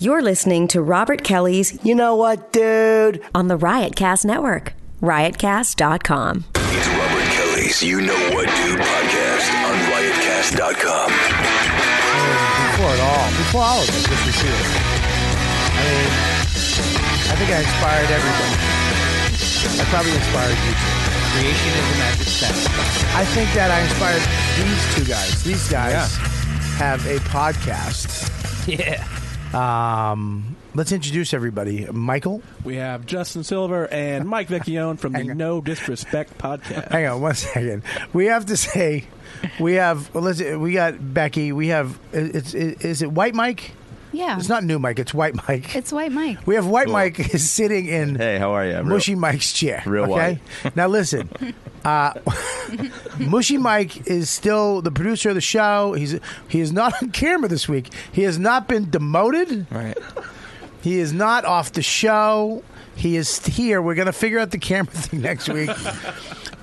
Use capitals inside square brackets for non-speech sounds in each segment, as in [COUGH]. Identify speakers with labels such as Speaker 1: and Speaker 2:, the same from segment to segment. Speaker 1: You're listening to Robert Kelly's
Speaker 2: You know what, dude?
Speaker 1: on the Riotcast Network, riotcast.com.
Speaker 3: It's Robert Kelly's You Know What Do podcast on riotcast.com.
Speaker 2: Before it all, before all of it, just to see it. I mean, I think I inspired everybody. I probably inspired you too.
Speaker 4: Creation is a magic step.
Speaker 2: I think that I inspired these two guys. These guys
Speaker 4: Yeah.
Speaker 2: have a podcast.
Speaker 4: Yeah.
Speaker 2: Um, let's introduce everybody. Michael,
Speaker 5: We have Justin Silver and Mike Vecchione from the No Disrespect podcast.
Speaker 2: hang on one second. We have to say, we have well, let's, we got Becky. We have it's it, is it White Mike?
Speaker 6: Yeah.
Speaker 2: It's not new Mike. It's White Mike.
Speaker 6: It's White Mike.
Speaker 2: We have White Mike [LAUGHS] is sitting in
Speaker 7: Hey, how are you? Real-
Speaker 2: Mushy Mike's chair.
Speaker 7: real
Speaker 2: okay. [LAUGHS] now listen, uh, [LAUGHS] Mushy Mike is still the producer of the show. He's he is not [LAUGHS] on camera this week. He has not been demoted.
Speaker 7: Right.
Speaker 2: He is not off the show. He is here. We're going to figure out the camera [LAUGHS] thing next week.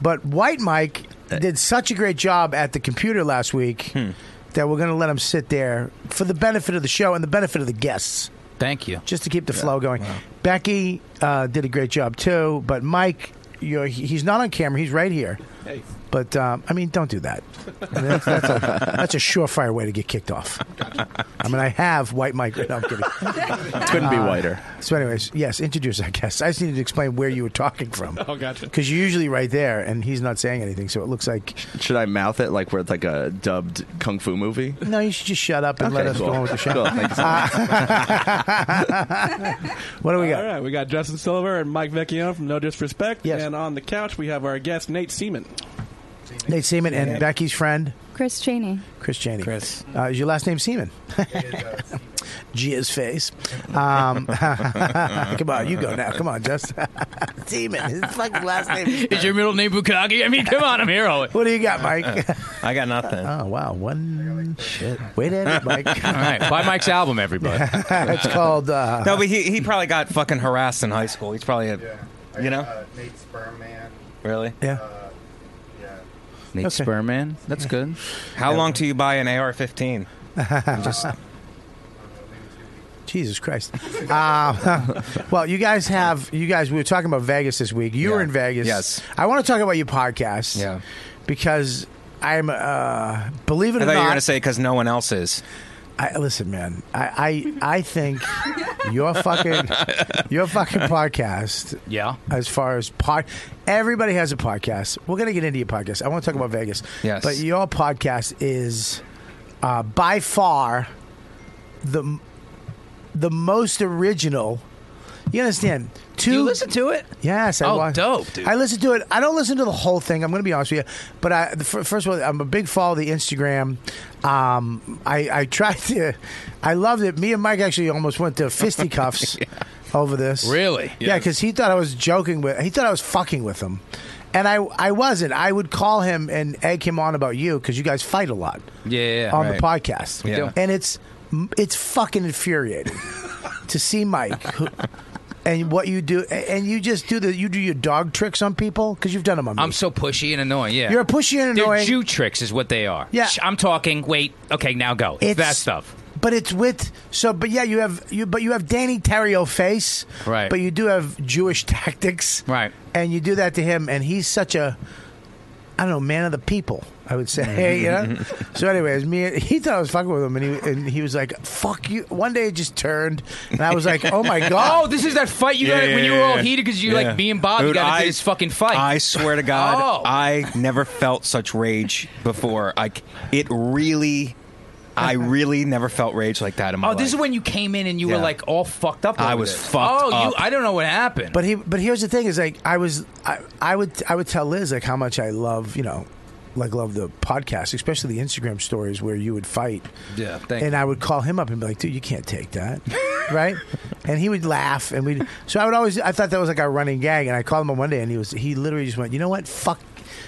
Speaker 2: but White Mike did such a great job at the computer last week
Speaker 7: Hmm.
Speaker 2: that we're going to let him sit there for the benefit of the show and the benefit of the guests
Speaker 4: Thank you.
Speaker 2: just to keep the flow going. Becky uh, did a great job too, but Mike, you're, he- he's not on camera. He's right here.
Speaker 5: Hey,
Speaker 2: But um, I mean, don't do that. I mean, that's, that's a, that's a surefire way to get kicked off. I mean, I have white Mike. No, I'm kidding.
Speaker 7: Couldn't be whiter.
Speaker 2: So, anyways, yes, introduce our guest. I just needed to explain where you were talking from.
Speaker 5: Oh, gotcha.
Speaker 2: Because you're usually right there, and he's not saying anything, so it looks like
Speaker 7: Should I mouth it like where it's like a dubbed kung fu movie?
Speaker 2: no. You should just shut up and let
Speaker 7: Okay,
Speaker 2: us
Speaker 7: cool.
Speaker 2: go on with the show. Uh,
Speaker 7: Cool, thanks.
Speaker 5: [LAUGHS]
Speaker 2: [LAUGHS] What do we
Speaker 5: All
Speaker 2: got?
Speaker 5: right, we got Justin Silver and Mike Vecchione from No Disrespect.
Speaker 2: Yes.
Speaker 5: And on the couch, we have our guest, Nate Seaman.
Speaker 2: Nate Seaman and Becky's friend
Speaker 6: Chris Cheney.
Speaker 2: Chris Cheney.
Speaker 4: Chris.
Speaker 2: uh, is your last
Speaker 8: [LAUGHS]
Speaker 2: name Seaman? Gia's face. Um, [LAUGHS] come on, you go now. Come on, Just Seaman. His fucking
Speaker 4: [LAUGHS]
Speaker 2: last name.
Speaker 4: Is your middle name Bukaki? I mean, come on, I'm here all
Speaker 2: What do you got, Mike?
Speaker 8: [LAUGHS] I got
Speaker 2: [LAUGHS]
Speaker 8: nothing.
Speaker 2: oh wow, one shit. Wait at it,
Speaker 4: [LAUGHS]
Speaker 2: Mike.
Speaker 4: All right, buy Mike's album, everybody.
Speaker 2: [LAUGHS] it's
Speaker 8: [LAUGHS]
Speaker 2: called. Uh,
Speaker 8: no, but he, he probably got fucking harassed in high school. He's probably a, you know,
Speaker 9: Nate Sperm
Speaker 2: [LAUGHS]
Speaker 9: Man.
Speaker 8: really.
Speaker 2: yeah.
Speaker 4: Nate
Speaker 2: Okay.
Speaker 4: Sperman. That's good.
Speaker 8: How long till you buy an AR-15?
Speaker 2: [LAUGHS] [LAUGHS] Jesus Christ. Um, [LAUGHS] well, you guys have you guys. We were talking about Vegas this week. You were
Speaker 8: Yeah.
Speaker 2: in Vegas.
Speaker 8: Yes.
Speaker 2: I want to talk about your podcast.
Speaker 8: Yeah.
Speaker 2: Because I'm uh, believe
Speaker 8: I
Speaker 2: it or
Speaker 8: thought
Speaker 2: not.
Speaker 8: you were gonna say because no one else is.
Speaker 2: I, listen, man. I, I I think your fucking your fucking podcast.
Speaker 4: Yeah.
Speaker 2: As far as pod, everybody has a podcast. We're gonna get into your podcast. I want to talk about Vegas.
Speaker 8: Yes.
Speaker 2: But your podcast is uh, by far the m- the most original. You understand? Two.
Speaker 4: to it?
Speaker 2: Yes, I
Speaker 4: Oh,
Speaker 2: watch-
Speaker 4: dope, dude.
Speaker 2: I listen to it. I don't listen to the whole thing. I'm going to be honest with you, but I, the, fir- first of all, I'm a big follow of the Instagram. Um, I, I tried to, I loved it. Me and Mike actually almost went
Speaker 4: [LAUGHS]
Speaker 2: to fisticuffs over this.
Speaker 4: Really?
Speaker 2: Yeah, because he thought I was joking with. He thought I was fucking with him, and I, I wasn't. I would call him and egg him on about you because you guys fight a lot
Speaker 4: Yeah, yeah, yeah.
Speaker 2: on the
Speaker 8: Right.
Speaker 2: podcast.
Speaker 8: We do.
Speaker 2: And it's it's fucking
Speaker 4: [LAUGHS]
Speaker 2: infuriating to see Mike who, and what you do and you just do the you do your dog tricks on people cuz you've done them on me.
Speaker 4: I'm so pushy and annoying. Yeah.
Speaker 2: You're a pushy and
Speaker 4: They're
Speaker 2: annoying.
Speaker 4: Jew tricks, is what they are.
Speaker 2: Yeah.
Speaker 4: Shh, I'm talking. Wait. Okay, now go. It's, that stuff.
Speaker 2: But it's with so but yeah you have you but you have Danny Terrio face.
Speaker 4: Right.
Speaker 2: But you do have Jewish [LAUGHS] tactics.
Speaker 4: Right.
Speaker 2: And you do that to him and he's such a I don't know, man of the people. I would say, [LAUGHS]
Speaker 4: Mm-hmm,
Speaker 2: you
Speaker 5: [LAUGHS]
Speaker 2: know. so, anyways, me [LAUGHS] he thought I was fucking with him, and he and he was like, "Fuck you." One day, it just turned, and I was like, "Oh
Speaker 4: [LAUGHS]
Speaker 2: my god!"
Speaker 4: Oh, this is that fight you got when you were all heated because you like me and Bob you
Speaker 8: Dude,
Speaker 4: got
Speaker 8: I-
Speaker 4: into this fucking fight.
Speaker 8: I swear to God,
Speaker 4: Oh.
Speaker 8: I never felt such rage before. Like it really, I really never felt rage like that in my
Speaker 4: oh,
Speaker 8: life.
Speaker 4: this is when you came in and you were
Speaker 8: Yeah.
Speaker 4: like all fucked up.
Speaker 8: I
Speaker 4: over
Speaker 8: was
Speaker 4: this.
Speaker 8: fucked
Speaker 4: Oh, you.
Speaker 8: up.
Speaker 4: I don't know what happened.
Speaker 2: But he, but here's the thing: is like I was, I, I would, I would tell Liz like how much I love, you know, like love the podcast, especially the Instagram stories where you would fight,
Speaker 4: yeah. Thank
Speaker 2: and I would call him up and be like, "Dude, you can't take that." [LAUGHS] Right, and he would laugh, and we. So I would always. I thought that was like our running gag, and I called him on one day, and he was. He literally just went, "You know what? Fuck,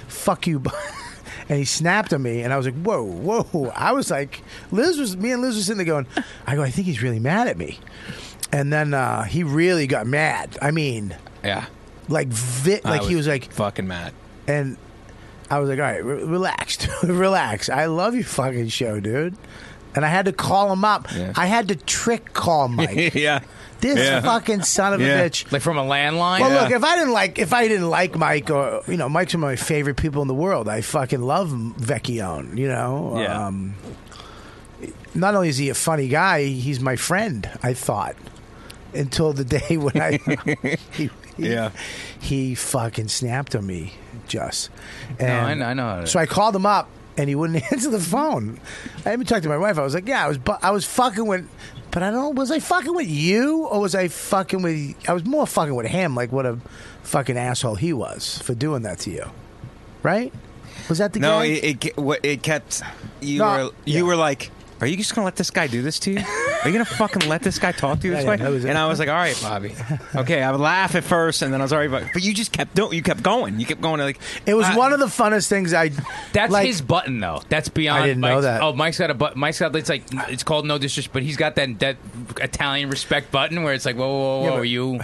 Speaker 2: fuck you," [LAUGHS] and he snapped at me, and I was like, "Whoa, whoa!" I was like, Liz was. Me and Liz was sitting there going, "I go, I think he's really mad at me," and then uh, he really got mad. I mean,
Speaker 8: yeah,
Speaker 2: like vi-
Speaker 8: I
Speaker 2: like he was like
Speaker 8: fucking mad.
Speaker 2: and [LAUGHS] I was like, all right, re- relax, dude, relax. I love your fucking show, dude. And I had to call him up.
Speaker 8: Yeah.
Speaker 2: I had to trick call
Speaker 8: [LAUGHS]
Speaker 2: Mike.
Speaker 8: yeah.
Speaker 2: This
Speaker 8: Yeah.
Speaker 2: fucking son of
Speaker 8: Yeah.
Speaker 2: a bitch.
Speaker 4: Like from a landline.
Speaker 2: Well, look, if I didn't like if I didn't like Mike or you know Mike's one of my favorite people in the world. I fucking love Vecchione. You know,
Speaker 8: Yeah.
Speaker 2: Um, not only is he a funny guy, he's my friend. I thought until the day when
Speaker 8: [LAUGHS]
Speaker 2: I he, he-
Speaker 8: Yeah.
Speaker 2: he fucking snapped on me just.
Speaker 4: I
Speaker 2: And
Speaker 4: kn- I know how it is.
Speaker 2: So I called him up. And he wouldn't [LAUGHS] answer the phone. I even talked to my wife. I was like, "Yeah, I was, bu- I was fucking with, but I don't. Was I fucking with you, or was I fucking with? I was more fucking with him. Like what a fucking asshole he was for doing that to you, right? Was that the
Speaker 8: No,
Speaker 2: guy?
Speaker 8: it, it ke- what- it kept. You
Speaker 2: No,
Speaker 8: were you
Speaker 2: yeah.
Speaker 8: were like, are you just gonna let this guy do this to you? Are you gonna fucking let this guy talk to you
Speaker 2: Yeah,
Speaker 8: this
Speaker 2: [LAUGHS] yeah,
Speaker 8: way?
Speaker 2: that was it.
Speaker 8: and I was like, all right,
Speaker 2: [LAUGHS]
Speaker 8: Bobby. Okay, I would laugh at first, and then I was already, but, but you just kept doing. You kept going. You kept going. Like
Speaker 2: It was
Speaker 8: I-
Speaker 2: one of the funnest things I.
Speaker 4: That's
Speaker 2: like,
Speaker 4: his button, though. That's beyond.
Speaker 2: I didn't know
Speaker 4: Mike's-
Speaker 2: that.
Speaker 4: Oh, Mike's got a button. Mike's got it's like it's called no disrespect, but he's got that that Italian respect button where it's like whoa whoa whoa,
Speaker 2: Yeah,
Speaker 4: whoa
Speaker 2: but-
Speaker 4: are you?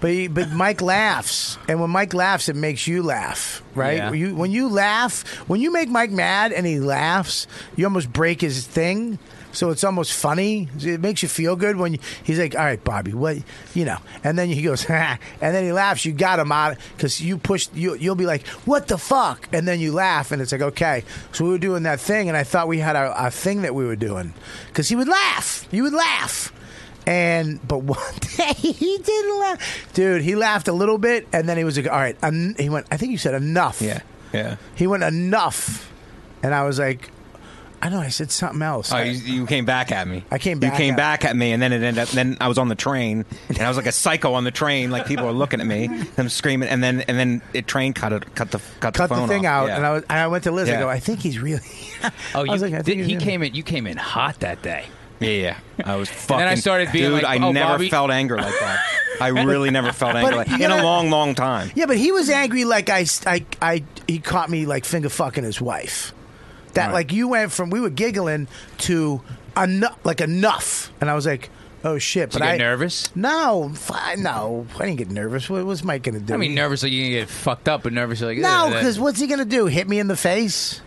Speaker 2: But he, but Mike laughs, and when Mike laughs, it makes you laugh, right?
Speaker 4: Yeah.
Speaker 2: When You, when you laugh, when you make Mike mad and he laughs, you almost break his thing. So it's almost funny. It makes you feel good when you, he's like, "All right, Bobby, what you know?" And then he goes, [LAUGHS] and then he laughs. You got him out because you pushed. You you'll be like, "What the fuck?" And then you laugh, and it's like, "Okay." So we were doing that thing, and I thought we had our, our thing that we were doing because he would laugh. You would laugh. And but [LAUGHS] one day he didn't laugh, dude. He laughed a little bit, and then he was like, "All right," en-, he went. I think you said enough.
Speaker 8: Yeah, yeah.
Speaker 2: He went enough, and I was like, "I know." I said something else.
Speaker 8: Oh, you, you came back at me.
Speaker 2: I came
Speaker 8: You
Speaker 2: back
Speaker 8: came
Speaker 2: at-
Speaker 8: back at me, and then it ended up. Then I was on the train, and I was like a psycho on the train. Like people were looking at
Speaker 2: [LAUGHS]
Speaker 8: me, them screaming, and then and then it train cut it, cut the cut,
Speaker 2: cut
Speaker 8: the,
Speaker 2: the
Speaker 8: phone
Speaker 2: thing
Speaker 8: off.
Speaker 2: out,
Speaker 8: Yeah.
Speaker 2: and I was. And I went to Liz. I
Speaker 8: Yeah.
Speaker 2: go, "I think he's really." [LAUGHS]
Speaker 4: Oh,
Speaker 2: I
Speaker 4: you,
Speaker 2: was like, I
Speaker 4: did-
Speaker 2: think
Speaker 4: he
Speaker 2: he's-
Speaker 4: came in. You came in hot that day.
Speaker 8: Yeah, yeah. I was fucking.
Speaker 4: then I started being
Speaker 8: dude,
Speaker 4: like,
Speaker 8: I
Speaker 4: oh,
Speaker 8: never
Speaker 4: Bobby-
Speaker 8: felt anger like that.
Speaker 2: [LAUGHS]
Speaker 8: I really never felt anger like
Speaker 2: you
Speaker 8: in a
Speaker 2: gotta-
Speaker 8: long, long time.
Speaker 2: Yeah, but he was angry. Like I, I, I he caught me like finger fucking his wife. That
Speaker 8: Right.
Speaker 2: like you went from we were giggling to enough, like enough, and I was like, "Oh shit!"
Speaker 4: Did
Speaker 2: but
Speaker 4: you get
Speaker 2: I
Speaker 4: nervous?
Speaker 2: No, fi- no, I didn't get nervous. What was Mike gonna do?
Speaker 4: I mean, nervous like you gonna get fucked up, but nervous like
Speaker 2: No,
Speaker 4: "Ugh."
Speaker 2: because what's he gonna do? Hit me in the face,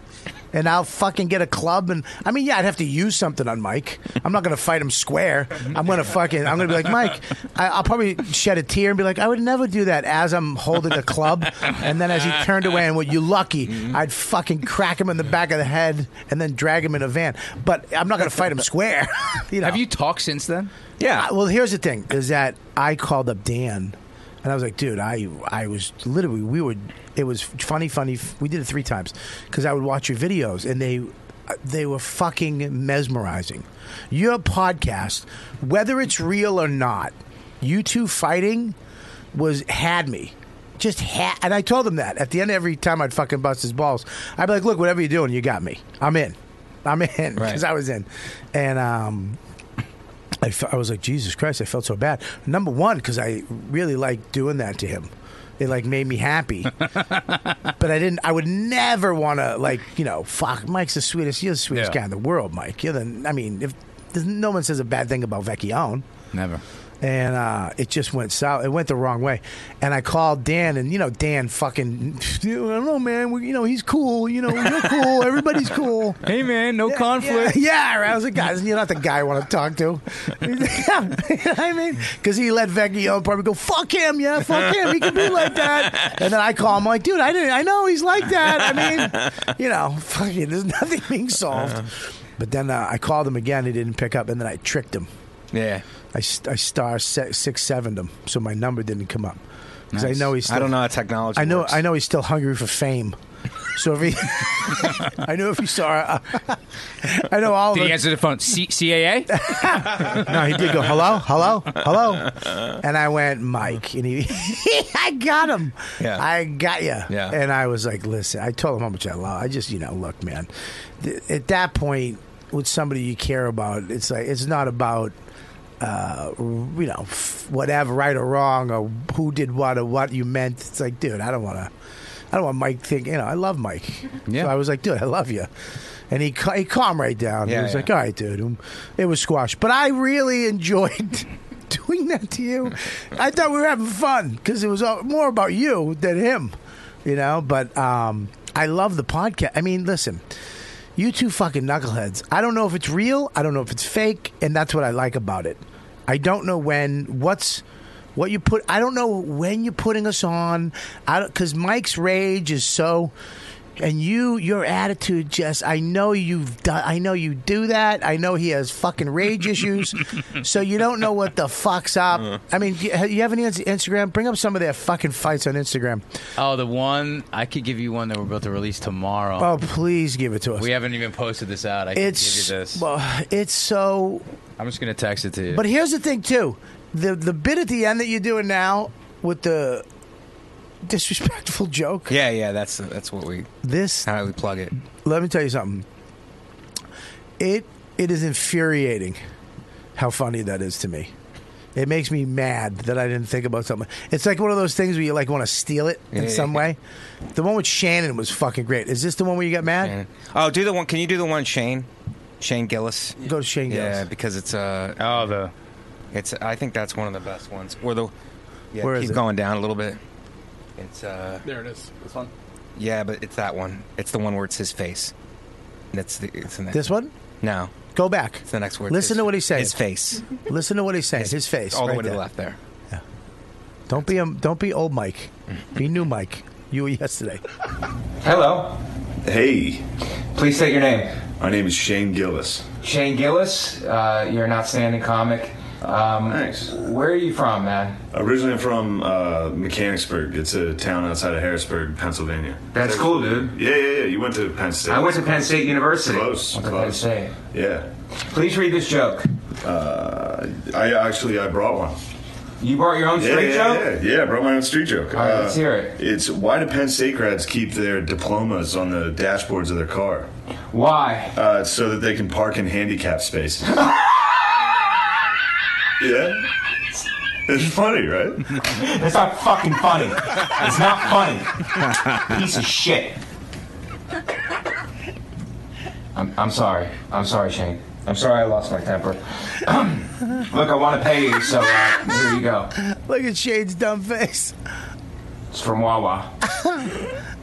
Speaker 2: and I'll fucking get a club. And I mean, yeah, I'd have to use something on Mike. I'm not gonna fight him square. I'm gonna fucking. I'm gonna be like Mike. I, I'll probably shed a tear and be like, I would never do that. As I'm holding the club, and then
Speaker 4: [LAUGHS]
Speaker 2: as he turned away, and what you lucky, I'd fucking crack him in the back of the head and then drag him in a van. But I'm not gonna fight him square. [LAUGHS] you know.
Speaker 4: have you talked since then?
Speaker 8: Yeah.
Speaker 2: Uh, well, here's the thing: is that I called up Dan, and I was like, "Dude, I I was literally we were it was funny, funny. We did it three times because I would watch your videos, and they uh, they were fucking mesmerizing. Your podcast, whether it's real or not, you two fighting was had me. Just had, and I told him that at the end of every time I'd fucking bust his balls, I'd be like, "Look, whatever you're doing, you got me. I'm in. I'm in [LAUGHS] because I was in." And um, I, fe- I was like, Jesus Christ, I felt so bad. Number one, because I really liked doing that to him. It like made me happy, but I didn't. I would never want to like you know. Fuck, Mike's the sweetest. You're the sweetest
Speaker 4: Yeah.
Speaker 2: guy in the world, Mike. You're the. I mean, if there's, no one says a bad thing about Vecchione,
Speaker 4: Never.
Speaker 2: and uh, it just went south. It went the wrong way, and I called Dan, and you know Dan fucking. [LAUGHS] I don't know, man. We, you know he's cool. You know you're cool. Everybody's [LAUGHS] cool.
Speaker 4: Hey man, no conflict.
Speaker 2: Yeah, yeah, right. I was like, guys, you're not the guy I want to talk to. [LAUGHS] yeah, you know what I mean, because he let Vecchio probably go, fuck him, yeah, fuck him. He can be like that. And then I call him like, dude, I didn't, I know he's like that. I mean, you know, fucking, there's nothing being solved.
Speaker 4: Uh-huh.
Speaker 2: But then uh, I called him again. He didn't pick up, and then I tricked him. [LAUGHS]
Speaker 8: yeah.
Speaker 2: I, st- I star se- six sevened him, so my number didn't come up because I know he's. Still,
Speaker 8: I don't know how technology.
Speaker 2: I know.
Speaker 8: Works.
Speaker 2: I know he's still hungry
Speaker 8: [LAUGHS]
Speaker 2: for fame. So if he, [LAUGHS] I know if he saw, uh, [LAUGHS] I know all of
Speaker 4: Did he
Speaker 2: us-
Speaker 4: answer the phone? C- CAA?
Speaker 2: [LAUGHS] no, he did go, hello, hello, hello. And I went, Mike. And he, [LAUGHS] I got him.
Speaker 8: Yeah.
Speaker 2: I got you.
Speaker 8: Yeah.
Speaker 2: And I was like, listen, I told him how much I love. I just, you know, look, man, th- at that point, with somebody you care about, it's like, it's not about, uh, you know, f- whatever, right or wrong, or who did what or what you meant. It's like, dude, I don't want to. I don't want Mike thinking. You know, I love Mike.
Speaker 4: Yeah.
Speaker 2: So I was like, dude, I love you. And he ca- he calmed right down. he
Speaker 8: Yeah,
Speaker 2: was
Speaker 8: yeah.
Speaker 2: like, all right, dude. Um, It was squash, but I really enjoyed [LAUGHS] doing that to you. I thought we were having fun because it was all, more about you than him, you know. But um, I love the podcast. I mean, listen, You two fucking knuckleheads. I don't know if it's real. I don't know if it's fake, and that's what I like about it. I don't know when what's what you put. I don't know when you're putting us on. I don't because Mike's rage is so. And you, your attitude, Jess. I know you've done. I know you do that. I know he has fucking rage issues. so you don't know what the fuck's up. I mean, you you have any ins- Instagram? Bring up some of their fucking fights on Instagram.
Speaker 4: Oh, the one I could give you one that we're about to release tomorrow.
Speaker 2: Oh, please give it to us.
Speaker 4: We haven't even posted this out. I can
Speaker 2: it's
Speaker 4: give you this.
Speaker 2: well, it's so
Speaker 4: I'm just gonna text it to you.
Speaker 2: But here's the thing too, the the bit at the end that you're doing now with the disrespectful [LAUGHS] joke.
Speaker 8: Yeah, yeah, that's that's what we
Speaker 2: This
Speaker 8: how we plug it.
Speaker 2: let me tell you something. It it is infuriating how funny that is to me. It makes me mad that I didn't think about something. It's like one of those things where you like want to steal it in
Speaker 8: Yeah,
Speaker 2: some
Speaker 8: yeah,
Speaker 2: way. The one with Shannon was fucking great. Is this the one where you got mad?
Speaker 8: Yeah. Oh, do the one. Can you do the one Shane? Shane Gillis.
Speaker 2: Go to Shane
Speaker 8: Yeah,
Speaker 2: Gillis.
Speaker 8: because it's uh
Speaker 4: oh, the
Speaker 8: It's. I think that's one of the best ones. Or the. Yeah,
Speaker 2: Where is
Speaker 8: keep
Speaker 2: it?
Speaker 8: going down a little bit. It's. uh
Speaker 5: There it is. It's fun.
Speaker 8: Yeah, but it's that one. It's the one where it's his face. That's the. It's the next.
Speaker 2: This one?
Speaker 8: No,
Speaker 2: Go back.
Speaker 8: it's the next word.
Speaker 2: Listen to what he's saying.
Speaker 8: His face.
Speaker 2: Listen to what he's saying. His, face.
Speaker 8: All
Speaker 2: right
Speaker 8: the way to
Speaker 2: there.
Speaker 8: the left there.
Speaker 2: Don't be a, don't be old Mike. Be new Mike. You were yesterday. [LAUGHS]
Speaker 8: Hello.
Speaker 6: Hey,
Speaker 8: Please state your name.
Speaker 6: my name is Shane Gillis.
Speaker 8: Shane Gillis. Uh, you're an outstanding comic. Um,
Speaker 6: Thanks.
Speaker 8: Where are you from, man?
Speaker 6: Originally from uh, Mechanicsburg. It's a town outside of Harrisburg, Pennsylvania.
Speaker 8: That's cool, dude.
Speaker 6: Yeah, yeah, yeah. You went to Penn State.
Speaker 8: to Penn State University.
Speaker 6: Close,
Speaker 8: Went to
Speaker 6: close. Yeah.
Speaker 8: Please read this joke.
Speaker 6: Uh, I actually I brought one.
Speaker 8: You brought your own
Speaker 6: Yeah,
Speaker 8: straight
Speaker 6: yeah,
Speaker 8: joke.
Speaker 6: yeah, yeah. I brought my own street joke. Uh,
Speaker 8: All right, let's hear it.
Speaker 6: It's why do Penn State grads keep their diplomas on the dashboards of their car?
Speaker 8: Why?
Speaker 6: Uh, so that they can park in
Speaker 8: [LAUGHS]
Speaker 6: handicap spaces. yeah. It's
Speaker 8: [LAUGHS]
Speaker 6: funny, right?
Speaker 8: That's not fucking funny. It's not funny. [LAUGHS] Piece of shit. I'm, I'm sorry. I'm sorry, Shane. I'm sorry I lost my temper. [CLEARS THROAT] Look, I want to pay you, so uh, here you go.
Speaker 2: Look at Shane's dumb face. [LAUGHS]
Speaker 8: It's from Wawa.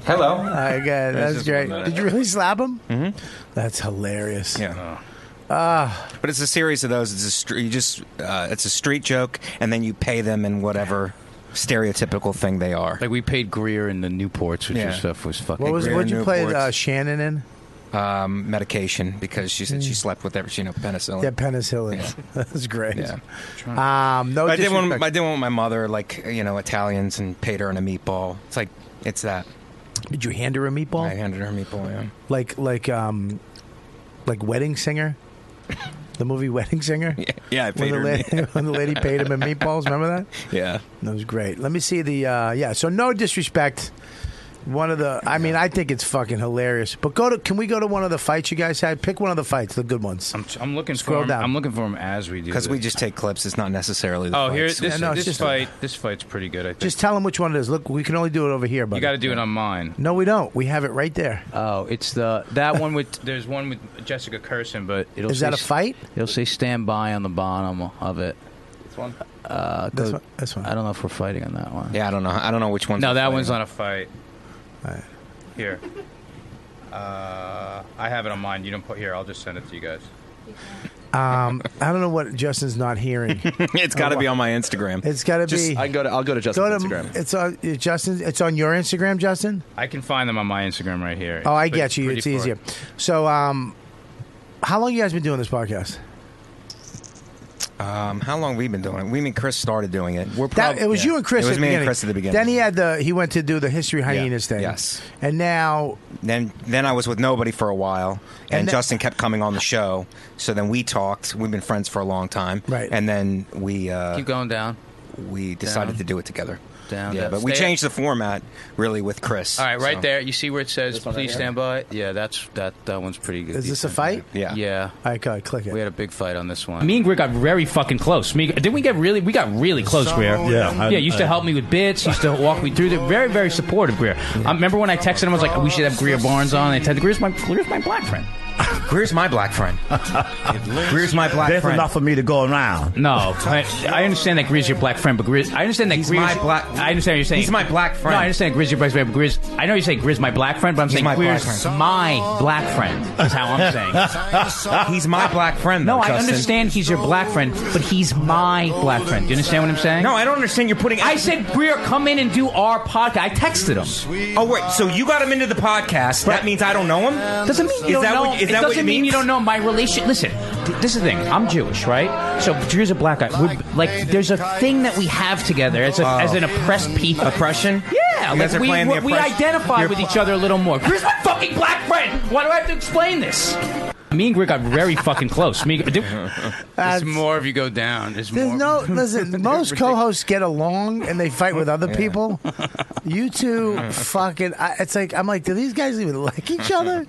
Speaker 8: Hello.
Speaker 2: I got it. That's
Speaker 8: just
Speaker 2: great.
Speaker 8: one that I-
Speaker 2: Did you really slap him? Mm-hmm. That's hilarious. Ah.
Speaker 8: Yeah. but it's a series of those. It's a str- you just uh, it's a street joke, and then you pay them in whatever stereotypical thing they are.
Speaker 4: like we paid Greer in the Newports, which
Speaker 8: Yeah.
Speaker 4: your stuff was fucking.
Speaker 2: What was
Speaker 4: great.
Speaker 2: what you
Speaker 8: Newports.
Speaker 2: play uh, Shannon in?
Speaker 8: Um, medication because she said
Speaker 2: Mm.
Speaker 8: she slept with every you know penicillin.
Speaker 2: Yeah, penicillin. [LAUGHS] That's great.
Speaker 8: Yeah.
Speaker 2: Um, no,
Speaker 8: I did one.
Speaker 2: disrespect.
Speaker 8: I did one with my mother, like you know, Italians, and paid her in a meatball. It's like it's that.
Speaker 2: Did you hand her a meatball?
Speaker 8: I handed her a meatball. Yeah.
Speaker 2: Like like um, like Wedding
Speaker 8: [LAUGHS]
Speaker 2: Singer, the movie Wedding Singer.
Speaker 8: Yeah, I
Speaker 2: When the, lady, [LAUGHS] when the lady paid him in meatballs, remember that?
Speaker 8: yeah.
Speaker 2: That was great. Let me see the uh, yeah. So no disrespect. One of the, I mean, I think it's fucking hilarious. But go to, can we go to one of the fights you guys had? Pick one of the fights, the good ones.
Speaker 4: I'm, I'm looking
Speaker 2: Scroll
Speaker 4: for him.
Speaker 2: down.
Speaker 4: I'm looking for him as we do.
Speaker 8: Because we
Speaker 4: this.
Speaker 8: just take clips. It's not necessarily. The
Speaker 4: Oh, here
Speaker 8: fights.
Speaker 4: this
Speaker 2: Yeah, no, it's
Speaker 4: this
Speaker 2: just a-
Speaker 4: fight. This fight's pretty good. I think.
Speaker 2: Just tell them which one it is. Look, we can only do it over here, buddy.
Speaker 4: you got to do it on mine.
Speaker 2: No, we don't. We have it right there.
Speaker 4: Oh, it's the that one with. There's one with Jessica Curson, but it'll.
Speaker 2: Is
Speaker 4: say
Speaker 2: that a
Speaker 4: s-
Speaker 2: fight?
Speaker 4: It'll say "Stand by" on the bottom of it. Uh,
Speaker 2: This
Speaker 4: go-
Speaker 2: one- this one.
Speaker 4: I don't know if we're fighting on that one.
Speaker 8: Yeah, I don't know. I don't know which one.
Speaker 4: No, that one's not a fight. Here. Uh, I have it on mine. You don't put here. I'll just send it to you guys.
Speaker 2: Um, [LAUGHS] I don't know what Justin's not hearing.
Speaker 8: [LAUGHS]
Speaker 7: [LAUGHS]
Speaker 2: Oh,
Speaker 8: it's got to be on my Instagram.
Speaker 2: It's got to
Speaker 7: Just,
Speaker 2: be.
Speaker 7: I can go to. I'll go to
Speaker 2: go to
Speaker 7: Justin's Instagram.
Speaker 2: it's on uh, Justin. It's on your Instagram, Justin.
Speaker 4: I can find them on my Instagram right here.
Speaker 2: Oh, I
Speaker 4: It's
Speaker 2: get you.
Speaker 4: pretty
Speaker 2: It's
Speaker 4: far.
Speaker 2: easier. So, um, how long you guys been doing this podcast?
Speaker 8: Um, how long we been doing it? We mean Chris started doing it. We're
Speaker 2: That,
Speaker 4: Uh,
Speaker 8: prob-
Speaker 2: it was
Speaker 8: yeah.
Speaker 2: you and Chris.
Speaker 8: It was
Speaker 2: at
Speaker 8: me
Speaker 2: the
Speaker 8: and Chris at the beginning.
Speaker 2: Then he had the he went to do the history hyenas thing.
Speaker 8: Yes.
Speaker 2: and now
Speaker 8: then then I was with nobody for a while, and,
Speaker 2: And then-
Speaker 8: Justin kept coming on the show. So then we talked. We've been friends for a long time,
Speaker 2: Right.
Speaker 8: And then we uh,
Speaker 4: Keep going down.
Speaker 8: we decided
Speaker 4: Down.
Speaker 8: to do it together.
Speaker 4: Down,
Speaker 8: yeah.
Speaker 4: down.
Speaker 8: But we
Speaker 4: Stay-
Speaker 8: changed the format really with Chris.
Speaker 4: All right, right
Speaker 8: so-
Speaker 4: there. You see where it says "Please stand by"? Yeah, that's that. That one's pretty good.
Speaker 2: is this a fight?
Speaker 8: Yeah,
Speaker 4: Yeah.
Speaker 2: I got click
Speaker 4: We
Speaker 2: it.
Speaker 4: had a big fight on this one. Me and Greer got very fucking close. Me, didn't we get really? We got really close, Greer.
Speaker 9: Yeah, I-
Speaker 4: yeah. Used to
Speaker 9: I-
Speaker 4: help me with bits. Used to walk me through. The, very,
Speaker 8: [LAUGHS]
Speaker 4: very supportive, Greer. I remember when I texted him, I was like, "We should have Greer Barnes on." And I said, "Greer's my, Greer's my black friend."
Speaker 8: Where's my black
Speaker 9: [LAUGHS]
Speaker 8: friend? Where's my black
Speaker 9: There's
Speaker 8: friend?
Speaker 9: enough for me to go around.
Speaker 4: No, I, I understand that Grizz your black friend, but Grizz, I understand that
Speaker 8: He's
Speaker 4: Grizz,
Speaker 8: my black-
Speaker 4: I understand what you're saying.
Speaker 8: He's my black friend.
Speaker 4: No, I understand Grizz your black friend, but Grizz. I know you say Grizz my black friend, but I'm
Speaker 8: He's
Speaker 4: saying
Speaker 8: my black
Speaker 4: Grizz
Speaker 8: friend.
Speaker 4: my black friend. That's how
Speaker 9: [LAUGHS]
Speaker 4: I'm saying.
Speaker 8: [LAUGHS] He's my black friend.
Speaker 4: No,
Speaker 8: though,
Speaker 4: I
Speaker 8: Justin.
Speaker 4: understand he's your black friend, but he's my black friend. Do you understand what I'm saying?
Speaker 8: No, I don't understand. You're putting.
Speaker 4: I said Greer, come in and do our podcast. I texted him.
Speaker 8: Oh wait, so you got him into the podcast. That means I don't know him.
Speaker 2: Um,
Speaker 4: Doesn't mean you
Speaker 8: is
Speaker 4: don't
Speaker 8: that
Speaker 4: know.
Speaker 8: What, is
Speaker 4: it
Speaker 8: that
Speaker 4: doesn't
Speaker 8: what it
Speaker 4: mean
Speaker 8: means?
Speaker 4: you don't know my relation. Listen, th- this is the thing. I'm Jewish, right? So Drew's a black guy. We're, like, there's a thing that we have together as, a, as an oppressed people.
Speaker 8: Oppression.
Speaker 4: Yeah,
Speaker 8: You guys
Speaker 4: like
Speaker 8: are
Speaker 4: we,
Speaker 8: playing
Speaker 4: we,
Speaker 8: the
Speaker 4: we
Speaker 8: oppression-
Speaker 4: identify
Speaker 8: you're-
Speaker 4: with each other a little more. Where's my fucking black friend? Why do I have to explain this? Me and Greer got very fucking close. Me, dude,
Speaker 2: [LAUGHS] That's-
Speaker 4: more if you go down. There's,
Speaker 2: There's no listen.
Speaker 8: [LAUGHS]
Speaker 2: Most co-hosts get along and they fight with other people. You two, fucking, I, it's like I'm like, do these guys even like each
Speaker 8: [LAUGHS]
Speaker 2: other?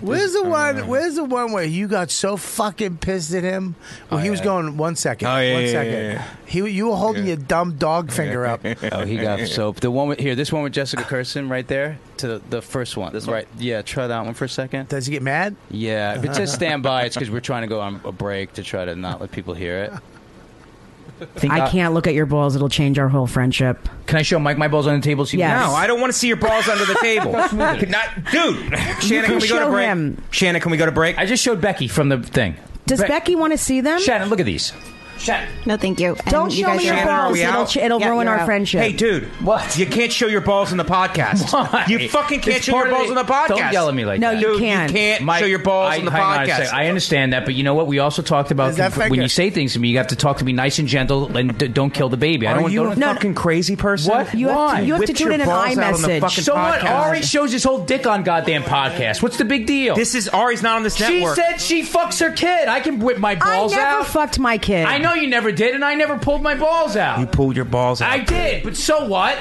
Speaker 2: Where's the
Speaker 8: Uh-huh.
Speaker 2: one? Where's the one where you got so fucking pissed at him? Well, he was going one second,
Speaker 8: Oh, yeah,
Speaker 2: one
Speaker 8: yeah,
Speaker 2: second.
Speaker 8: yeah, yeah.
Speaker 2: He, you were holding your dumb dog finger up.
Speaker 4: [LAUGHS] Oh, he got so the one with, here. This one with Jessica Kirsten right there to the, the first one. This right, yeah. Try that one for a second.
Speaker 2: Does he get mad?
Speaker 4: Yeah, but just stand by. It's because we're trying to go on a break to try to not let people hear it.
Speaker 10: I can't look at your balls. It'll change our whole friendship.
Speaker 4: Can I show Mike my balls on the table? So you
Speaker 10: Yes.
Speaker 4: can-
Speaker 8: No, I don't want to see your balls under the
Speaker 4: [LAUGHS]
Speaker 8: table. Not, dude. Shanna,
Speaker 10: can
Speaker 8: can we go to
Speaker 10: show
Speaker 8: break?
Speaker 10: him.
Speaker 8: Shanna, can we go to break?
Speaker 4: I just showed Becky from the thing.
Speaker 10: Does
Speaker 4: Be-
Speaker 10: Becky want to see them?
Speaker 4: Shannon, look at these. Shannon,
Speaker 11: No, thank you. And
Speaker 10: Don't
Speaker 11: you
Speaker 10: show me your
Speaker 8: are- Are
Speaker 10: balls.
Speaker 8: we
Speaker 10: It'll,
Speaker 8: out?
Speaker 10: ch- it'll
Speaker 11: Yeah,
Speaker 10: ruin
Speaker 11: you're
Speaker 10: our
Speaker 11: out.
Speaker 10: friendship. [LAUGHS]
Speaker 8: [LAUGHS] Hey, dude.
Speaker 4: What?
Speaker 8: You can't show your balls in the podcast.
Speaker 4: [LAUGHS] Why?
Speaker 8: You fucking can't
Speaker 4: It's
Speaker 8: show
Speaker 4: part
Speaker 8: your
Speaker 4: of
Speaker 8: balls
Speaker 4: the-
Speaker 8: in the podcast.
Speaker 4: Don't yell at me like
Speaker 10: No,
Speaker 4: that.
Speaker 10: you
Speaker 8: Dude,
Speaker 10: can't.
Speaker 8: You can't
Speaker 4: Mike,
Speaker 8: show your balls
Speaker 4: I,
Speaker 8: in the
Speaker 4: hang on a
Speaker 8: podcast.
Speaker 4: second. I understand that, but you know what? We also talked about
Speaker 2: Is that
Speaker 4: when
Speaker 2: finger?
Speaker 4: you say things to me, you have to talk to me nice and gentle and d- don't kill the baby. I
Speaker 8: Are
Speaker 4: don't
Speaker 8: you
Speaker 4: don't,
Speaker 8: a fucking crazy person?
Speaker 4: What?
Speaker 10: You have
Speaker 4: Why?
Speaker 10: to, you have to
Speaker 8: Whipped
Speaker 10: do it
Speaker 8: your
Speaker 10: in an
Speaker 8: balls out on the
Speaker 10: iMessage.
Speaker 8: fucking
Speaker 4: So what?
Speaker 8: podcast.
Speaker 4: Ari shows his whole dick on goddamn podcast. What's the big deal?
Speaker 8: This is Ari's not on this
Speaker 4: she
Speaker 8: network.
Speaker 4: said she fucks her kid. I can whip my
Speaker 10: I
Speaker 4: balls
Speaker 10: never
Speaker 4: out.
Speaker 10: fucked my kid.
Speaker 4: I know you never did, and I never pulled my balls
Speaker 8: you
Speaker 4: out.
Speaker 8: pulled your balls out.
Speaker 4: I did, but so what?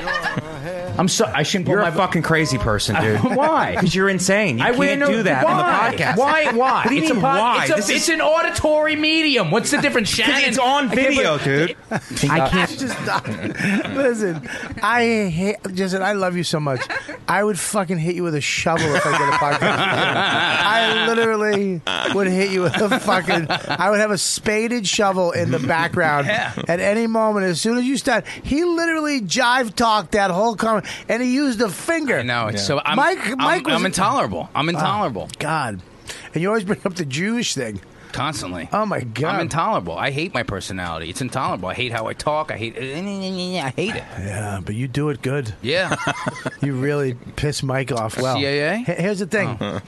Speaker 4: I'm so I shouldn't pull
Speaker 8: You're
Speaker 4: my
Speaker 8: a fucking crazy person, [LAUGHS] dude.
Speaker 4: Why?
Speaker 8: Because you're insane. You
Speaker 4: I
Speaker 8: can't
Speaker 4: wouldn't
Speaker 8: do that
Speaker 4: why?
Speaker 8: on the podcast. [LAUGHS]
Speaker 4: Why? Why?
Speaker 8: What do you
Speaker 4: it's
Speaker 8: mean,
Speaker 4: a pod-
Speaker 8: why?
Speaker 4: It's, a,
Speaker 8: This is-
Speaker 4: it's an auditory medium. What's the difference, Shannon?
Speaker 8: It's on
Speaker 4: I can't
Speaker 8: video,
Speaker 4: believe-
Speaker 8: dude.
Speaker 10: I can't.
Speaker 2: Just listen. I hate, Justin. I love you so much. I would fucking hit you with a shovel if I did a podcast.
Speaker 4: [LAUGHS]
Speaker 2: I literally would hit you with a fucking. I would have a spaded shovel in the background at any moment. As soon as you start, he literally jive talked that whole comment, and he used a finger.
Speaker 4: No, it's so I'm,
Speaker 2: Mike-
Speaker 4: I'm,
Speaker 2: Mike was- Oh,
Speaker 4: I'm intolerable. I'm intolerable
Speaker 2: God, and you always bring up the Jewish thing.
Speaker 4: constantly.
Speaker 2: Oh my God.
Speaker 4: I'm intolerable. I hate my personality. It's intolerable. I hate how I talk. I hate. I hate it.
Speaker 2: Yeah, but you do it good.
Speaker 4: Yeah.
Speaker 2: [LAUGHS] You really piss Mike off well.
Speaker 4: CIA?
Speaker 2: H- Here's the thing.
Speaker 4: Oh.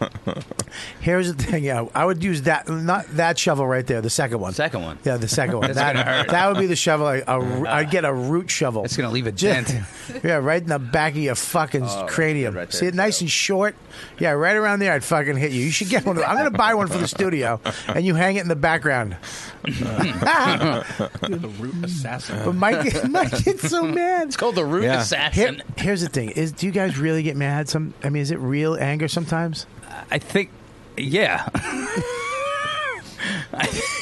Speaker 2: Here's the thing. Yeah, I would use that not that shovel right there. The second one.
Speaker 4: Second one.
Speaker 2: Yeah, the second one.
Speaker 4: [LAUGHS] That's
Speaker 2: that,
Speaker 4: gonna hurt. Mm.
Speaker 2: that would be the shovel. I, a, I'd get a root shovel.
Speaker 4: It's gonna leave a
Speaker 2: Just-
Speaker 4: dent.
Speaker 2: [LAUGHS]
Speaker 4: Oh,
Speaker 2: yeah, right in the back of your fucking cranium.
Speaker 7: right there,
Speaker 2: See it nice and short. Yeah, right around there. I'd fucking hit you. You should get one. Of, I'm gonna buy one for the studio, and you hang it in
Speaker 4: [LAUGHS]
Speaker 2: the background. [LAUGHS]
Speaker 5: The root assassin.
Speaker 2: But Mike, [LAUGHS] Mike gets so mad.
Speaker 4: It's called the root
Speaker 8: Yeah.
Speaker 2: Here-
Speaker 4: assassin.
Speaker 2: here's the thing: is do you guys really get mad? Some, I mean, is it real anger sometimes?
Speaker 4: I think. Yeah.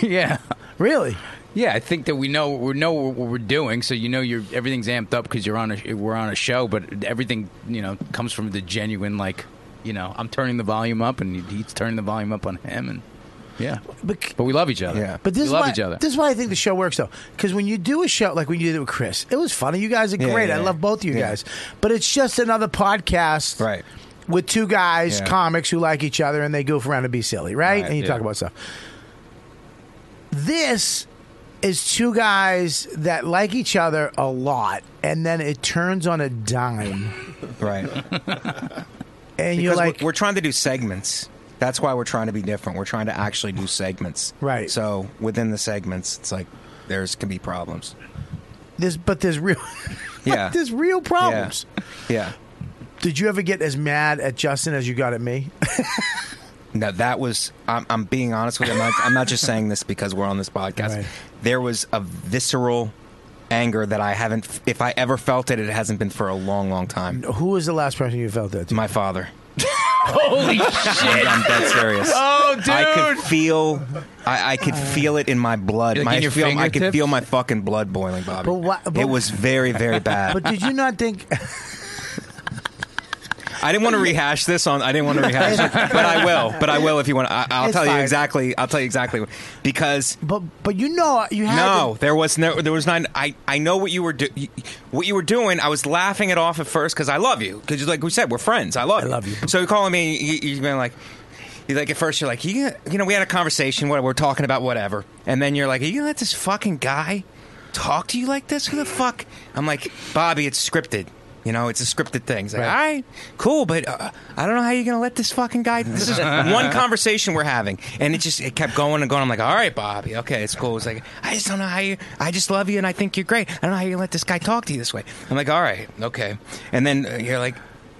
Speaker 4: yeah. [LAUGHS]
Speaker 2: Really?
Speaker 4: Yeah, I think that we know we know what we're doing, so you know you're everything's amped up because you're on a we're on a show, but everything you know comes from the genuine like you know I'm turning the volume up and he's turning the volume up on him and yeah,
Speaker 2: But
Speaker 4: but we love each other.
Speaker 8: Yeah.
Speaker 2: But this
Speaker 4: we
Speaker 2: is
Speaker 4: love
Speaker 2: why,
Speaker 4: each other.
Speaker 2: This is why I think the show works though, because when you do a show like when you did it with Chris, it was funny. You guys are
Speaker 8: Yeah,
Speaker 2: great.
Speaker 8: yeah,
Speaker 2: I
Speaker 8: yeah.
Speaker 2: love both of you
Speaker 8: Yeah.
Speaker 2: guys. But it's just another podcast,
Speaker 8: Right.
Speaker 2: With two guys,
Speaker 8: Yeah.
Speaker 2: comics who like each other and they goof around and be silly, right?
Speaker 4: Right,
Speaker 2: and you
Speaker 4: yeah.
Speaker 2: talk about stuff. This is two guys that like each other a lot, and then it turns on a dime,
Speaker 8: [LAUGHS] Right.
Speaker 2: and you're
Speaker 8: Because we're-
Speaker 2: like,
Speaker 8: we're, trying to do segments. That's why we're trying to be different. We're trying to actually do segments.
Speaker 2: Right.
Speaker 8: So within the segments, it's like there's can be problems.
Speaker 2: "This," but there's real, [LAUGHS]
Speaker 8: Yeah.
Speaker 2: there's real problems.
Speaker 8: Yeah.
Speaker 2: Did you ever get as mad at Justin as you got at me?
Speaker 8: No, that was. I'm, I'm being honest with you. I'm not, I'm not just saying this because we're on this podcast.
Speaker 2: Right.
Speaker 8: There was a visceral anger that I haven't. If I ever felt it, it hasn't been for a long, long time.
Speaker 2: Who was the last person you felt that? To?
Speaker 8: My father.
Speaker 4: Holy
Speaker 8: [LAUGHS]
Speaker 4: shit!
Speaker 8: I'm dead serious.
Speaker 4: Oh, dude!
Speaker 8: I could feel, I, I
Speaker 2: Oh.
Speaker 8: could feel it in my blood.
Speaker 4: Like
Speaker 8: my
Speaker 4: in your
Speaker 8: feel- I could
Speaker 4: fingertips?
Speaker 8: feel my fucking blood boiling, Bobby.
Speaker 2: [LAUGHS] But why- but-
Speaker 8: it was very, very bad.
Speaker 2: But did you not think?
Speaker 8: I didn't want to rehash this on. I didn't
Speaker 2: [LAUGHS]
Speaker 8: want to rehash it, but I will. But I will if you want. I, I'll
Speaker 2: It's
Speaker 8: tell
Speaker 2: fine.
Speaker 8: you exactly. I'll tell you exactly because
Speaker 2: But but you know you had
Speaker 8: no,
Speaker 2: to-
Speaker 8: there was no, there was none. I, I know what you were do, what you were doing. I was laughing it off at first because I love you. Because like we said, we're friends. I love. I
Speaker 2: love you.
Speaker 8: So you're calling me. You, you've been like, you like at first you're like, you, you know, we had a conversation. What we're talking about, whatever. And then you're like, are you gonna let this fucking guy talk to you like this? Who the fuck? I'm like, Bobby, it's scripted. You know, it's a scripted thing. It's like,
Speaker 2: Right.
Speaker 8: all right, cool, but uh, I don't know how you're gonna let this fucking guy. This
Speaker 4: [LAUGHS]
Speaker 8: is one conversation we're having, and it just it kept going and going. I'm like, all right, Bobby, okay, it's cool. It's like, I just don't know how you. I just love you, and I think you're great. I don't know how you let this guy talk to you this way. I'm like, all right, okay, and then uh, you're like,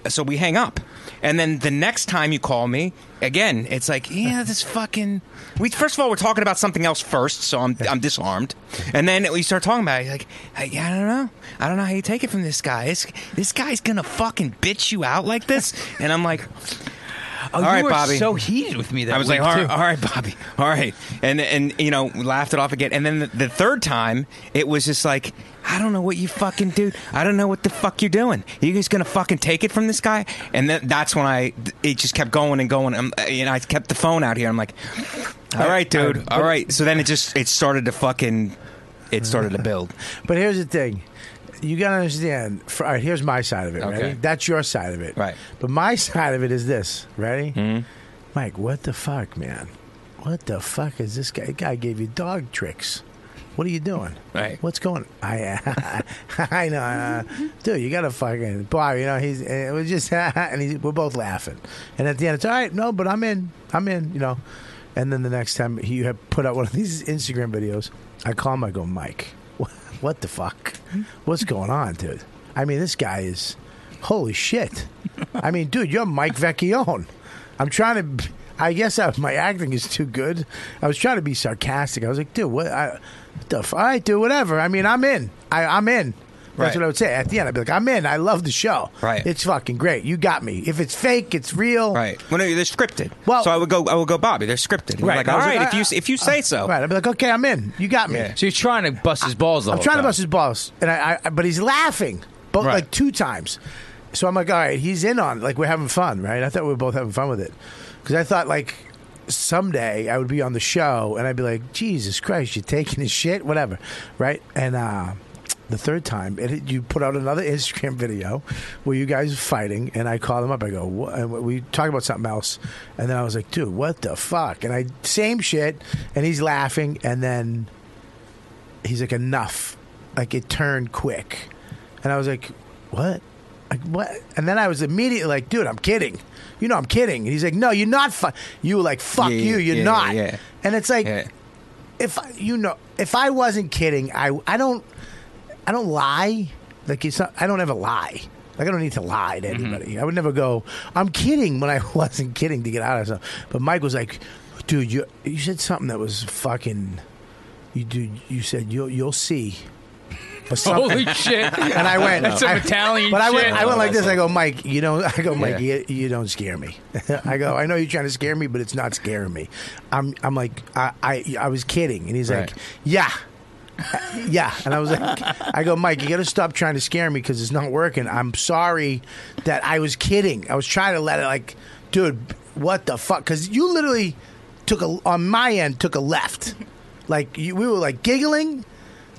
Speaker 8: so we hang up, and then the next time you call me again, it's like, yeah, this fucking. We first of all we're talking about something else first, so I'm I'm disarmed, and then we start talking about it. Like, I, I don't know, I don't know how you take it from this guy. This, this guy's gonna fucking bitch you out like this, and I'm like,
Speaker 4: Oh,
Speaker 8: all right,
Speaker 4: you were
Speaker 8: Bobby.
Speaker 4: So heated with me that
Speaker 8: I was
Speaker 4: week,
Speaker 8: like, all
Speaker 4: too.
Speaker 8: right, all right, Bobby, all right, and and you know, laughed it off again. And then the, the third time, it was just like, I don't know what you fucking do. I don't know what the fuck you're doing. You guys gonna fucking take it from this guy? And then that's when I, it just kept going and going. i and I kept the phone out here. I'm like, all right, dude, all right. So then it just it started to fucking, it started to build.
Speaker 2: But here's the thing. You gotta understand. For, all right, here's my side of it.
Speaker 8: Okay.
Speaker 2: Ready? That's your side of it.
Speaker 8: Right. Mm-hmm.
Speaker 2: But my side of it is this. Ready? Mike, what the fuck, man? What the fuck is this guy? The guy gave you dog tricks. What are you doing?
Speaker 8: Right.
Speaker 2: What's going? [LAUGHS] I uh, I know, uh, dude. You gotta fucking Bob. You know he's. eh, It was just [LAUGHS] and he's, we're both laughing. And at the end, it's all right. No, but I'm in. I'm in. You know. And then the next time he had put out one of these Instagram videos, I call him. I go, Mike, what, what the fuck? What's going on, dude? I mean, this guy is. Holy shit! I mean, dude, you're Mike Vecchione. I'm trying to. I guess I, my acting is too good. I was trying to be sarcastic. I was like, dude, what? I, what the f- all right, dude, whatever. I mean, I'm in. I, I'm in. That's
Speaker 8: Right.
Speaker 2: what I would say at the end. I'd be like, I'm in. I love the show.
Speaker 8: Right.
Speaker 2: It's fucking great. You got me. If it's fake, it's real.
Speaker 8: Right. Well, no, they're scripted.
Speaker 2: Well-
Speaker 8: Well, so I would go. I would go, Bobby. They're scripted. And you're
Speaker 2: Right.
Speaker 8: Like,
Speaker 2: I
Speaker 8: all
Speaker 2: was
Speaker 8: right,
Speaker 2: like,
Speaker 8: if you
Speaker 2: I-
Speaker 8: if you say so.
Speaker 2: Right. I'd be like, okay, I'm in. You got me.
Speaker 8: Yeah.
Speaker 4: So you're trying to bust his balls. The
Speaker 2: I'm
Speaker 4: whole
Speaker 2: trying to
Speaker 4: time.
Speaker 2: bust his balls, and I, I but he's laughing, but
Speaker 8: Right.
Speaker 2: like two times. So I'm like, all right, he's in on it. like we're having fun, right? I thought we were both having fun with it because I thought like someday I would be on the show and I'd be like, Jesus Christ, you're taking his shit, whatever, right? And uh, the third time, it, you put out another [LAUGHS] Instagram video where you guys are fighting, and I call him up. I go, what? and we talk about something else, and then I was like, dude, what the fuck? And I same shit, and he's laughing, and then he's like enough like it turned quick and i was like what like what and then i was immediately like dude i'm kidding you know i'm kidding and he's like no you're not fu-. you were like fuck
Speaker 8: Yeah,
Speaker 2: you
Speaker 8: yeah,
Speaker 2: you're
Speaker 8: yeah,
Speaker 2: not
Speaker 8: yeah.
Speaker 2: and it's like
Speaker 8: Yeah.
Speaker 2: if I, you know if i wasn't kidding i i don't i don't lie like it's not i don't ever lie like I don't need to lie to
Speaker 4: Mm-hmm.
Speaker 2: anybody. I would never go. I'm kidding when I [LAUGHS] wasn't kidding to get out of something. But Mike was like, "Dude, you you said something that was fucking you do. You said you'll you'll see.
Speaker 4: [LAUGHS]
Speaker 2: Or something.
Speaker 4: Holy shit!
Speaker 2: [LAUGHS] and I went.
Speaker 4: That's some
Speaker 2: I-
Speaker 4: Italian
Speaker 2: But I went.
Speaker 4: shit.
Speaker 2: I went like this. I go, Mike. You don't. [LAUGHS] I go, Mike. You, you don't scare me. [LAUGHS] I go. I know you're trying to scare me, but it's not scaring me. I'm. I'm like. I. I, I was kidding. And he's like,
Speaker 8: Right.
Speaker 2: Yeah. Yeah, and I was like, I go, Mike, you got to stop trying to scare me because it's not working. I'm sorry that I was kidding. I was trying to let it, like, dude, what the fuck? Because you literally took a on my end took a left, like you, we were like giggling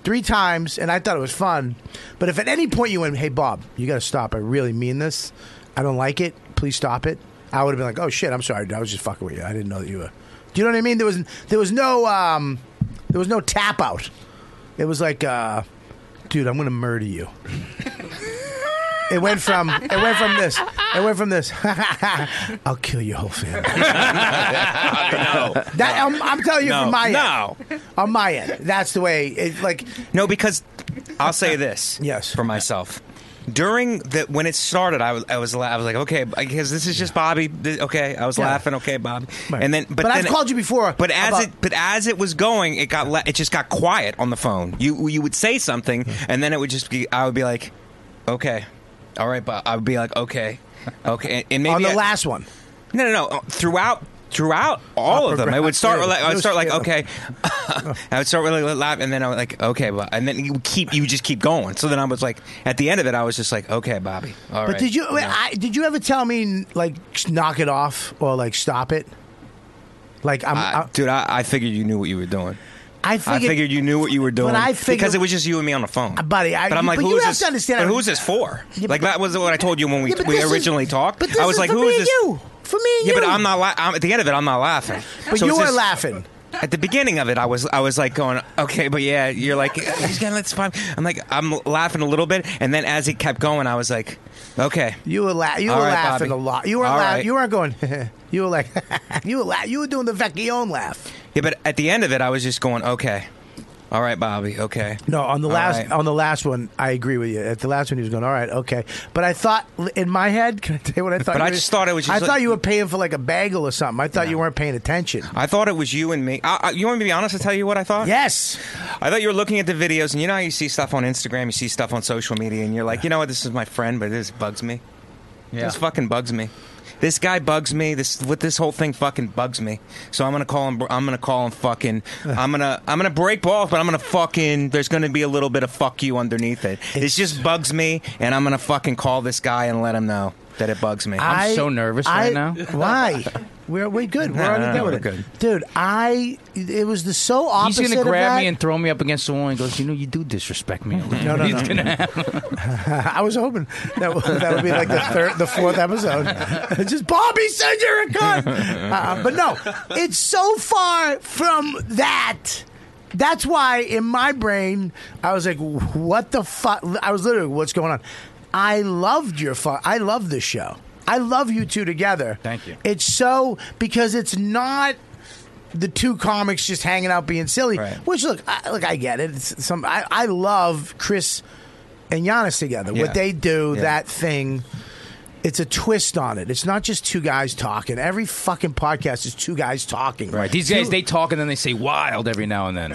Speaker 2: three times, and I thought it was fun. But if at any point you went, hey Bob, you got to stop. I really mean this. I don't like it. Please stop it. I would have been like, oh shit, I'm sorry. dude. I was just fucking with you. I didn't know that you were. Do you know what I mean? There was there was no um, there was no tap out. It was like, uh, dude, I'm gonna murder you. it went from it went from this. It went from this. [LAUGHS] I'll kill your whole family. That I'm, I'm telling you
Speaker 8: No.
Speaker 2: from my end.
Speaker 8: No.
Speaker 2: On my end, that's the way. It like
Speaker 8: No, because I'll say this.
Speaker 2: Yes.
Speaker 8: For myself. During the when it started, I was I was la- I was like, okay, because this is just Bobby. Th- okay, I was
Speaker 2: Yeah.
Speaker 8: laughing. Okay, Bobby.
Speaker 2: Right.
Speaker 8: And then, but,
Speaker 2: But I've
Speaker 8: then it-
Speaker 2: called you before
Speaker 8: But as
Speaker 2: about-
Speaker 8: it but as it was going, it got la- it just got quiet on the phone. You you would say something, and then it would just be. I would be like, okay, all right, Bob. I would be like, okay, okay, and, and maybe
Speaker 2: on the
Speaker 8: I-
Speaker 2: last one.
Speaker 8: no, no, no. Throughout throughout all
Speaker 2: Uh,
Speaker 8: of them. I would
Speaker 2: progressive.
Speaker 8: start with like, I would
Speaker 2: No
Speaker 8: start like
Speaker 2: skill.
Speaker 8: okay, [LAUGHS] I would start with like, lap, and then I would like okay, but and then you would keep you would just keep going. So then I was like at the end of it, I was just like okay, Bobby. all right.
Speaker 2: But did you I, did you ever tell me like knock it off or like stop it? Like I'm,
Speaker 8: I-
Speaker 2: I,
Speaker 8: dude, I, I figured you knew what you were doing.
Speaker 2: I
Speaker 8: I
Speaker 2: figured,
Speaker 8: figured you knew what you were doing.
Speaker 2: I figured-
Speaker 8: because it was just you and me on the phone,
Speaker 2: buddy, I-
Speaker 8: but I'm like,
Speaker 2: but
Speaker 8: who
Speaker 2: you
Speaker 8: is
Speaker 2: have
Speaker 8: this?
Speaker 2: to understand-
Speaker 8: But who's this for?
Speaker 2: Yeah,
Speaker 8: like
Speaker 2: but-
Speaker 8: that was what I told you when we
Speaker 2: Yeah, but
Speaker 8: we
Speaker 2: this is-
Speaker 8: originally talked.
Speaker 2: But this
Speaker 8: I was
Speaker 2: is
Speaker 8: like,
Speaker 2: for
Speaker 8: who
Speaker 2: me
Speaker 8: is
Speaker 2: and
Speaker 8: this?
Speaker 2: You for me? And
Speaker 8: Yeah,
Speaker 2: you.
Speaker 8: but I'm not. La- I'm, at the end of it, I'm not laughing.
Speaker 2: But
Speaker 8: So
Speaker 2: you
Speaker 8: it's
Speaker 2: were
Speaker 8: just-
Speaker 2: laughing.
Speaker 8: At the beginning of it, I was I was like going, okay, but yeah, you're like, he's gonna let spot. I'm like, I'm laughing a little bit, and then as it kept going, I was like, okay,
Speaker 2: You were la- you were
Speaker 8: All right,
Speaker 2: laughing
Speaker 8: Bobby.
Speaker 2: a lot. You were
Speaker 8: All
Speaker 2: la-
Speaker 8: right.
Speaker 2: you weren't going. [LAUGHS] you were like you were la- you were doing the Vecchione laugh.
Speaker 8: yeah. But at the end of it, I was just going, okay, all right, Bobby, okay.
Speaker 2: No, on the
Speaker 8: All
Speaker 2: last
Speaker 8: right.
Speaker 2: on the last one, I agree with you. At the last one, he was going, "All right, okay." But I thought in my head, [LAUGHS] can I tell you what I thought?
Speaker 8: But
Speaker 2: you
Speaker 8: I
Speaker 2: were-
Speaker 8: just thought it was just
Speaker 2: I
Speaker 8: like-
Speaker 2: thought you were paying for like a bagel or something. I thought you weren't paying attention.
Speaker 8: I thought it was you and me. I, I, you want me to be honest? I tell you what I thought.
Speaker 2: Yes,
Speaker 8: I thought you were looking at the videos, and you know how you see stuff on Instagram, you see stuff on social media, and you're like, you know what, this is my friend, but this bugs me. This fucking bugs me. This guy bugs me. This with this whole thing fucking bugs me. So I'm gonna call him. I'm gonna call him
Speaker 2: [LAUGHS]
Speaker 8: fucking. I'm gonna I'm gonna break balls, but I'm gonna fucking. There's gonna be a little bit of fuck you underneath it. It just bugs me, and I'm gonna fucking call this guy and let him know that it bugs me.
Speaker 4: I'm so nervous right now.
Speaker 2: [LAUGHS] Why? We're we good. We're
Speaker 8: No,
Speaker 2: already
Speaker 8: no, no,
Speaker 2: done with
Speaker 8: we're
Speaker 2: it,
Speaker 8: good.
Speaker 2: dude. I it was the so
Speaker 4: He's
Speaker 2: opposite.
Speaker 4: gonna
Speaker 2: of
Speaker 4: grab
Speaker 2: that.
Speaker 4: me and throw me up against the wall and goes, "You know, you do disrespect me." a [LAUGHS] little."
Speaker 2: No, no,
Speaker 4: He's
Speaker 2: no.
Speaker 4: gonna-
Speaker 2: [LAUGHS] I was hoping that w- that would be like the third, the fourth episode. [LAUGHS] Just Bobby said you're a cunt, uh, but no, it's so far from that. That's why in my brain I was like, "What the fuck?" I was literally, "What's going on?" I loved your fu- I love this show. I love you two together.
Speaker 4: Thank you.
Speaker 2: It's so because it's not the two comics just hanging out being silly.
Speaker 8: Right.
Speaker 2: Which look, I, look, I get it. It's some I, I love Chris and Giannis together.
Speaker 8: Yeah.
Speaker 2: What they do,
Speaker 8: Yeah.
Speaker 2: that thing. It's a twist on it. It's not just two guys talking. Every fucking podcast is two guys talking.
Speaker 4: Right. These guys, they talk and then they say "wild" every now and then.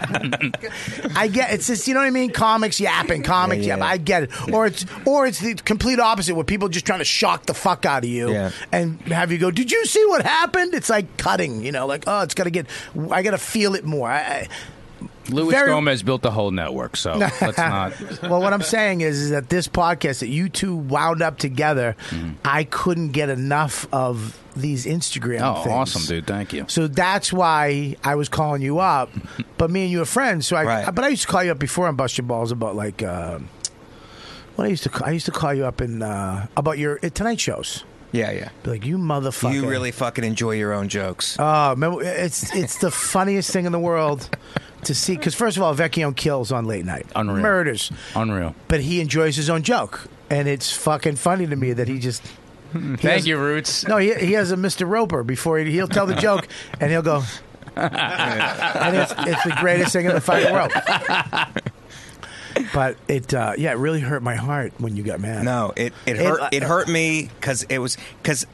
Speaker 2: I get it's just you know what I mean. Comics yapping, comics
Speaker 8: Yeah, yeah.
Speaker 2: yap. I get it. Or it's or it's the complete opposite where people just trying to shock the fuck out of you
Speaker 8: Yeah.
Speaker 2: and have you go, "Did you see what happened?" It's like cutting. You know, like oh, it's gotta get. I gotta feel it more. I,
Speaker 4: [LAUGHS] Luis
Speaker 2: Very-
Speaker 4: Gomez built the whole network,
Speaker 2: [LAUGHS]
Speaker 4: so let's not.
Speaker 2: I, well, what I'm saying is, is that this podcast that you two wound up together,
Speaker 4: Mm-hmm.
Speaker 2: I couldn't get enough of these Instagram.
Speaker 4: Oh,
Speaker 2: things.
Speaker 4: awesome, dude! Thank you.
Speaker 2: So that's why I was calling
Speaker 4: [LAUGHS]
Speaker 2: you up. But me and you are friends, so I.
Speaker 8: Right.
Speaker 2: But I used to call you up before and bust your balls about like. Uh, what I used to I used to call you up in uh, about your uh, tonight shows.
Speaker 8: yeah, yeah.
Speaker 2: Be like you motherfucker.
Speaker 8: You really fucking enjoy your own jokes.
Speaker 2: Oh, remember, it's it's the funniest thing in the world to see. Because first of all, Vecchione kills on late night.
Speaker 4: Unreal.
Speaker 2: Murders. [LAUGHS]
Speaker 4: Unreal.
Speaker 2: But he enjoys his own joke, and it's fucking funny to me that he just
Speaker 4: Hmm, Thank you, Roots.
Speaker 2: no, he, he has a Mr. Roper before he, he'll tell
Speaker 4: [LAUGHS]
Speaker 2: the joke and he'll go. and it's, it's the greatest thing in the fucking world. But it, uh, yeah, it really hurt my heart when you got mad.
Speaker 8: No, it it
Speaker 2: It- uh,
Speaker 8: hurt. It, hurt me because it was because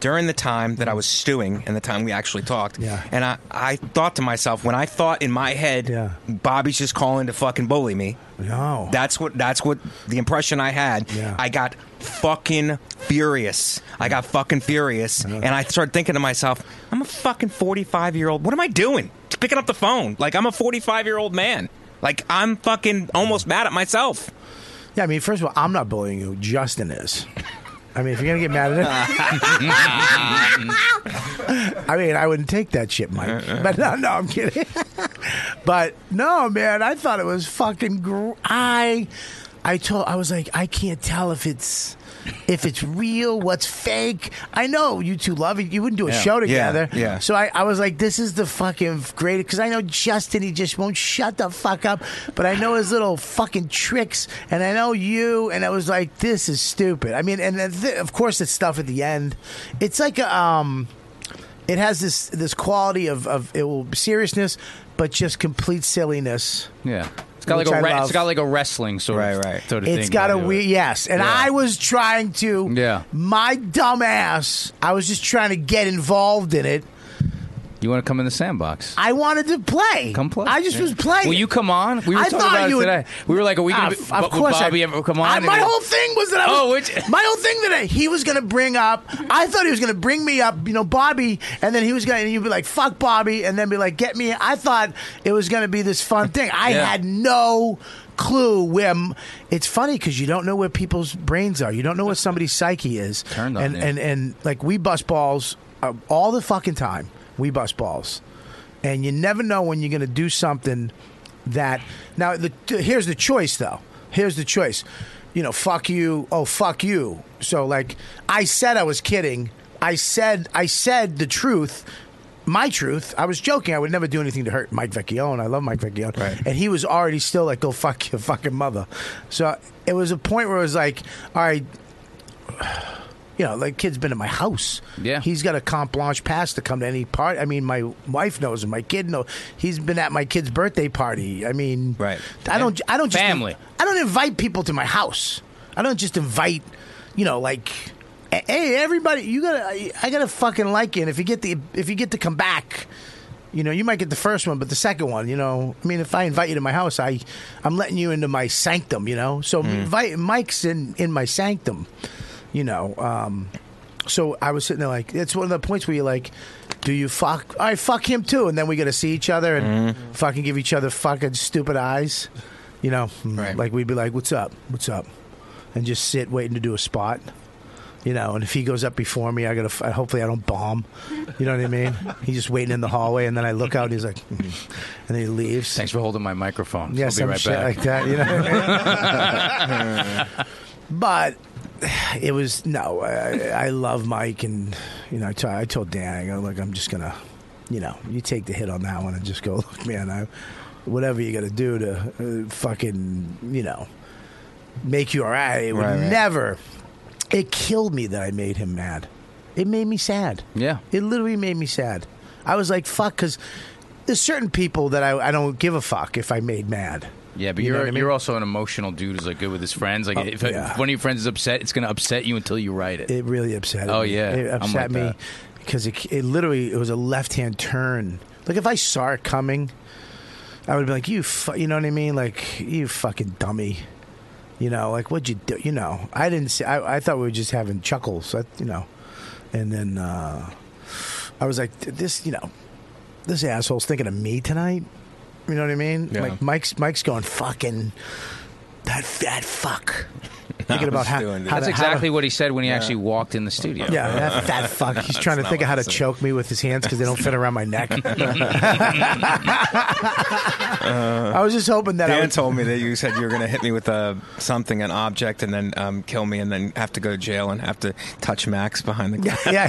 Speaker 8: during the time that I was stewing and the time we actually talked,
Speaker 2: Yeah.
Speaker 8: and I I thought to myself when I thought in my head,
Speaker 2: Yeah.
Speaker 8: Bobby's just calling to fucking bully me.
Speaker 2: no,
Speaker 8: That's what that's what the impression I had.
Speaker 2: Yeah.
Speaker 8: I got fucking furious. I got fucking furious, and I started thinking to myself, I'm a fucking 45 year old. What am I doing? Picking up the phone like I'm a 45 year old man. Like I'm fucking almost mad at myself.
Speaker 2: yeah. I mean, first of all, I'm not bullying you. Justin is. I mean, if you're gonna get mad at
Speaker 8: [LAUGHS]
Speaker 2: him, I mean, I wouldn't take that shit, Mike. But no, no, I'm kidding. [LAUGHS] but no, man, I thought it was fucking. Gr- I, I told, I was like, I can't tell if it's, if it's real, what's fake. I know you two love it. You wouldn't do a show together,
Speaker 8: yeah.
Speaker 2: So I, I was like, this is the fucking great because I know Justin, he just won't shut the fuck up. But I know his little fucking tricks, and I know you, and I was like, this is stupid. I mean, and then th- of course, it's stuff at the end. It's like a. Um, it has this this quality of, of it will seriousness, but just complete silliness.
Speaker 4: [LAUGHS] Yeah, it's got
Speaker 2: Which
Speaker 4: like a
Speaker 2: I
Speaker 4: re-
Speaker 2: love.
Speaker 4: it's got like a wrestling sort
Speaker 8: Right,
Speaker 4: of
Speaker 8: right.
Speaker 4: sort of thing.
Speaker 2: It's got a
Speaker 4: to it.
Speaker 2: weird yes, and
Speaker 4: Yeah.
Speaker 2: I was trying to
Speaker 4: Yeah.
Speaker 2: my dumb ass. I was just trying to get involved in it,
Speaker 4: You want to come in the sandbox?
Speaker 2: I wanted to play.
Speaker 4: Come play.
Speaker 2: I just
Speaker 4: Yeah.
Speaker 2: was playing.
Speaker 4: Will you come on? We were
Speaker 2: I
Speaker 4: talking
Speaker 2: thought
Speaker 4: about
Speaker 2: you
Speaker 4: it
Speaker 2: would-
Speaker 4: today. We were like, are we
Speaker 2: Ah,
Speaker 4: going to
Speaker 2: f- of course
Speaker 4: Bobby
Speaker 2: I,
Speaker 4: ever come on?
Speaker 2: I-
Speaker 4: And
Speaker 2: my
Speaker 4: then-
Speaker 2: whole thing was that I was,
Speaker 4: Oh, which- [LAUGHS]
Speaker 2: my whole thing that he was going to bring up. I thought he was going to bring me up, you know, Bobby, and then he was going to you'd be like, "Fuck Bobby," and then be like, "Get me." I thought it was going to be this fun thing. I
Speaker 4: Yeah.
Speaker 2: had no clue where. m- It's funny because you don't know where people's brains are. You don't know what somebody's psyche is.
Speaker 4: Turned on
Speaker 2: and
Speaker 4: you.
Speaker 2: and and like we bust balls uh, all the fucking time. We bust balls and you never know when you're going to do something that now the, t- here's the choice though here's the choice you know fuck you oh fuck you so like i said i was kidding i said i said the truth my truth i was joking i would never do anything to hurt mike vecchione i love mike vecchione
Speaker 8: Right.
Speaker 2: and he was already still like go fuck your fucking mother so it was a point where it was like all right you know, like kid's been at my house.
Speaker 4: Yeah.
Speaker 2: he's got a carte blanche pass to come to any part. I mean, my wife knows, and my kid knows. He's been at my kid's birthday party. I mean,
Speaker 8: Right.
Speaker 2: I don't. I don't just
Speaker 4: Family.
Speaker 2: I don't invite people to my house. I don't just invite. You know, like, hey, everybody, you gotta. I, I gotta fucking like you. And if you get the, if you get to come back. You know, you might get the first one, but the second one, you know, I mean, if I invite you to my house, I, I'm letting you into my sanctum, you know. So invite Mike's in in my sanctum, you know. Um, so I was sitting there like, it's one of the points where you're like, do you fuck? I fuck him too, and then we got to see each other and fucking give each other fucking stupid eyes, you know. Hmm.
Speaker 8: Right.
Speaker 2: Like we'd be like, what's up? What's up? And just sit waiting to do a spot. You know, and if he goes up before me, I gotta. f- Hopefully, I don't bomb. You know what I mean? He's just waiting in the hallway, and then I look out, and he's like, [LAUGHS] "Mhm." and then he leaves.
Speaker 4: Thanks for holding my microphone.
Speaker 2: Yeah,
Speaker 4: I'll be
Speaker 2: some
Speaker 4: right
Speaker 2: shit
Speaker 4: back.
Speaker 2: like that. You know. What I
Speaker 4: [LAUGHS]
Speaker 2: mean? [LAUGHS] but it was no. I, I love Mike, and you know, I t- I told Dan, I go, look, I'm just gonna, you know, you take the hit on that one and just go, look, man, I, whatever you got to do to uh, fucking, you know, make you all right. It would
Speaker 8: Right, right.
Speaker 2: never. It killed me that I made him mad. It made me sad.
Speaker 4: Yeah.
Speaker 2: It literally made me sad. I was like, fuck, because there's certain people that I, I don't give a fuck if I made mad.
Speaker 4: Yeah, but
Speaker 2: You
Speaker 4: you
Speaker 2: know
Speaker 4: are
Speaker 2: what I mean? Oh,
Speaker 4: you're also an emotional dude who's like good with his friends. Like if,
Speaker 2: yeah.
Speaker 4: if one of your friends is upset, it's gonna upset you until you write it.
Speaker 2: It really upset
Speaker 4: Oh,
Speaker 2: me.
Speaker 4: yeah.
Speaker 2: It
Speaker 4: I'm
Speaker 2: upset
Speaker 4: like
Speaker 2: me
Speaker 4: that.
Speaker 2: because it, it literally, it was a left-hand turn. Like, if I saw it coming, I would be like, you, fu-, you know what I mean? Like, you fucking dummy. You know, like, what'd you do? You know, I didn't see, I, I thought we were just having chuckles, I, you know. And then uh, I was like, this, you know, this asshole's thinking of me tonight. You know what I mean?
Speaker 8: Yeah.
Speaker 2: Like Mike's Mike's
Speaker 4: [LAUGHS]
Speaker 2: going fucking that fat fuck. thinking about how,
Speaker 8: doing
Speaker 2: how
Speaker 8: this.
Speaker 4: That's
Speaker 2: to- how
Speaker 4: exactly
Speaker 2: to,
Speaker 4: what he said when he actually walked in the studio. [LAUGHS]
Speaker 2: yeah,
Speaker 8: [LAUGHS]
Speaker 2: that fat fuck. He's trying to
Speaker 8: not
Speaker 2: think of
Speaker 8: what
Speaker 2: how
Speaker 8: I
Speaker 2: to
Speaker 8: said.
Speaker 2: choke me with his hands because they don't fit around
Speaker 8: [LAUGHS]
Speaker 2: my neck. [LAUGHS] I was just hoping that I
Speaker 8: Dan
Speaker 2: would,
Speaker 8: told me that you said you were going to hit me with a something, an object, and then um, kill me, and then have to go to jail and have to touch Max behind the. glass.
Speaker 2: Yeah.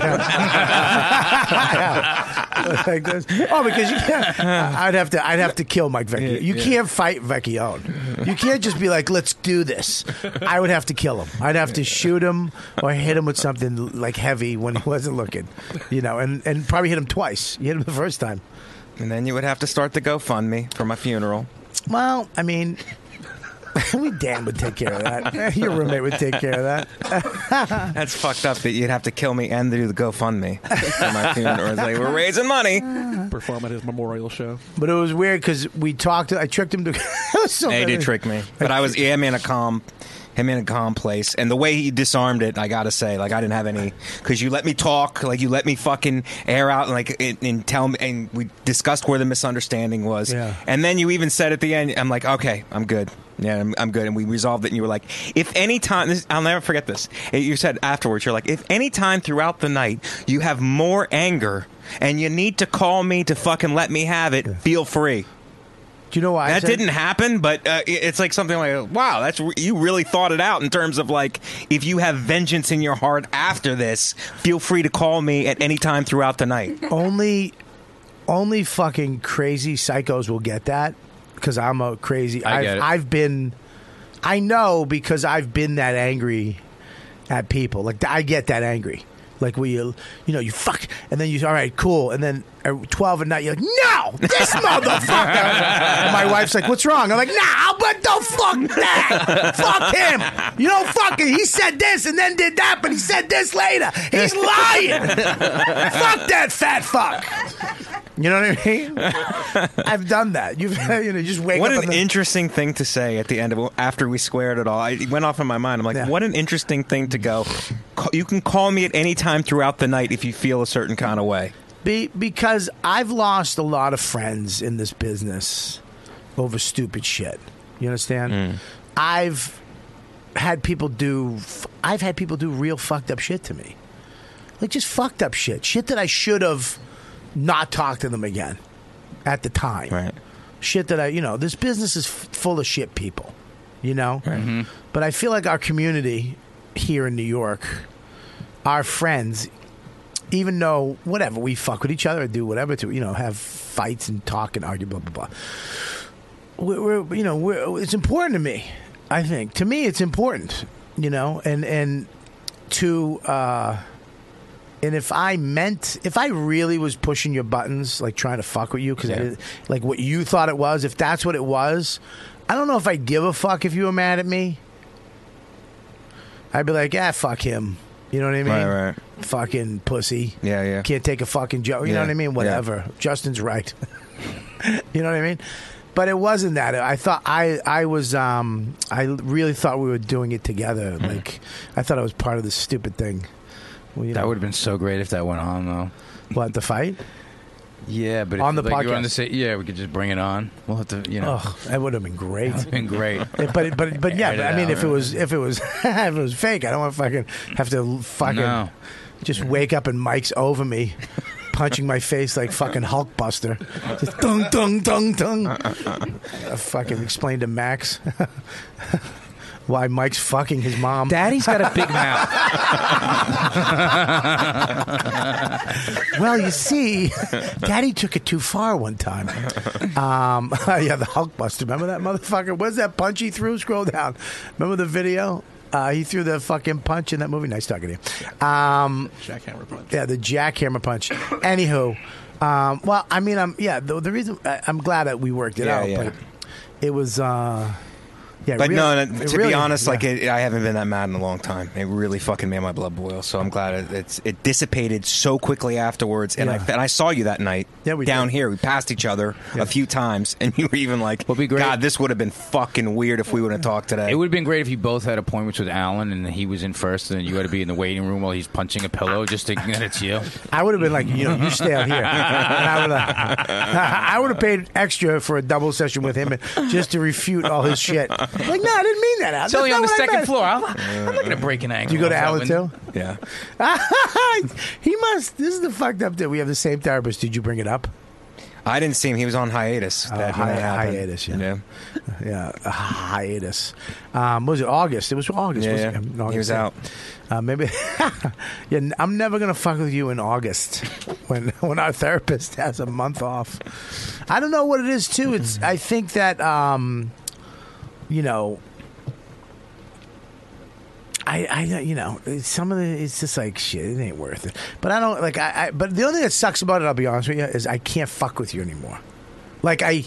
Speaker 2: [LAUGHS] yeah. Like this. Oh, because you can't. I'd have to. I'd have to kill Mike Vecchio.
Speaker 8: Yeah,
Speaker 2: you
Speaker 8: yeah.
Speaker 2: can't fight Vecchione. You can't just be like, "Let's do this." I would have to kill him. I'd have to shoot him or hit him with something like heavy when he wasn't looking. You know, and and probably hit him twice. You hit him the first time.
Speaker 8: And then you would have to start the GoFundMe for my funeral.
Speaker 2: Well, I mean. [LAUGHS] We Dan would take care of that. [LAUGHS] [LAUGHS] Your roommate would take care of
Speaker 8: [LAUGHS]
Speaker 2: that.
Speaker 8: That's fucked up that you'd have to kill me and do the GoFundMe for my funeral. It's like we're raising money.
Speaker 5: Perform at his memorial show.
Speaker 2: But it was weird because we talked. I tricked him to.
Speaker 8: They did trick me, but I was yeah, I'm in a calm, him in a calm place, and the way he disarmed it, I gotta say, like I didn't have any because you let me talk, like you let me fucking air out, and like and, and tell me, and we discussed where the misunderstanding was,
Speaker 2: Yeah.
Speaker 8: and then you even said at the end, I'm like, okay, I'm good. Yeah, I'm, I'm good. And we resolved it. And you were like, if any time, this, I'll never forget this. Eh, You said afterwards, you're like, if any time throughout the night you have more anger and you need to call me to fucking let me have it, feel free.
Speaker 2: Do you know why I
Speaker 8: That
Speaker 2: said-
Speaker 8: didn't happen, but uh, it- it's like something like, wow, that's re- you really thought it out in terms of like, if you have vengeance in your heart after this, feel free to call me at any time throughout the night.
Speaker 2: [LAUGHS] only only fucking crazy psychos will get that because I'm a crazy.
Speaker 4: I
Speaker 2: have
Speaker 4: get it.
Speaker 2: I've been, I know because I've been that angry at people. Like I get that angry. Like we, you know, you fuck, and then you all right, cool, and then at twelve at night you're like, no,
Speaker 8: [LAUGHS]
Speaker 2: this motherfucker.
Speaker 4: [LAUGHS]
Speaker 2: and my wife's like, what's wrong? I'm like, nah, but don't fuck that. fuck him. You don't fucking. He said this and then did that,
Speaker 11: [LAUGHS]
Speaker 2: but he said this later. He's lying. fuck that fat fuck. You know what I mean? [LAUGHS] I've done that. You've [LAUGHS] you know, you just wake
Speaker 8: What
Speaker 2: up.
Speaker 8: an
Speaker 2: on the-
Speaker 8: interesting thing to say at the end of after we squared it all. I, it went off in my mind. I'm like,
Speaker 2: Yeah.
Speaker 8: what an interesting thing to go. Ca- You can call me at any time throughout the night if you feel a certain kind of way.
Speaker 2: Be, because I've lost a lot of friends in this business over stupid shit. You understand? I've had people do. f- I've had people do real fucked up shit to me, like just fucked up shit, shit that I should have not talked to them again at the time.
Speaker 8: Right.
Speaker 2: Shit that I, you know, this business is f- full of shit people. You know, but I feel like our community here in New York, our friends even though whatever we fuck with each other and do whatever to you know have fights and talk and argue blah blah blah we're, we're you know we're, it's important to me i think to me it's important you know and and to uh and if i meant if i really was pushing your buttons like trying to fuck with you because
Speaker 8: Yeah.
Speaker 2: like what you thought it was if that's what it was i don't know if i give a fuck if you were mad at me i'd be like ah fuck him you know what i mean
Speaker 8: Right, right.
Speaker 2: fucking pussy
Speaker 8: Yeah, yeah.
Speaker 2: can't take a fucking joke. You know
Speaker 8: Yeah,
Speaker 2: what I mean?
Speaker 8: yeah.
Speaker 2: Whatever. Justin's right. [LAUGHS] you know what I mean? But it wasn't that. I thought I I was um I really thought we were doing it together.
Speaker 8: Mm.
Speaker 2: Like I thought I was part of this stupid thing. Well, you
Speaker 4: That
Speaker 2: know,
Speaker 4: would have been so great if that went on though.
Speaker 2: what the fight?
Speaker 4: Yeah, but
Speaker 2: On
Speaker 4: if,
Speaker 2: the
Speaker 4: like, you were
Speaker 2: podcast.
Speaker 4: on the sa- yeah, we could just bring it on. We'll have to, you know,
Speaker 2: Oh, that would have been great.
Speaker 4: it's been
Speaker 2: [LAUGHS]
Speaker 4: great.
Speaker 2: It- but it- but but yeah.
Speaker 4: Edit
Speaker 2: But, I
Speaker 4: it
Speaker 2: mean,
Speaker 4: out.
Speaker 2: if it was if it was [LAUGHS] if it was fake, I don't want to fucking have to fucking
Speaker 4: No.
Speaker 2: just wake up and Mike's over me. Punching my face like fucking Hulkbuster, just dung dung dung dung. I fucking explained to Max [LAUGHS] why Mike's fucking his mom.
Speaker 4: Daddy's got a big mouth.
Speaker 2: [LAUGHS] well, you see, [LAUGHS] Daddy took it too far one time. Um, [LAUGHS] yeah, the Hulkbuster. Remember that motherfucker? What's that punch he threw? Scroll down. Remember the video? Uh, he threw the fucking punch in that movie. Nice talking to you. Um,
Speaker 5: Jackhammer punch.
Speaker 2: yeah, the jackhammer punch. Anywho, um, well, I mean, I'm yeah. The, the reason I, I'm glad that we worked it
Speaker 8: Yeah,
Speaker 2: out,
Speaker 8: yeah.
Speaker 2: but it was. Uh, yeah,
Speaker 8: But
Speaker 2: really-
Speaker 8: no,
Speaker 2: it
Speaker 8: no, to
Speaker 2: really-
Speaker 8: be honest,
Speaker 2: yeah.
Speaker 8: like it, I haven't been that mad in a long time. It really fucking made my blood boil. So I'm glad it, it's it dissipated so quickly afterwards. And
Speaker 2: Yeah.
Speaker 8: I and I saw you that night
Speaker 2: Yeah, we
Speaker 8: down
Speaker 2: did.
Speaker 8: here. We passed each other
Speaker 2: Yeah.
Speaker 8: a few times, and you were even like,
Speaker 4: What'd be great-
Speaker 8: "God, this would have been fucking weird if we would have talked
Speaker 2: [LAUGHS]
Speaker 8: today."
Speaker 4: It would have been great if you both had appointments with Alan and he was in first, and then you had to be in the waiting room while he's punching a pillow, just thinking that it's you.
Speaker 2: I would have been like, you know, you stay out here. And I would have,
Speaker 4: [LAUGHS]
Speaker 2: [LAUGHS] [LAUGHS] I would have paid extra for a double session with him and- just to refute all his shit. Like, no, I didn't mean that. That's
Speaker 4: It's only
Speaker 2: not
Speaker 4: on the
Speaker 2: what I
Speaker 4: second
Speaker 2: meant.
Speaker 4: floor. I'll, I'm not going to break an ankle.
Speaker 2: Do you go to
Speaker 4: off that
Speaker 2: Alan
Speaker 4: one.
Speaker 2: too?
Speaker 8: yeah.
Speaker 2: [LAUGHS] he must. This is the fucked up that we have the same therapist. Did you bring it up? Oh,
Speaker 8: I didn't see him. He was on hiatus. That
Speaker 2: hi-
Speaker 8: when it happened.
Speaker 2: hiatus, yeah. Yeah, a hiatus. Um, what was it August? It was August.
Speaker 8: Yeah,
Speaker 2: wasn't
Speaker 8: yeah.
Speaker 2: it? In
Speaker 8: He
Speaker 2: August,
Speaker 8: was
Speaker 2: yeah.
Speaker 8: out.
Speaker 2: Uh, maybe. [LAUGHS] yeah, n- I'm never gonna fuck with you in August [LAUGHS] when when our therapist has a month off. I don't know what it is
Speaker 8: [LAUGHS]
Speaker 2: too. It's I think that um, you know. I, I, you know, it's- some of the, it's just like shit. It ain't worth it. But I don't like. I, I, but the only thing that sucks about it, I'll be honest with you, is I can't fuck with you anymore. Like I,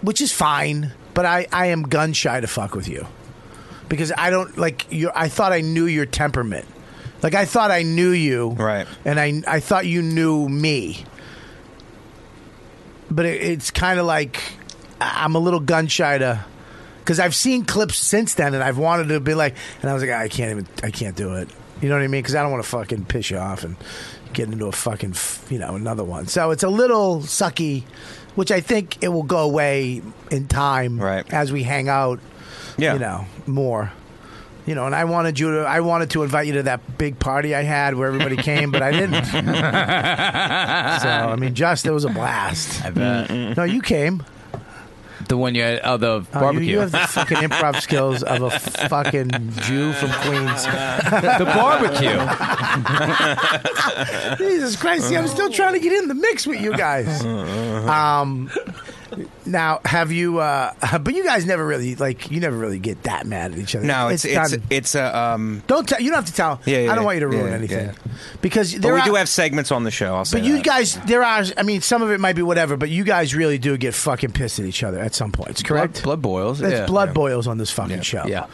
Speaker 2: which is fine, but I, I am gun shy to fuck with you because I don't like your. I thought I knew your temperament. Like I thought I knew you,
Speaker 8: Right.
Speaker 2: And I I thought you knew me. But it, it's kind of like I- I'm a little gun shy to. Because I've seen clips since then, and I've wanted to be like, and I was like, "Ah, I can't even, I can't do it. You know what I mean? Because I don't want to fucking piss you off and get into a fucking, f- you know, another one. So it's a little sucky, which I think it will go away in time,
Speaker 8: Right.
Speaker 2: As we hang out,
Speaker 8: Yeah.
Speaker 2: you know, more. You know, and I wanted you to. I wanted to invite you to that big party I had where everybody came, but I didn't. so
Speaker 8: [LAUGHS]
Speaker 2: I mean, just it was a blast. Mm-hmm.
Speaker 4: I bet.
Speaker 2: No, you came.
Speaker 4: The one you had, oh, the
Speaker 2: Uh, you-
Speaker 4: barbecue.
Speaker 2: You, have the
Speaker 4: [LAUGHS]
Speaker 2: fucking improv skills uh, of a fucking Jew from [LAUGHS] Queens.
Speaker 4: the barbecue.
Speaker 2: Jesus Christ! See, I'm still trying to get in the mix with you guys. Um, now, have you? Uh, but you guys never really like. You never really get that mad at each other.
Speaker 8: No, it's it's
Speaker 2: done.
Speaker 8: it's, a um.
Speaker 2: don't tell. You don't have to tell.
Speaker 8: Yeah, yeah,
Speaker 2: I don't want you to
Speaker 8: yeah,
Speaker 2: ruin
Speaker 8: yeah.
Speaker 2: anything because
Speaker 8: But
Speaker 2: there
Speaker 8: we
Speaker 2: are,
Speaker 8: do have segments on the show. I'll say
Speaker 2: But you
Speaker 8: that.
Speaker 2: guys, there are. I mean, some of it might be whatever, but you guys really do get fucking pissed at each other at some points, correct?
Speaker 4: Blood, blood boils.
Speaker 2: It's
Speaker 4: yeah.
Speaker 2: blood boils on this fucking show.
Speaker 4: Yeah.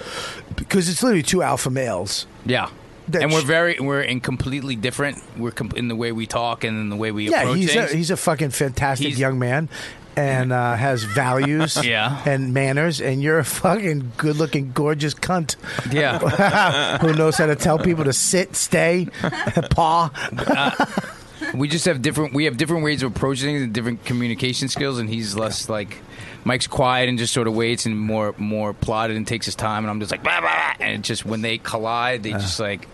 Speaker 2: because it's literally two alpha males
Speaker 4: Yeah.
Speaker 2: That
Speaker 4: and we're
Speaker 2: sh-
Speaker 4: very we're in completely different. We're com- in the way we talk and in the way we
Speaker 2: yeah,
Speaker 4: approach
Speaker 2: he's a,
Speaker 4: things.
Speaker 2: he's a fucking fantastic
Speaker 4: He's-
Speaker 2: young man. And uh, has values
Speaker 4: [LAUGHS] Yeah.
Speaker 2: and manners, and you're a fucking good looking, gorgeous cunt [LAUGHS]
Speaker 4: yeah.
Speaker 2: who knows how to tell people to sit, stay, [LAUGHS] paw.
Speaker 4: Uh, we just have different we have different ways of approaching things and different communication skills and he's less like Mike's quiet and just sort of waits and more more plotted and takes his time and I'm just like blah, blah, blah. and it just when they collide
Speaker 2: Uh.
Speaker 4: they just like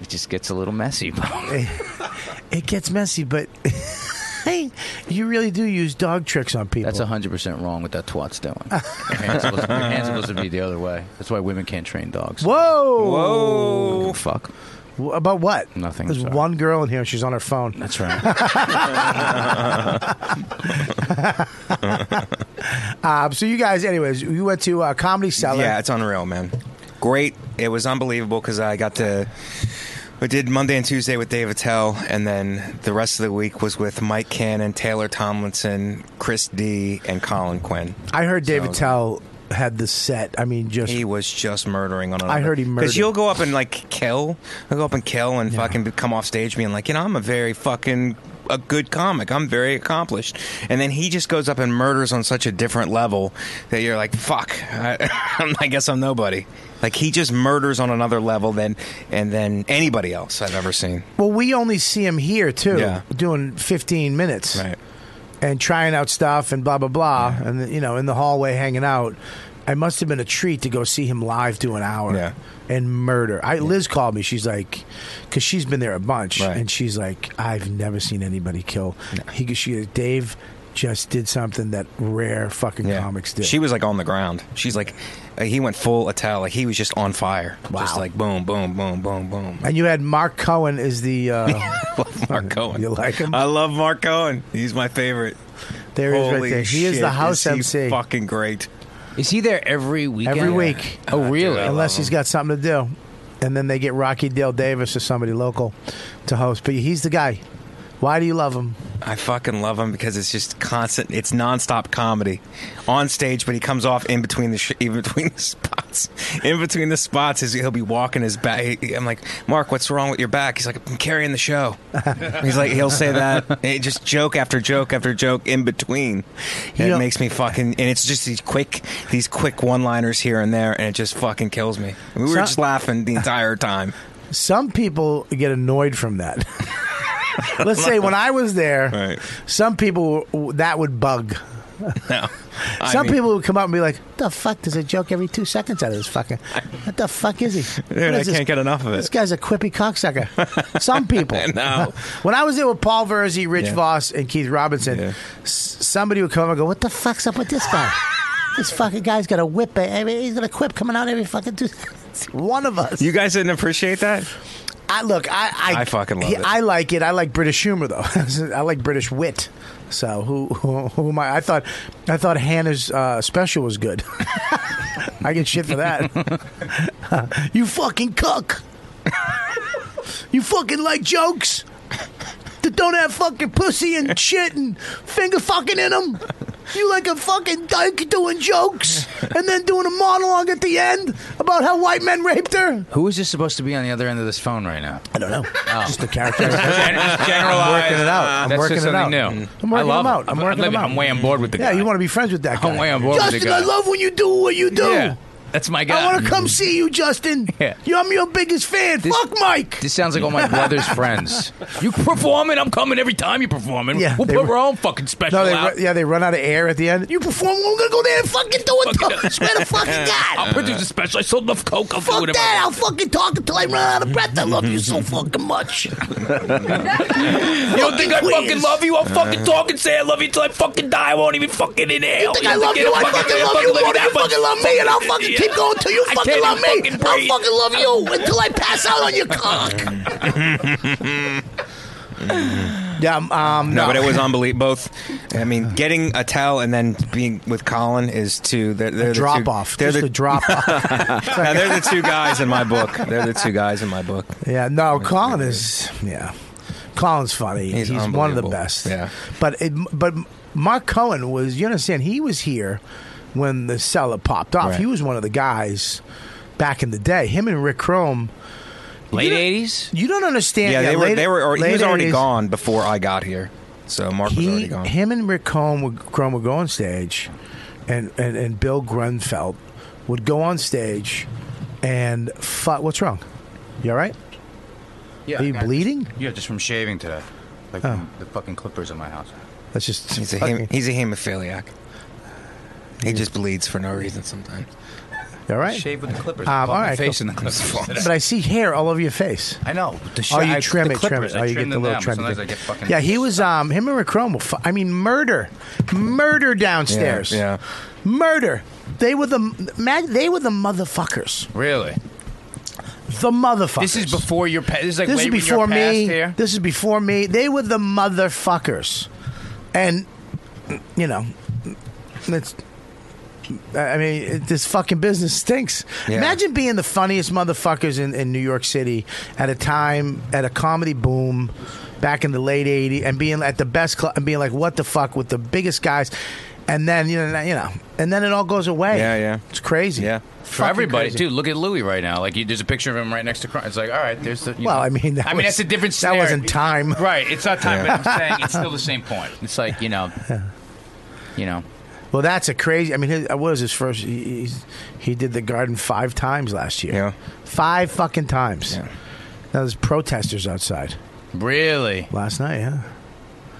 Speaker 4: it just gets a little messy.
Speaker 2: [LAUGHS] It gets messy, but [LAUGHS] hey, you really do use dog tricks on people.
Speaker 4: That's hundred percent wrong with that twat's doing. Your hand's, supposed to, your hand's supposed to be the other way. That's why women can't train dogs.
Speaker 2: [LAUGHS] Whoa!
Speaker 4: Oh fuck.
Speaker 2: Whoa! About what?
Speaker 4: Nothing,
Speaker 2: There's
Speaker 4: sorry.
Speaker 2: one girl in here. She's on her phone.
Speaker 4: That's right.
Speaker 2: [LAUGHS]
Speaker 8: [LAUGHS]
Speaker 2: Uh, so you guys, anyways, you went to uh, Comedy Cellar.
Speaker 8: Yeah, it's unreal, man. Great. It was unbelievable because I got to. I did Monday and Tuesday with Dave Attell, and then the rest of the week was with Mike Cannon, Taylor Tomlinson, Chris D, and Colin Quinn.
Speaker 2: I heard David
Speaker 8: So-
Speaker 2: Tell had the set. I mean, just
Speaker 8: He was just murdering on.
Speaker 2: I heard he murdered.
Speaker 8: because you'll go up and like kill. I'll go up and kill and fucking be- come off stage being like, you know, I'm a very fucking a good comic. I'm very accomplished. And then he just goes up and murders on such a different level that you're like, fuck. I, [LAUGHS] I guess I'm nobody. Like he just murders on another level than and then anybody else I've ever seen.
Speaker 2: well, we only see him here too,
Speaker 8: Yeah.
Speaker 2: doing 15 minutes and trying out stuff and blah blah blah, and you know, in the hallway hanging out. It must have been a treat to go see him live do an hour
Speaker 8: Yeah.
Speaker 2: and murder. I Liz called me. She's like, because she's been there a bunch,
Speaker 8: Right.
Speaker 2: and she's like, I've never seen anybody kill. He, she, goes, Dave just did something that rare fucking
Speaker 8: Yeah.
Speaker 2: comics did.
Speaker 8: She was like on the ground. She's like, uh, he went full Attell. Like he was just on fire. Just
Speaker 2: Wow.
Speaker 8: like boom, boom, boom, boom, boom.
Speaker 2: and you had Mark Cohen is
Speaker 8: [LAUGHS]
Speaker 2: the uh,
Speaker 8: love Mark Cohen.
Speaker 2: [LAUGHS] You like him?
Speaker 8: I love Mark Cohen. He's my favorite.
Speaker 2: there he is
Speaker 8: Holy
Speaker 2: right there. He is
Speaker 8: shit,
Speaker 2: the house
Speaker 8: he
Speaker 2: MC.
Speaker 8: Fucking great.
Speaker 4: Is he there every weekend?
Speaker 2: Every week.
Speaker 4: Oh really?
Speaker 2: unless he's got something to do. And then they get Rocky Dale Davis or somebody local to host. But he's the guy. Why do you
Speaker 8: [LAUGHS]
Speaker 2: love him?
Speaker 8: I fucking love him because it's just constant. It's nonstop comedy on stage, but he comes off in between the sh- in between [LAUGHS] the spots. In between the spots, is he'll be walking his back. I'm like, Mark, what's wrong with your back? He's like, I'm carrying the show. he's like, he'll say
Speaker 2: [LAUGHS]
Speaker 8: that It just joke after joke after joke in between. And
Speaker 2: You know-
Speaker 8: it makes me fucking. And it's just these quick these quick one liners here and there, and it just fucking kills me. We were
Speaker 2: So-
Speaker 8: just laughing the entire time.
Speaker 2: [LAUGHS] Some people get annoyed from that. [LAUGHS] Let's say when I was there,
Speaker 8: Right.
Speaker 2: some people that would bug. [LAUGHS]
Speaker 8: No, I
Speaker 2: some
Speaker 8: mean-
Speaker 4: [LAUGHS]
Speaker 2: people would come up and be like, "The fuck? There's a joke every two seconds out of this fucking. What the fuck is he?
Speaker 8: Dude,
Speaker 2: What
Speaker 8: I
Speaker 2: is this
Speaker 8: can't get enough of
Speaker 2: This
Speaker 8: it.
Speaker 2: guy's a quippy cocksucker. [LAUGHS] Some people.
Speaker 8: [LAUGHS] No.
Speaker 2: [LAUGHS] when I was there with Paul Verzi, Rich
Speaker 8: Yeah.
Speaker 2: Voss, and Keith Robinson,
Speaker 8: Yeah.
Speaker 2: s- somebody would come up and go, "What the fuck's up with this
Speaker 8: [LAUGHS]
Speaker 2: guy? this fucking guy's got a whip. eh, I mean, he's got a quip coming out every fucking two. [LAUGHS] One of us.
Speaker 8: You guys didn't appreciate that?
Speaker 2: I look. I I,
Speaker 8: I fucking love it.
Speaker 2: I like it. I like British humor though. [LAUGHS] I like British wit. So who who, who am I? I thought I thought Hannah's uh, special was good. [LAUGHS] I get shit for that. [LAUGHS] you fucking cook. [LAUGHS] you fucking like jokes that don't have fucking pussy and shit and finger fucking in them. You like a fucking dyke doing jokes and then doing a monologue at the end about how white men raped her.
Speaker 4: Who is this supposed to be on the other end of this phone right now? Oh.
Speaker 2: I don't know. Just the
Speaker 4: [LAUGHS]
Speaker 2: character.
Speaker 4: generalized.
Speaker 2: working it out. I'm
Speaker 4: uh, That's
Speaker 2: working
Speaker 4: just
Speaker 2: it out.
Speaker 4: something new.
Speaker 2: Mm. I'm working
Speaker 4: I love
Speaker 2: them out. I'm working
Speaker 4: living-
Speaker 2: them out.
Speaker 4: I'm way on board with the
Speaker 2: Yeah,
Speaker 4: guy.
Speaker 2: you want to be friends with that guy.
Speaker 4: I'm way on board with
Speaker 2: Justin,
Speaker 4: the guy.
Speaker 2: I love when you do what you do.
Speaker 4: Yeah, that's my guy.
Speaker 2: I want to come see you, Justin.
Speaker 4: [LAUGHS] Yeah.
Speaker 2: You- I'm your biggest fan.
Speaker 4: This-
Speaker 2: Fuck Mike.
Speaker 4: This sounds like all my brother's friends. [LAUGHS] You performing? I'm coming every time you performing.
Speaker 2: Yeah,
Speaker 4: we'll
Speaker 2: they
Speaker 4: put
Speaker 2: were-
Speaker 4: our own fucking special
Speaker 2: no, they
Speaker 4: out.
Speaker 2: run, yeah, they run out of air at the end. You perform, well, I'm gonna go there and fucking do it.
Speaker 4: Fuck
Speaker 2: though.
Speaker 4: it.
Speaker 2: Swear
Speaker 4: [LAUGHS]
Speaker 2: to fucking
Speaker 4: I'll
Speaker 2: God.
Speaker 4: produce a special. I sold enough coke. I'll do
Speaker 2: Fuck
Speaker 4: whatever.
Speaker 2: that!
Speaker 4: I
Speaker 2: I'll
Speaker 4: want.
Speaker 2: fucking talk until I run out of breath. I love you
Speaker 4: [LAUGHS]
Speaker 2: so fucking much.
Speaker 4: You don't think I
Speaker 2: fucking
Speaker 4: fucking
Speaker 2: quiz.
Speaker 4: love you? I'll fucking talk and say I love you till I fucking die. I won't even fucking inhale.
Speaker 2: You think I love
Speaker 4: think
Speaker 2: you? I fucking love you
Speaker 4: fucking
Speaker 2: more than you
Speaker 4: that much?
Speaker 2: fucking love me, and I'll fucking
Speaker 4: Yeah.
Speaker 2: keep going till you
Speaker 4: I
Speaker 2: fucking
Speaker 4: can't
Speaker 2: love
Speaker 4: even
Speaker 2: me.
Speaker 4: fucking
Speaker 2: I'll
Speaker 4: breathe.
Speaker 2: fucking love you until I pass out on your cock. [LAUGHS] yeah, um, um,
Speaker 8: No, but it was
Speaker 2: [LAUGHS]
Speaker 8: unbelievable. Both, I mean, getting a towel and then being with Colin is two. They're, they're the two-
Speaker 2: drop off.
Speaker 8: They're
Speaker 2: Just
Speaker 8: the,
Speaker 2: a drop
Speaker 8: [LAUGHS]
Speaker 2: off.
Speaker 8: no,
Speaker 2: [LAUGHS]
Speaker 8: they're the two guys in my book. They're the two guys in my book.
Speaker 2: yeah, no, Colin is yeah, Colin's funny. He's,
Speaker 8: He's
Speaker 2: one of the
Speaker 8: unbelievable.
Speaker 2: best.
Speaker 8: Yeah.
Speaker 2: but it, but Mark Cohen was you understand he was here when the cellar popped off.
Speaker 8: Right.
Speaker 2: He was one of the guys back in the day. Him and Rick Chrome.
Speaker 4: Late eighties.
Speaker 2: You don't understand.
Speaker 8: Yeah, they were.
Speaker 2: late-
Speaker 8: they were. Or, he
Speaker 2: late
Speaker 8: was already
Speaker 2: 80s.
Speaker 8: gone before I got here. So Mark was
Speaker 2: He,
Speaker 8: already gone.
Speaker 2: him, and Rick Chrome would, Chrome would go on stage, and, and and Bill Grunfeld would go on stage, and fu- what's wrong? You all right?
Speaker 4: Yeah.
Speaker 2: Are you
Speaker 4: I got-
Speaker 2: bleeding? Oh.
Speaker 4: Yeah, just from shaving today. Like from the fucking clippers in my house.
Speaker 2: That's just
Speaker 8: He's a
Speaker 2: fucking-
Speaker 8: hem- he's a hemophiliac. He just bleeds for no reason sometimes.
Speaker 2: You all right?
Speaker 4: Shave with the clippers.
Speaker 2: Um,
Speaker 4: I
Speaker 2: all
Speaker 4: popped my
Speaker 2: right,
Speaker 4: face
Speaker 2: cool.
Speaker 4: in the clippers. today.
Speaker 2: [LAUGHS] But I see hair all over your face.
Speaker 4: I know. The sh-
Speaker 2: Oh, you
Speaker 4: I-
Speaker 2: trim
Speaker 4: the
Speaker 2: it, trim
Speaker 4: clippers,
Speaker 2: it.
Speaker 4: I
Speaker 2: Oh, you
Speaker 4: trim
Speaker 2: get the little
Speaker 4: them.
Speaker 2: trim.
Speaker 4: Sometimes
Speaker 2: thing.
Speaker 4: I get fucking.
Speaker 2: yeah, he was. Um, him and Rick Chrome. Were fu- I mean, murder, murder downstairs.
Speaker 8: yeah.
Speaker 2: murder. They were the mag- They were the motherfuckers.
Speaker 4: Really.
Speaker 2: The motherfuckers.
Speaker 4: This is before your. Pa- this is like
Speaker 2: This
Speaker 4: way
Speaker 2: is
Speaker 4: when you're
Speaker 2: before me.
Speaker 4: past Here.
Speaker 2: This is before me. They were the motherfuckers, and you know, it's. I mean, it, this fucking business stinks.
Speaker 8: Yeah.
Speaker 2: Imagine being the funniest motherfuckers in, in New York City at a time at a comedy boom back in the late '80s, and being at the best club and being like, "What the fuck?" with the biggest guys, and then you know, you know, and then it all goes away.
Speaker 8: Yeah, yeah.
Speaker 2: it's crazy.
Speaker 8: Yeah.
Speaker 4: for
Speaker 2: Fucking
Speaker 4: everybody,
Speaker 2: crazy.
Speaker 4: dude. Look at Louis right now. Like, you, there's a picture of him right next to. Cron- It's like, all right, there's the. You
Speaker 2: Well,
Speaker 4: know.
Speaker 2: I mean, that
Speaker 4: I mean,
Speaker 2: was-
Speaker 4: that's a different.
Speaker 2: that
Speaker 4: scenario.
Speaker 2: wasn't time.
Speaker 4: right? It's not time, but I'm saying it's still the same
Speaker 2: [LAUGHS]
Speaker 4: point. It's like you know, you know,
Speaker 2: Well, that's a crazy. I mean, his, what was his first? He, he's, he did the garden five times last year.
Speaker 8: Yeah.
Speaker 2: five fucking times.
Speaker 8: Yeah.
Speaker 2: Now there's protesters outside
Speaker 4: [LAUGHS] really
Speaker 2: last night. Yeah,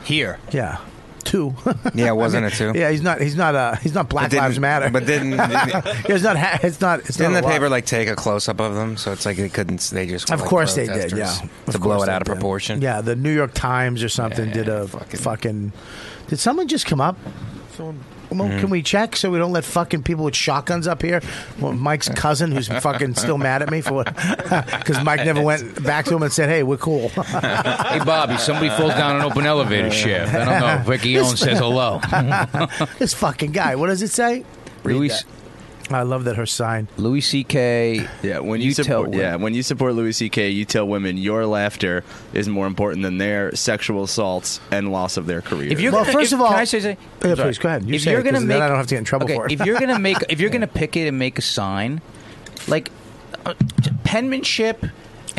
Speaker 4: here.
Speaker 2: yeah, two.
Speaker 8: Yeah,
Speaker 4: [LAUGHS]
Speaker 8: wasn't
Speaker 2: [LAUGHS]
Speaker 8: it too?
Speaker 2: yeah, he's not. He's not. Uh, he's not
Speaker 8: But
Speaker 2: Black
Speaker 8: didn't-
Speaker 2: Lives Matter.
Speaker 8: But
Speaker 2: [LAUGHS]
Speaker 8: didn't didn't
Speaker 2: it's not. ha- It's not. It's not
Speaker 8: the
Speaker 2: a lot.
Speaker 8: paper like take a close up of them? So it's like they couldn't. They just were,
Speaker 2: Of
Speaker 8: like,
Speaker 2: course they did. Yeah,
Speaker 8: protesters
Speaker 2: Of
Speaker 8: to blow
Speaker 2: course
Speaker 8: it
Speaker 2: they
Speaker 8: out of
Speaker 2: did.
Speaker 8: proportion.
Speaker 2: Yeah, the New York Times or something
Speaker 8: Yeah,
Speaker 2: did a
Speaker 8: fucking-
Speaker 2: fucking. Did someone just come up? Well,
Speaker 4: Mm.
Speaker 2: Can we check so we don't let fucking people with shotguns up here? Well, Mike's cousin, who's fucking still mad at me for what? [LAUGHS] Because Mike never went back to him and said, "Hey,
Speaker 4: [LAUGHS]
Speaker 2: we're cool."
Speaker 4: Hey, Bobby, somebody falls down an open elevator shaft. I don't
Speaker 2: [LAUGHS]
Speaker 4: know. Ricky Owen says hello.
Speaker 2: this fucking guy. What does it say?
Speaker 4: Louis,
Speaker 2: I love that her sign.
Speaker 4: Louis C.K.
Speaker 7: Yeah, when you, support, yeah, when you support Louis C.K., you tell women your laughter is more important than their sexual assaults and loss of their career.
Speaker 4: If you're
Speaker 2: Well,
Speaker 4: gonna,
Speaker 2: first
Speaker 4: if-
Speaker 2: of all- Oh,
Speaker 4: can I say something?
Speaker 2: Yeah,
Speaker 4: I'm sorry.
Speaker 2: please, go ahead. You
Speaker 4: if
Speaker 2: say
Speaker 4: you're
Speaker 2: it,
Speaker 4: gonna
Speaker 2: 'cause
Speaker 4: make,
Speaker 2: then I don't have to get in trouble
Speaker 4: okay,
Speaker 2: for it.
Speaker 4: If you're gonna make,
Speaker 2: [LAUGHS]
Speaker 4: if you're gonna pick it and make a sign, like uh, penmanship,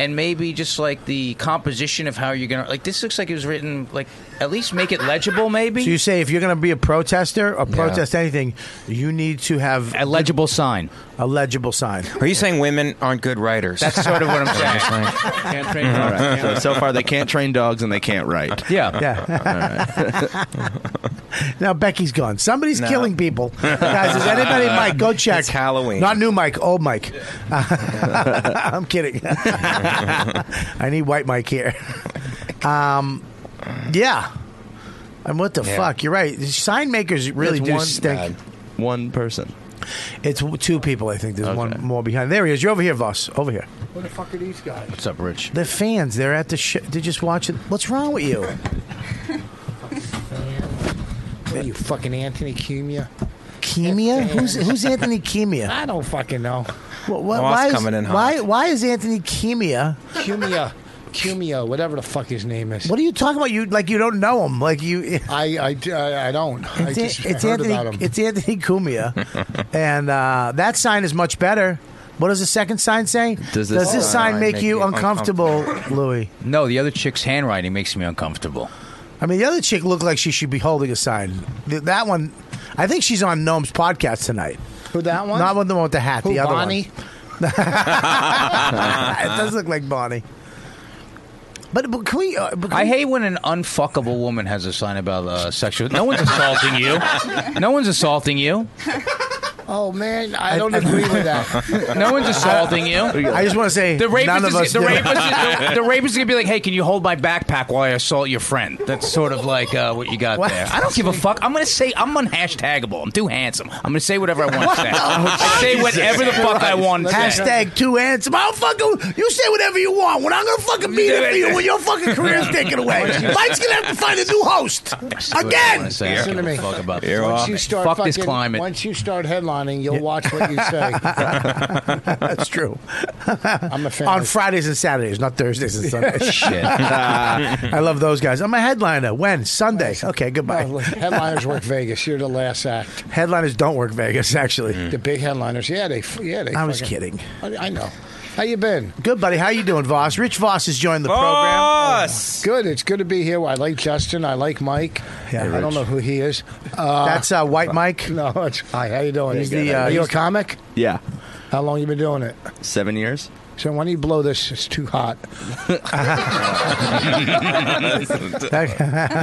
Speaker 4: and maybe just like the composition of how you're gonna, like this looks like it was written. Like at least make it legible, maybe.
Speaker 2: So you say if you're going to be a protester or protest anything, you need to have
Speaker 4: a legible sign.
Speaker 2: a legible sign.
Speaker 8: Are you saying women aren't good writers?
Speaker 4: That's sort of what I'm
Speaker 8: [LAUGHS]
Speaker 4: saying.
Speaker 5: Can't train dogs,
Speaker 7: All right,
Speaker 5: can't-
Speaker 7: so, so far they can't train dogs and they can't write.
Speaker 4: Yeah.
Speaker 2: Yeah. [LAUGHS] now Becky's gone. Somebody's killing people. Guys, is anybody Mike? Go check.
Speaker 8: It's Halloween.
Speaker 2: Not new Mike, old Mike. [LAUGHS] I'm kidding. I need white Mike here. Um, yeah. And what the
Speaker 8: Yeah.
Speaker 2: fuck? You're right. Sign makers really
Speaker 7: That's
Speaker 2: do
Speaker 7: one
Speaker 2: stink.
Speaker 7: bad- One person.
Speaker 2: It's w- two people, I think. There's one more behind. There he is. You're over here, Voss. Over here. What the fuck are these guys?
Speaker 4: What's up, Rich?
Speaker 2: They're fans. They're at the sh They're just watching. What's wrong with you?
Speaker 9: What are you fucking Anthony Cumia?
Speaker 2: Kemia? Who's, who's Anthony
Speaker 9: [LAUGHS]
Speaker 2: Kemia?
Speaker 9: I don't fucking know.
Speaker 2: Well, why,
Speaker 8: Well, that's
Speaker 2: why is,
Speaker 8: coming in hot.
Speaker 2: why, why is Anthony Kemia?
Speaker 9: Cumia, Cumia, whatever the fuck his name is.
Speaker 2: What are you talking about? You like you don't know him? Like you?
Speaker 9: I, I, I, I don't. I
Speaker 2: It's,
Speaker 9: just
Speaker 2: it's
Speaker 9: heard
Speaker 2: Anthony.
Speaker 9: about him.
Speaker 2: It's Anthony Cumia, and uh, that sign is much better. What does the second sign say?
Speaker 7: Does this
Speaker 2: sign make, you uncomfortable, Louis?
Speaker 4: No, the other chick's handwriting makes me uncomfortable. [LAUGHS]
Speaker 2: I mean, the other chick looked like she should be holding a sign. Th- That one, I think she's on Gnome's podcast tonight.
Speaker 9: Who that one?
Speaker 2: Not with the one with the hat.
Speaker 9: Who,
Speaker 2: the other [LAUGHS]
Speaker 9: Bonnie?
Speaker 2: one.
Speaker 4: Uh-huh.
Speaker 2: it does look
Speaker 4: [LAUGHS]
Speaker 2: like Bonnie. But, but can we? Uh, but can
Speaker 4: I
Speaker 2: we-
Speaker 4: hate when an unfuckable woman has a sign about uh, sexual. No one's assaulting you. No one's assaulting you.
Speaker 9: Oh man, I don't agree
Speaker 2: [LAUGHS]
Speaker 9: with that.
Speaker 4: No one's assaulting you.
Speaker 2: I just want to say
Speaker 4: The
Speaker 2: none
Speaker 4: rapist,
Speaker 2: of us
Speaker 4: is, the,
Speaker 2: do.
Speaker 4: rapist is,
Speaker 2: [LAUGHS]
Speaker 4: the, the rapist is gonna be like, "Hey, can you hold my backpack while I assault your friend?" That's sort of like uh, what you got
Speaker 2: What?
Speaker 4: there. I don't give a fuck. I'm gonna say I'm unhashtagable. I'm too handsome. I'm gonna say whatever I want
Speaker 2: [LAUGHS]
Speaker 4: to say.
Speaker 2: Oh,
Speaker 4: I say whatever the fuck I want to say.
Speaker 2: Hashtag two hands. Motherfucker, you say whatever you want. When I'm going to fucking be there for you when your fucking career is
Speaker 4: [LAUGHS]
Speaker 2: taken away. Mike's going to have to find a new host.
Speaker 4: I wanna
Speaker 2: Again.
Speaker 4: say. I don't
Speaker 9: Listen to
Speaker 4: give a
Speaker 9: me.
Speaker 4: Fuck about
Speaker 7: You're
Speaker 4: this.
Speaker 7: off.
Speaker 9: Once you start
Speaker 4: Fuck this
Speaker 9: fucking-
Speaker 4: climate.
Speaker 9: Once you start headlining, you'll watch what you
Speaker 2: [LAUGHS]
Speaker 9: say.
Speaker 2: That's true.
Speaker 9: [LAUGHS] I'm a fan.
Speaker 2: On
Speaker 9: of-
Speaker 2: Fridays and Saturdays, not Thursdays
Speaker 9: [LAUGHS]
Speaker 2: and Sundays.
Speaker 4: Shit.
Speaker 2: [LAUGHS] I love those guys. I'm a headliner. When? Sunday. Okay,
Speaker 9: No,
Speaker 2: goodbye.
Speaker 9: headliners
Speaker 2: [LAUGHS]
Speaker 9: work Vegas. You're the last act.
Speaker 2: Headliners don't work Vegas, actually.
Speaker 9: The big headliners. Yeah, they. f- Yeah, they.
Speaker 2: I was
Speaker 9: fucking-
Speaker 2: kidding.
Speaker 9: I, I know. How you been?
Speaker 2: Good, buddy. How you doing, Voss? Rich Voss has joined the program.
Speaker 9: Boss! Good. It's good to be here. I like Justin. I like Mike.
Speaker 2: Yeah. Hey,
Speaker 9: I don't
Speaker 2: Rich.
Speaker 9: know who he is.
Speaker 2: That's, uh, White
Speaker 9: [LAUGHS]
Speaker 2: Mike.
Speaker 9: No, it's, hi. How you
Speaker 7: [LAUGHS]
Speaker 9: doing?
Speaker 2: [LAUGHS] He's the, uh,
Speaker 9: Are you a
Speaker 2: he's-
Speaker 9: comic?
Speaker 7: Yeah,
Speaker 9: How long you been doing it?
Speaker 7: seven years.
Speaker 9: So why don't you blow this? It's too hot.
Speaker 2: [LAUGHS]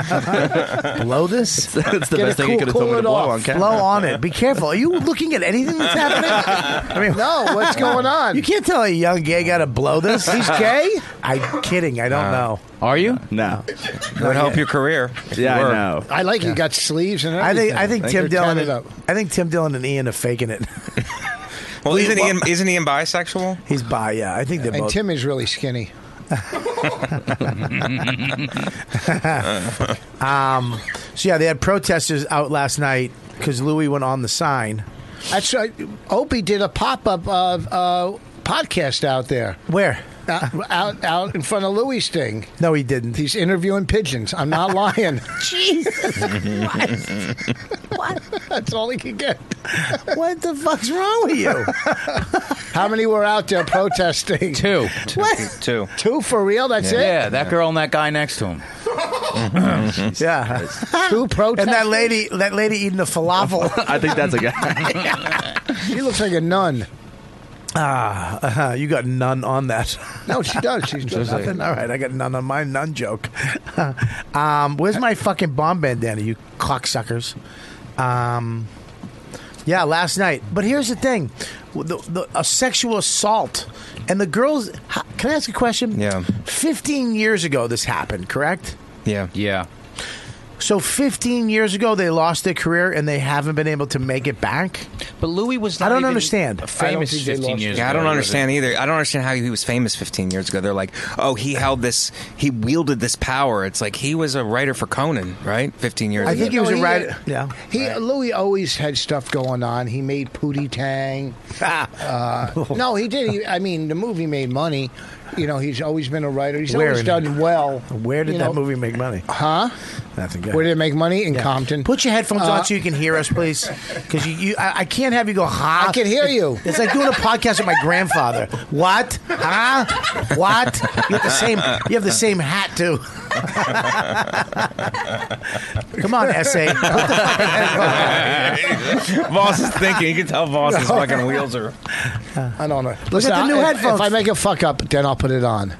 Speaker 7: [LAUGHS]
Speaker 2: blow this?
Speaker 7: That's the
Speaker 9: Get
Speaker 7: best
Speaker 9: it
Speaker 7: thing you
Speaker 9: cool-
Speaker 7: could have told
Speaker 9: cool
Speaker 7: me to
Speaker 9: it
Speaker 7: blow
Speaker 9: off.
Speaker 7: on camera.
Speaker 2: Blow on
Speaker 7: [LAUGHS]
Speaker 2: it. Be careful. Are you looking at anything
Speaker 9: [LAUGHS]
Speaker 2: that's happening? I mean,
Speaker 9: No, what's going on?
Speaker 2: You can't tell a young gay guy to blow this.
Speaker 9: He's gay?
Speaker 2: [LAUGHS] I'm kidding. I don't
Speaker 7: Uh,
Speaker 2: know.
Speaker 4: Are you?
Speaker 7: No.
Speaker 8: Would help your career. if
Speaker 7: Yeah,
Speaker 8: you
Speaker 7: I
Speaker 8: were.
Speaker 7: know.
Speaker 9: I like you got sleeves and
Speaker 2: I think
Speaker 9: everything.
Speaker 2: I
Speaker 9: They're
Speaker 2: think Tim Dillon. [LAUGHS]
Speaker 9: tatted up.
Speaker 2: I think Tim Dillon and Ian are faking
Speaker 7: [LAUGHS]
Speaker 2: it. [LAUGHS]
Speaker 8: Well, isn't
Speaker 2: well-
Speaker 8: Ian, isn't Ian bisexual?
Speaker 2: He's bi. Yeah, I think they're
Speaker 9: And
Speaker 2: both.
Speaker 9: Tim is really
Speaker 2: [LAUGHS]
Speaker 9: skinny.
Speaker 2: Um, so yeah, they had protesters out last night because Louis went on the sign.
Speaker 9: That's right. Opie did a pop up of uh, podcast out there,
Speaker 2: Where?
Speaker 9: out, out out in front of Louis Sting.
Speaker 2: No, he didn't.
Speaker 9: He's interviewing pigeons. I'm not
Speaker 2: [LAUGHS]
Speaker 9: lying.
Speaker 1: Jesus Christ.
Speaker 2: [LAUGHS]
Speaker 1: What?
Speaker 9: That's all he could [LAUGHS] get.
Speaker 2: what the fuck's wrong with you?
Speaker 9: [LAUGHS]
Speaker 7: [LAUGHS]
Speaker 9: How many were out there protesting?
Speaker 4: Two.
Speaker 9: What?
Speaker 8: Too.
Speaker 9: Two for real? That's
Speaker 4: Yeah, that girl and that guy next to him.
Speaker 9: Uh-huh.
Speaker 2: yeah,
Speaker 9: it. Two
Speaker 2: and
Speaker 9: protesters.
Speaker 2: that lady, that lady eating the falafel.
Speaker 7: [LAUGHS] I think that's a guy.
Speaker 9: [LAUGHS] she looks like a nun.
Speaker 2: Uh, [LAUGHS] you got none on that.
Speaker 9: No, she does. She's just
Speaker 2: Nothing. All right, I got none on my none joke. [LAUGHS] um, where's my fucking bomb bandana, you cocksuckers? Um, yeah, last night. But here's the thing: the, the, a sexual assault, and the girls. ha- Can I ask a question?
Speaker 8: Yeah.
Speaker 2: Fifteen years ago, this happened. Correct.
Speaker 8: Yeah.
Speaker 4: Yeah.
Speaker 2: So 15 years ago, they lost their career and they haven't been able to make it back.
Speaker 4: But Louis was
Speaker 2: I
Speaker 4: not
Speaker 2: don't
Speaker 4: even
Speaker 2: understand. I don't
Speaker 4: Famous
Speaker 9: think they
Speaker 4: 15
Speaker 9: lost
Speaker 4: years
Speaker 8: Yeah, I
Speaker 4: ago,
Speaker 8: don't
Speaker 4: was it?
Speaker 8: understand either. I don't understand how he was famous 15 years ago. They're like, oh, he held this, he wielded this power. It's like he was a writer for Conan, right? 15 years
Speaker 2: I
Speaker 8: ago.
Speaker 2: think he was a
Speaker 9: [LAUGHS]
Speaker 2: writer. Yeah.
Speaker 9: Oh, He Louis always had stuff going on. He made Pootie
Speaker 2: [LAUGHS]
Speaker 9: Tang.
Speaker 2: Ah.
Speaker 9: Uh, no, he did. He, I mean, the movie made money. You know, he's always been a writer. He's
Speaker 2: Where
Speaker 9: always
Speaker 2: in-
Speaker 9: done well.
Speaker 2: Where did
Speaker 9: You
Speaker 2: that
Speaker 9: know-
Speaker 2: movie make money?
Speaker 9: Huh?
Speaker 2: Nothing.
Speaker 9: Where did it make money? In
Speaker 2: Yeah.
Speaker 9: Compton.
Speaker 2: Put your headphones
Speaker 9: Uh,
Speaker 2: on so you can hear us, please. Because you, you I, I can't have you go, ha.
Speaker 9: I can hear
Speaker 2: It-
Speaker 9: you.
Speaker 2: It's like doing a podcast with my grandfather. What? Huh? What? You have the same, you have the same hat, too. [LAUGHS] Come on, essay. Put the fucking headphones on.
Speaker 8: Voss is thinking. You can tell Voss's fucking wheels are.
Speaker 9: I don't know.
Speaker 2: at the new
Speaker 9: if,
Speaker 2: headphones.
Speaker 9: If I make a fuck up, then I'll put it on.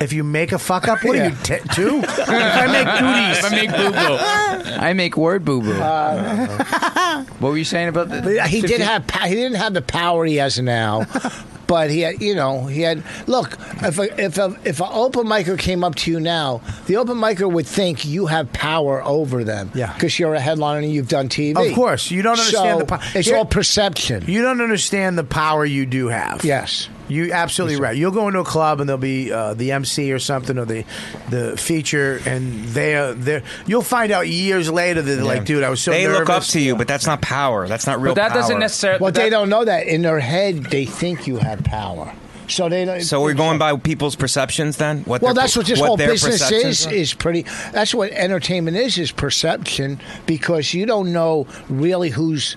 Speaker 2: If you make a fuck up, what
Speaker 9: Yeah.
Speaker 2: are you, t-
Speaker 9: [LAUGHS]
Speaker 2: two? If I make
Speaker 4: If I make boo boo. [LAUGHS] I make [LAUGHS] word boo
Speaker 9: Uh,
Speaker 2: [LAUGHS]
Speaker 4: boo. [LAUGHS] what were you saying about the?
Speaker 9: He did have. pa- He didn't have the power he
Speaker 4: [LAUGHS]
Speaker 9: has now. But he had, you know, he had. Look, if a, if a, if an open micer came up to you now, the open micer would think you have power over them,
Speaker 2: Yeah.
Speaker 9: because you're a headliner and you've done TV.
Speaker 2: Of course, you don't understand
Speaker 9: So,
Speaker 2: the power.
Speaker 9: It's all perception.
Speaker 2: You don't understand the power you do have.
Speaker 9: yes,
Speaker 2: You absolutely right. You'll go into a club and there'll be uh, the MC or something or the the feature, and they are there. You'll find out years later that they're like, dude, I was so
Speaker 8: They
Speaker 2: nervous.
Speaker 8: look up to you, but that's not power. That's not real
Speaker 4: But that doesn't
Speaker 8: power.
Speaker 4: necessarily.
Speaker 9: but they don't know that in their head. They think you have power, so they don't.
Speaker 8: So we're going by people's perceptions then? What
Speaker 9: Well,
Speaker 8: their-
Speaker 9: that's what this whole
Speaker 8: their
Speaker 9: business
Speaker 8: perceptions
Speaker 9: is.
Speaker 8: are?
Speaker 9: Is pretty. That's what entertainment is. Is perception because you don't know really who's.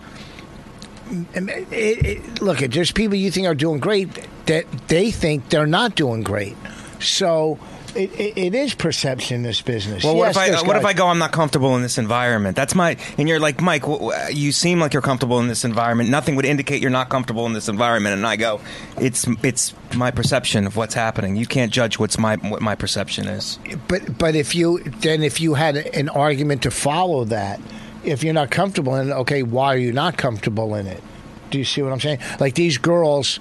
Speaker 9: It, it, look, at there's people you think are doing great that they think they're not doing great. So it, it, it is perception. This business.
Speaker 8: Well, what
Speaker 9: Yes,
Speaker 8: if I uh,
Speaker 9: this
Speaker 8: what
Speaker 9: guy-
Speaker 8: if I go? I'm not comfortable in this environment. That's my and you're like Mike. W- w- you seem like you're comfortable in this environment. Nothing would indicate you're not comfortable in this environment. And I go, it's it's my perception of what's happening. You can't judge what's my what my perception is.
Speaker 9: But but if you then if you had an argument to follow that, if you're not comfortable in it, okay, why are you not comfortable in it? Do you see what I'm saying? Like these girls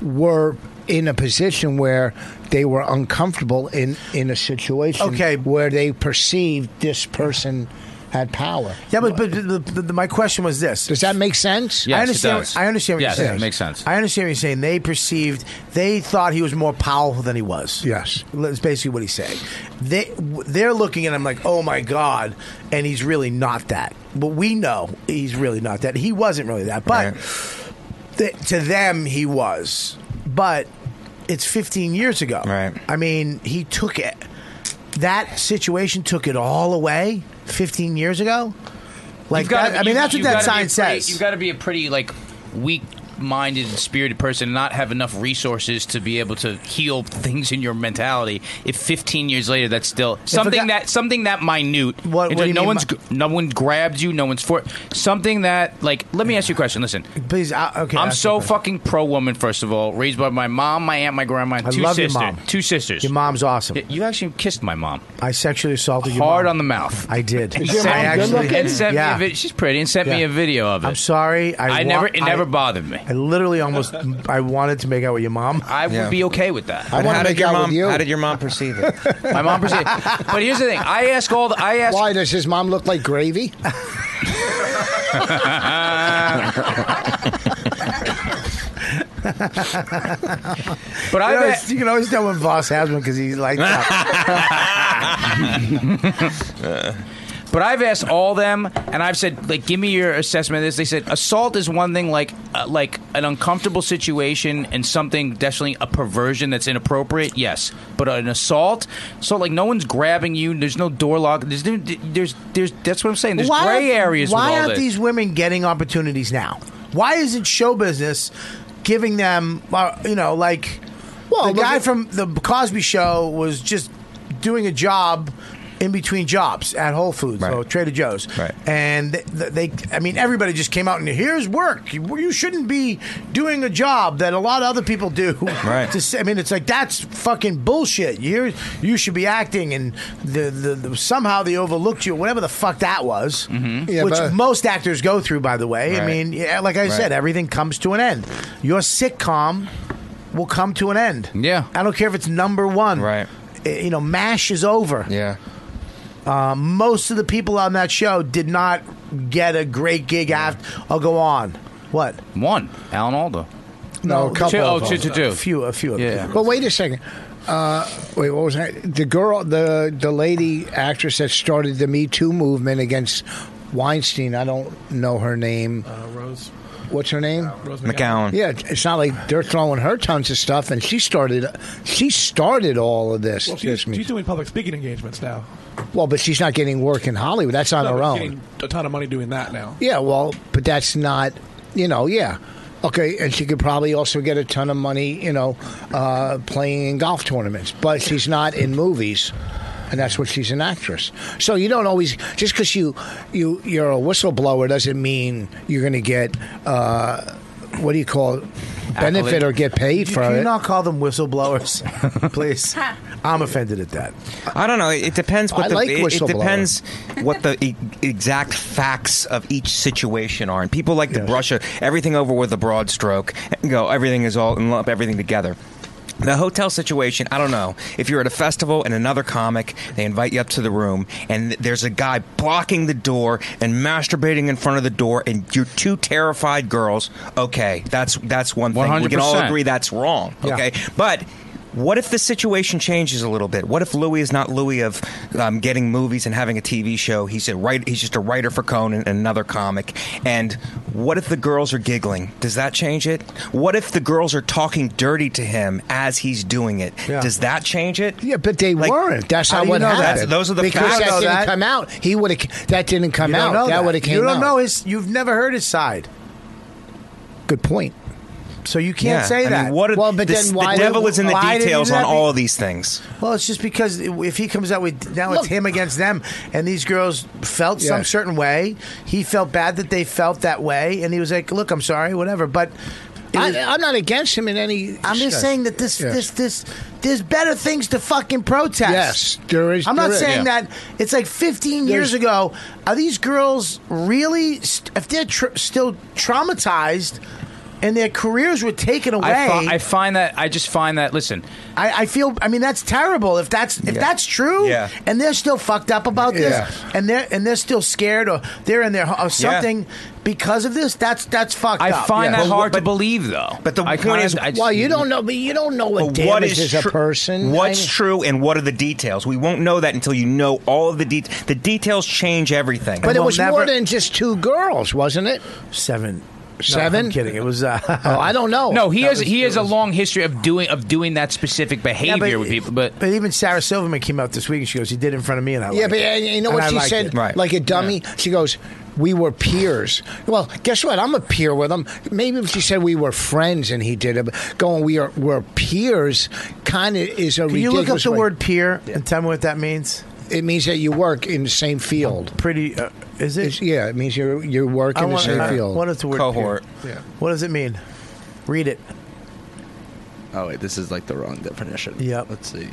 Speaker 9: were in a position where they were uncomfortable in in a situation
Speaker 2: Okay.
Speaker 9: where they perceived this person had power.
Speaker 2: Yeah, but, but the, the, the, my question was this:
Speaker 9: Does that make sense?
Speaker 4: Yes,
Speaker 2: I
Speaker 4: it
Speaker 2: understand.
Speaker 4: does.
Speaker 2: I understand what
Speaker 4: Yes,
Speaker 2: you're
Speaker 4: it
Speaker 2: saying.
Speaker 4: makes sense.
Speaker 2: I understand what you're saying. They perceived, they thought he was more powerful than he was.
Speaker 9: Yes.
Speaker 2: that's basically what he's saying. They w- they're looking at him like, oh my god, and he's really not that. But we know he's really not that. He wasn't really that, but th- to them he was. But it's 15 years ago.
Speaker 8: Right.
Speaker 2: I mean, he took it. That situation took it all away 15 years ago. Like
Speaker 4: You've gotta
Speaker 2: that,
Speaker 4: be- you-
Speaker 2: I mean, that's what
Speaker 4: you've
Speaker 2: that
Speaker 4: gotta be a pretty-
Speaker 2: sign says.
Speaker 4: You've got to be a pretty like weak minded and spirited person and not have enough resources to be able to heal things in your mentality, if 15 years later that's still
Speaker 2: a guy-
Speaker 4: something that something that minute,
Speaker 2: What- what do you
Speaker 4: no
Speaker 2: mean
Speaker 4: one's
Speaker 2: mi-
Speaker 4: gr- no one grabbed you, no one's for something that like. Let me ask you a question. Listen,
Speaker 2: please. okay,
Speaker 4: I'm
Speaker 2: ask
Speaker 4: so
Speaker 2: me first.
Speaker 4: fucking pro woman. First of all, raised by my mom, my aunt, my grandma, and
Speaker 2: I
Speaker 4: two
Speaker 2: love your
Speaker 4: sisters.
Speaker 2: mom.
Speaker 4: Two sisters.
Speaker 2: Your mom's awesome.
Speaker 4: You actually kissed my mom.
Speaker 2: I sexually assaulted your
Speaker 4: Hard
Speaker 2: mom.
Speaker 4: on the mouth.
Speaker 2: I did.
Speaker 4: And
Speaker 2: I
Speaker 4: sent,
Speaker 2: actually
Speaker 4: and sent
Speaker 2: yeah.
Speaker 4: me a vi- She's pretty and sent me
Speaker 2: Yeah.
Speaker 4: a video of it.
Speaker 2: I'm sorry. I,
Speaker 4: I
Speaker 2: wa-
Speaker 4: never. It
Speaker 2: I-
Speaker 4: never bothered me. [LAUGHS]
Speaker 2: I literally almost. I wanted to make out with your mom.
Speaker 4: I would be okay with that.
Speaker 2: I
Speaker 8: But
Speaker 2: wanna
Speaker 8: how did
Speaker 2: make
Speaker 8: your
Speaker 2: out with
Speaker 8: mom?
Speaker 2: you.
Speaker 8: How did your mom perceive
Speaker 4: [LAUGHS]
Speaker 8: it?
Speaker 4: My mom perceived. But here's the thing. I ask all the. I ask.
Speaker 9: Why does his mom look
Speaker 4: [LAUGHS]
Speaker 9: like gravy?
Speaker 4: Ah. But
Speaker 2: You,
Speaker 4: I.
Speaker 2: always, you can always tell when Voss has one because he's
Speaker 4: [LAUGHS]
Speaker 2: like. that.
Speaker 4: But I've asked all them, and I've said, like, give me your assessment of this. They said assault is one thing, like, uh, like an uncomfortable situation and something definitely a perversion that's inappropriate. Yes, but an assault, so like no one's grabbing you. There's no door lock. There's no- there's there's that's what I'm saying. There's gray areas.
Speaker 2: Why
Speaker 4: with all
Speaker 2: aren't
Speaker 4: this.
Speaker 2: these women getting opportunities now? Why isn't show business giving them? uh, You know, like
Speaker 9: Well,
Speaker 2: the
Speaker 9: look
Speaker 2: guy
Speaker 9: at-
Speaker 2: from the Cosby Show was just doing a job. In between jobs at Whole Foods or Trader Joe's,
Speaker 8: Right.
Speaker 2: and th- th- they, I mean, everybody just came out and here's work. You you shouldn't be doing a job that a lot of other
Speaker 9: [LAUGHS]
Speaker 2: people do.
Speaker 8: Right.
Speaker 2: To say- I mean, it's like that's fucking bullshit. You you should be acting, and the, the, the somehow they overlooked you, whatever the fuck that
Speaker 9: [LAUGHS]
Speaker 2: was. Mm-hmm.
Speaker 9: Yeah,
Speaker 2: which
Speaker 9: but-
Speaker 2: most actors go through, by the way. I
Speaker 8: Right.
Speaker 2: mean, yeah, like I said, everything comes to an end. Your sitcom will come to an end.
Speaker 4: Yeah.
Speaker 2: I don't care if it's number one.
Speaker 8: Right.
Speaker 2: I- You know, MASH is over. Uh,
Speaker 8: Yeah.
Speaker 2: Most of the people on that show did not get a great gig after. I'll go on. What?
Speaker 4: one Alan Alda.
Speaker 9: No, a couple.
Speaker 4: Two, oh,
Speaker 9: of
Speaker 4: two,
Speaker 9: them.
Speaker 4: two, two.
Speaker 2: A few, a few. of
Speaker 4: Yeah.
Speaker 2: them.
Speaker 9: But wait a second. Uh, wait, what was that? The girl, the the lady actress that started the Me Too movement against Weinstein. I don't know her name.
Speaker 5: Uh, Rose,
Speaker 9: What's her name?
Speaker 5: Rose
Speaker 8: McGowan.
Speaker 9: Yeah, it's not like they're throwing her tons of stuff, and she started. She started all of this.
Speaker 5: Well,
Speaker 9: this
Speaker 5: she's,
Speaker 9: Me-
Speaker 5: she's doing public speaking engagements now.
Speaker 9: well, but she's not getting work in Hollywood. That's on
Speaker 5: No,
Speaker 9: her
Speaker 5: but
Speaker 9: own.
Speaker 5: she's getting A ton of money doing that now.
Speaker 9: Yeah, well, but that's not, you know, yeah. Okay, and she could probably also get a ton of money, you know, uh, playing in golf tournaments, but she's not in movies. And that's what she's an actress. So you don't always just because you you you're a whistleblower doesn't mean you're going to get uh, what do you call it? benefit
Speaker 4: Accolade.
Speaker 9: or get paid for
Speaker 2: Can you
Speaker 9: it.
Speaker 2: not call them
Speaker 4: [LAUGHS]
Speaker 2: whistleblowers, please? I'm offended at that.
Speaker 8: I don't know. It depends. What
Speaker 9: I
Speaker 8: the,
Speaker 9: like
Speaker 8: it, it
Speaker 9: whistleblower.
Speaker 8: depends what the e- exact facts of each situation are, and people like to brush everything over with a broad stroke and go, everything is all and lump everything together. The hotel situation, I don't know. If you're at a festival and another comic, they invite you up to the room, and th- there's a guy blocking the door and masturbating in front of the door, and you're two terrified girls. Okay, that's that's one thing. We can all
Speaker 4: 100%.
Speaker 8: agree that's wrong.
Speaker 2: Yeah.
Speaker 8: Okay, but what if the situation changes a little bit? What if Louis is not Louis of um, getting movies and having a TV show? He's a write, He's just a writer for Conan and another comic. And what if the girls are giggling? Does that change it? What if the girls are talking dirty to him as he's doing it?
Speaker 2: Yeah.
Speaker 8: Does that change it?
Speaker 9: Yeah, but they
Speaker 8: Like,
Speaker 9: weren't. That's
Speaker 2: how
Speaker 9: not
Speaker 2: do you
Speaker 9: what
Speaker 2: know that?
Speaker 9: happened.
Speaker 8: Those are the
Speaker 9: because
Speaker 8: facts.
Speaker 9: that
Speaker 8: You
Speaker 2: know
Speaker 9: didn't
Speaker 2: that.
Speaker 9: come out. He would have. That didn't come
Speaker 2: You
Speaker 9: out.
Speaker 2: don't know
Speaker 9: that would have came
Speaker 2: You don't
Speaker 9: out.
Speaker 2: know his. You've never heard his side,
Speaker 9: Good point.
Speaker 2: so you
Speaker 8: Yeah.
Speaker 2: can't say
Speaker 8: I
Speaker 2: that.
Speaker 8: mean, what if-
Speaker 9: Well, but
Speaker 8: this-
Speaker 9: then why-
Speaker 8: the devil is in the
Speaker 2: why did you
Speaker 8: details
Speaker 2: do
Speaker 8: on
Speaker 2: that?
Speaker 8: all of these things.
Speaker 2: Well, it's just because if he comes out with now
Speaker 9: Look-
Speaker 2: it's him against them, and these girls felt some
Speaker 9: Yes.
Speaker 2: certain way. He felt bad that they felt that way, and he was like, "Look, I'm sorry, whatever." But it was-
Speaker 9: I, I'm not against him in any.
Speaker 2: I'm just saying that this,
Speaker 9: Yes.
Speaker 2: this, this, there's better things to fucking protest.
Speaker 9: Yes, there is-
Speaker 2: I'm not
Speaker 9: there is.
Speaker 2: saying
Speaker 9: Yeah.
Speaker 2: that it's like 15 years
Speaker 9: There's-
Speaker 2: ago. Are these girls really, st- if they're tr- still traumatized and their careers were taken away?
Speaker 4: I, fi- I find that I just find that. Listen,
Speaker 2: I, I feel. I mean, that's terrible. If that's if that's true,
Speaker 8: Yeah.
Speaker 2: and they're still fucked up about this,
Speaker 9: Yeah.
Speaker 2: and they're and they're still scared, or they're in their or something because of this. That's that's fucked
Speaker 4: I
Speaker 2: up.
Speaker 4: find that
Speaker 8: Well,
Speaker 4: hard to
Speaker 8: but-
Speaker 4: believe, though.
Speaker 8: but the
Speaker 4: I
Speaker 8: point
Speaker 4: kinda-
Speaker 8: is-
Speaker 4: I just-
Speaker 9: Well, you don't know, but you don't know what
Speaker 8: But what
Speaker 9: damage
Speaker 8: is
Speaker 9: is, a
Speaker 8: tru-
Speaker 9: person.
Speaker 8: What's
Speaker 9: I-
Speaker 8: true and what are the details? We won't know that until you know all of the details. The details change everything.
Speaker 9: But it
Speaker 2: we'll
Speaker 9: was
Speaker 2: never-
Speaker 9: more than just two girls, wasn't it?
Speaker 2: seven.
Speaker 9: Seven?
Speaker 2: I'm kidding. It was. Uh,
Speaker 9: Oh, I don't know.
Speaker 4: No, he
Speaker 2: That
Speaker 4: has
Speaker 2: was-
Speaker 4: he has a long history of doing of doing that specific
Speaker 2: Yeah,
Speaker 4: behavior with people. But
Speaker 2: but even Sarah Silverman came out this week and she goes, "He did it in front of me," and
Speaker 9: yeah,
Speaker 2: I. liked
Speaker 9: but
Speaker 2: it."
Speaker 9: and, you know
Speaker 2: And
Speaker 9: what
Speaker 2: I
Speaker 9: she
Speaker 2: liked
Speaker 9: said?
Speaker 2: it.
Speaker 9: Like a dummy. She goes, "We were peers." Well, guess what? I'm a peer with him. Maybe if she said we were friends and he did it, but going we are we're peers, kind of is a
Speaker 2: Can you look up
Speaker 9: ridiculous
Speaker 2: the
Speaker 9: way.
Speaker 2: word "peer" and tell me what that means?
Speaker 9: It means that you work in the same field.
Speaker 2: Pretty, uh, is it?
Speaker 9: It's- yeah, it means you you work
Speaker 2: I
Speaker 9: in the
Speaker 2: want-
Speaker 9: same
Speaker 2: I-
Speaker 9: field.
Speaker 2: What is the word
Speaker 8: Cohort.
Speaker 2: "peer"? What does it mean? Read it.
Speaker 7: Oh wait, this is like the wrong definition.
Speaker 2: Yep.
Speaker 7: Let's see.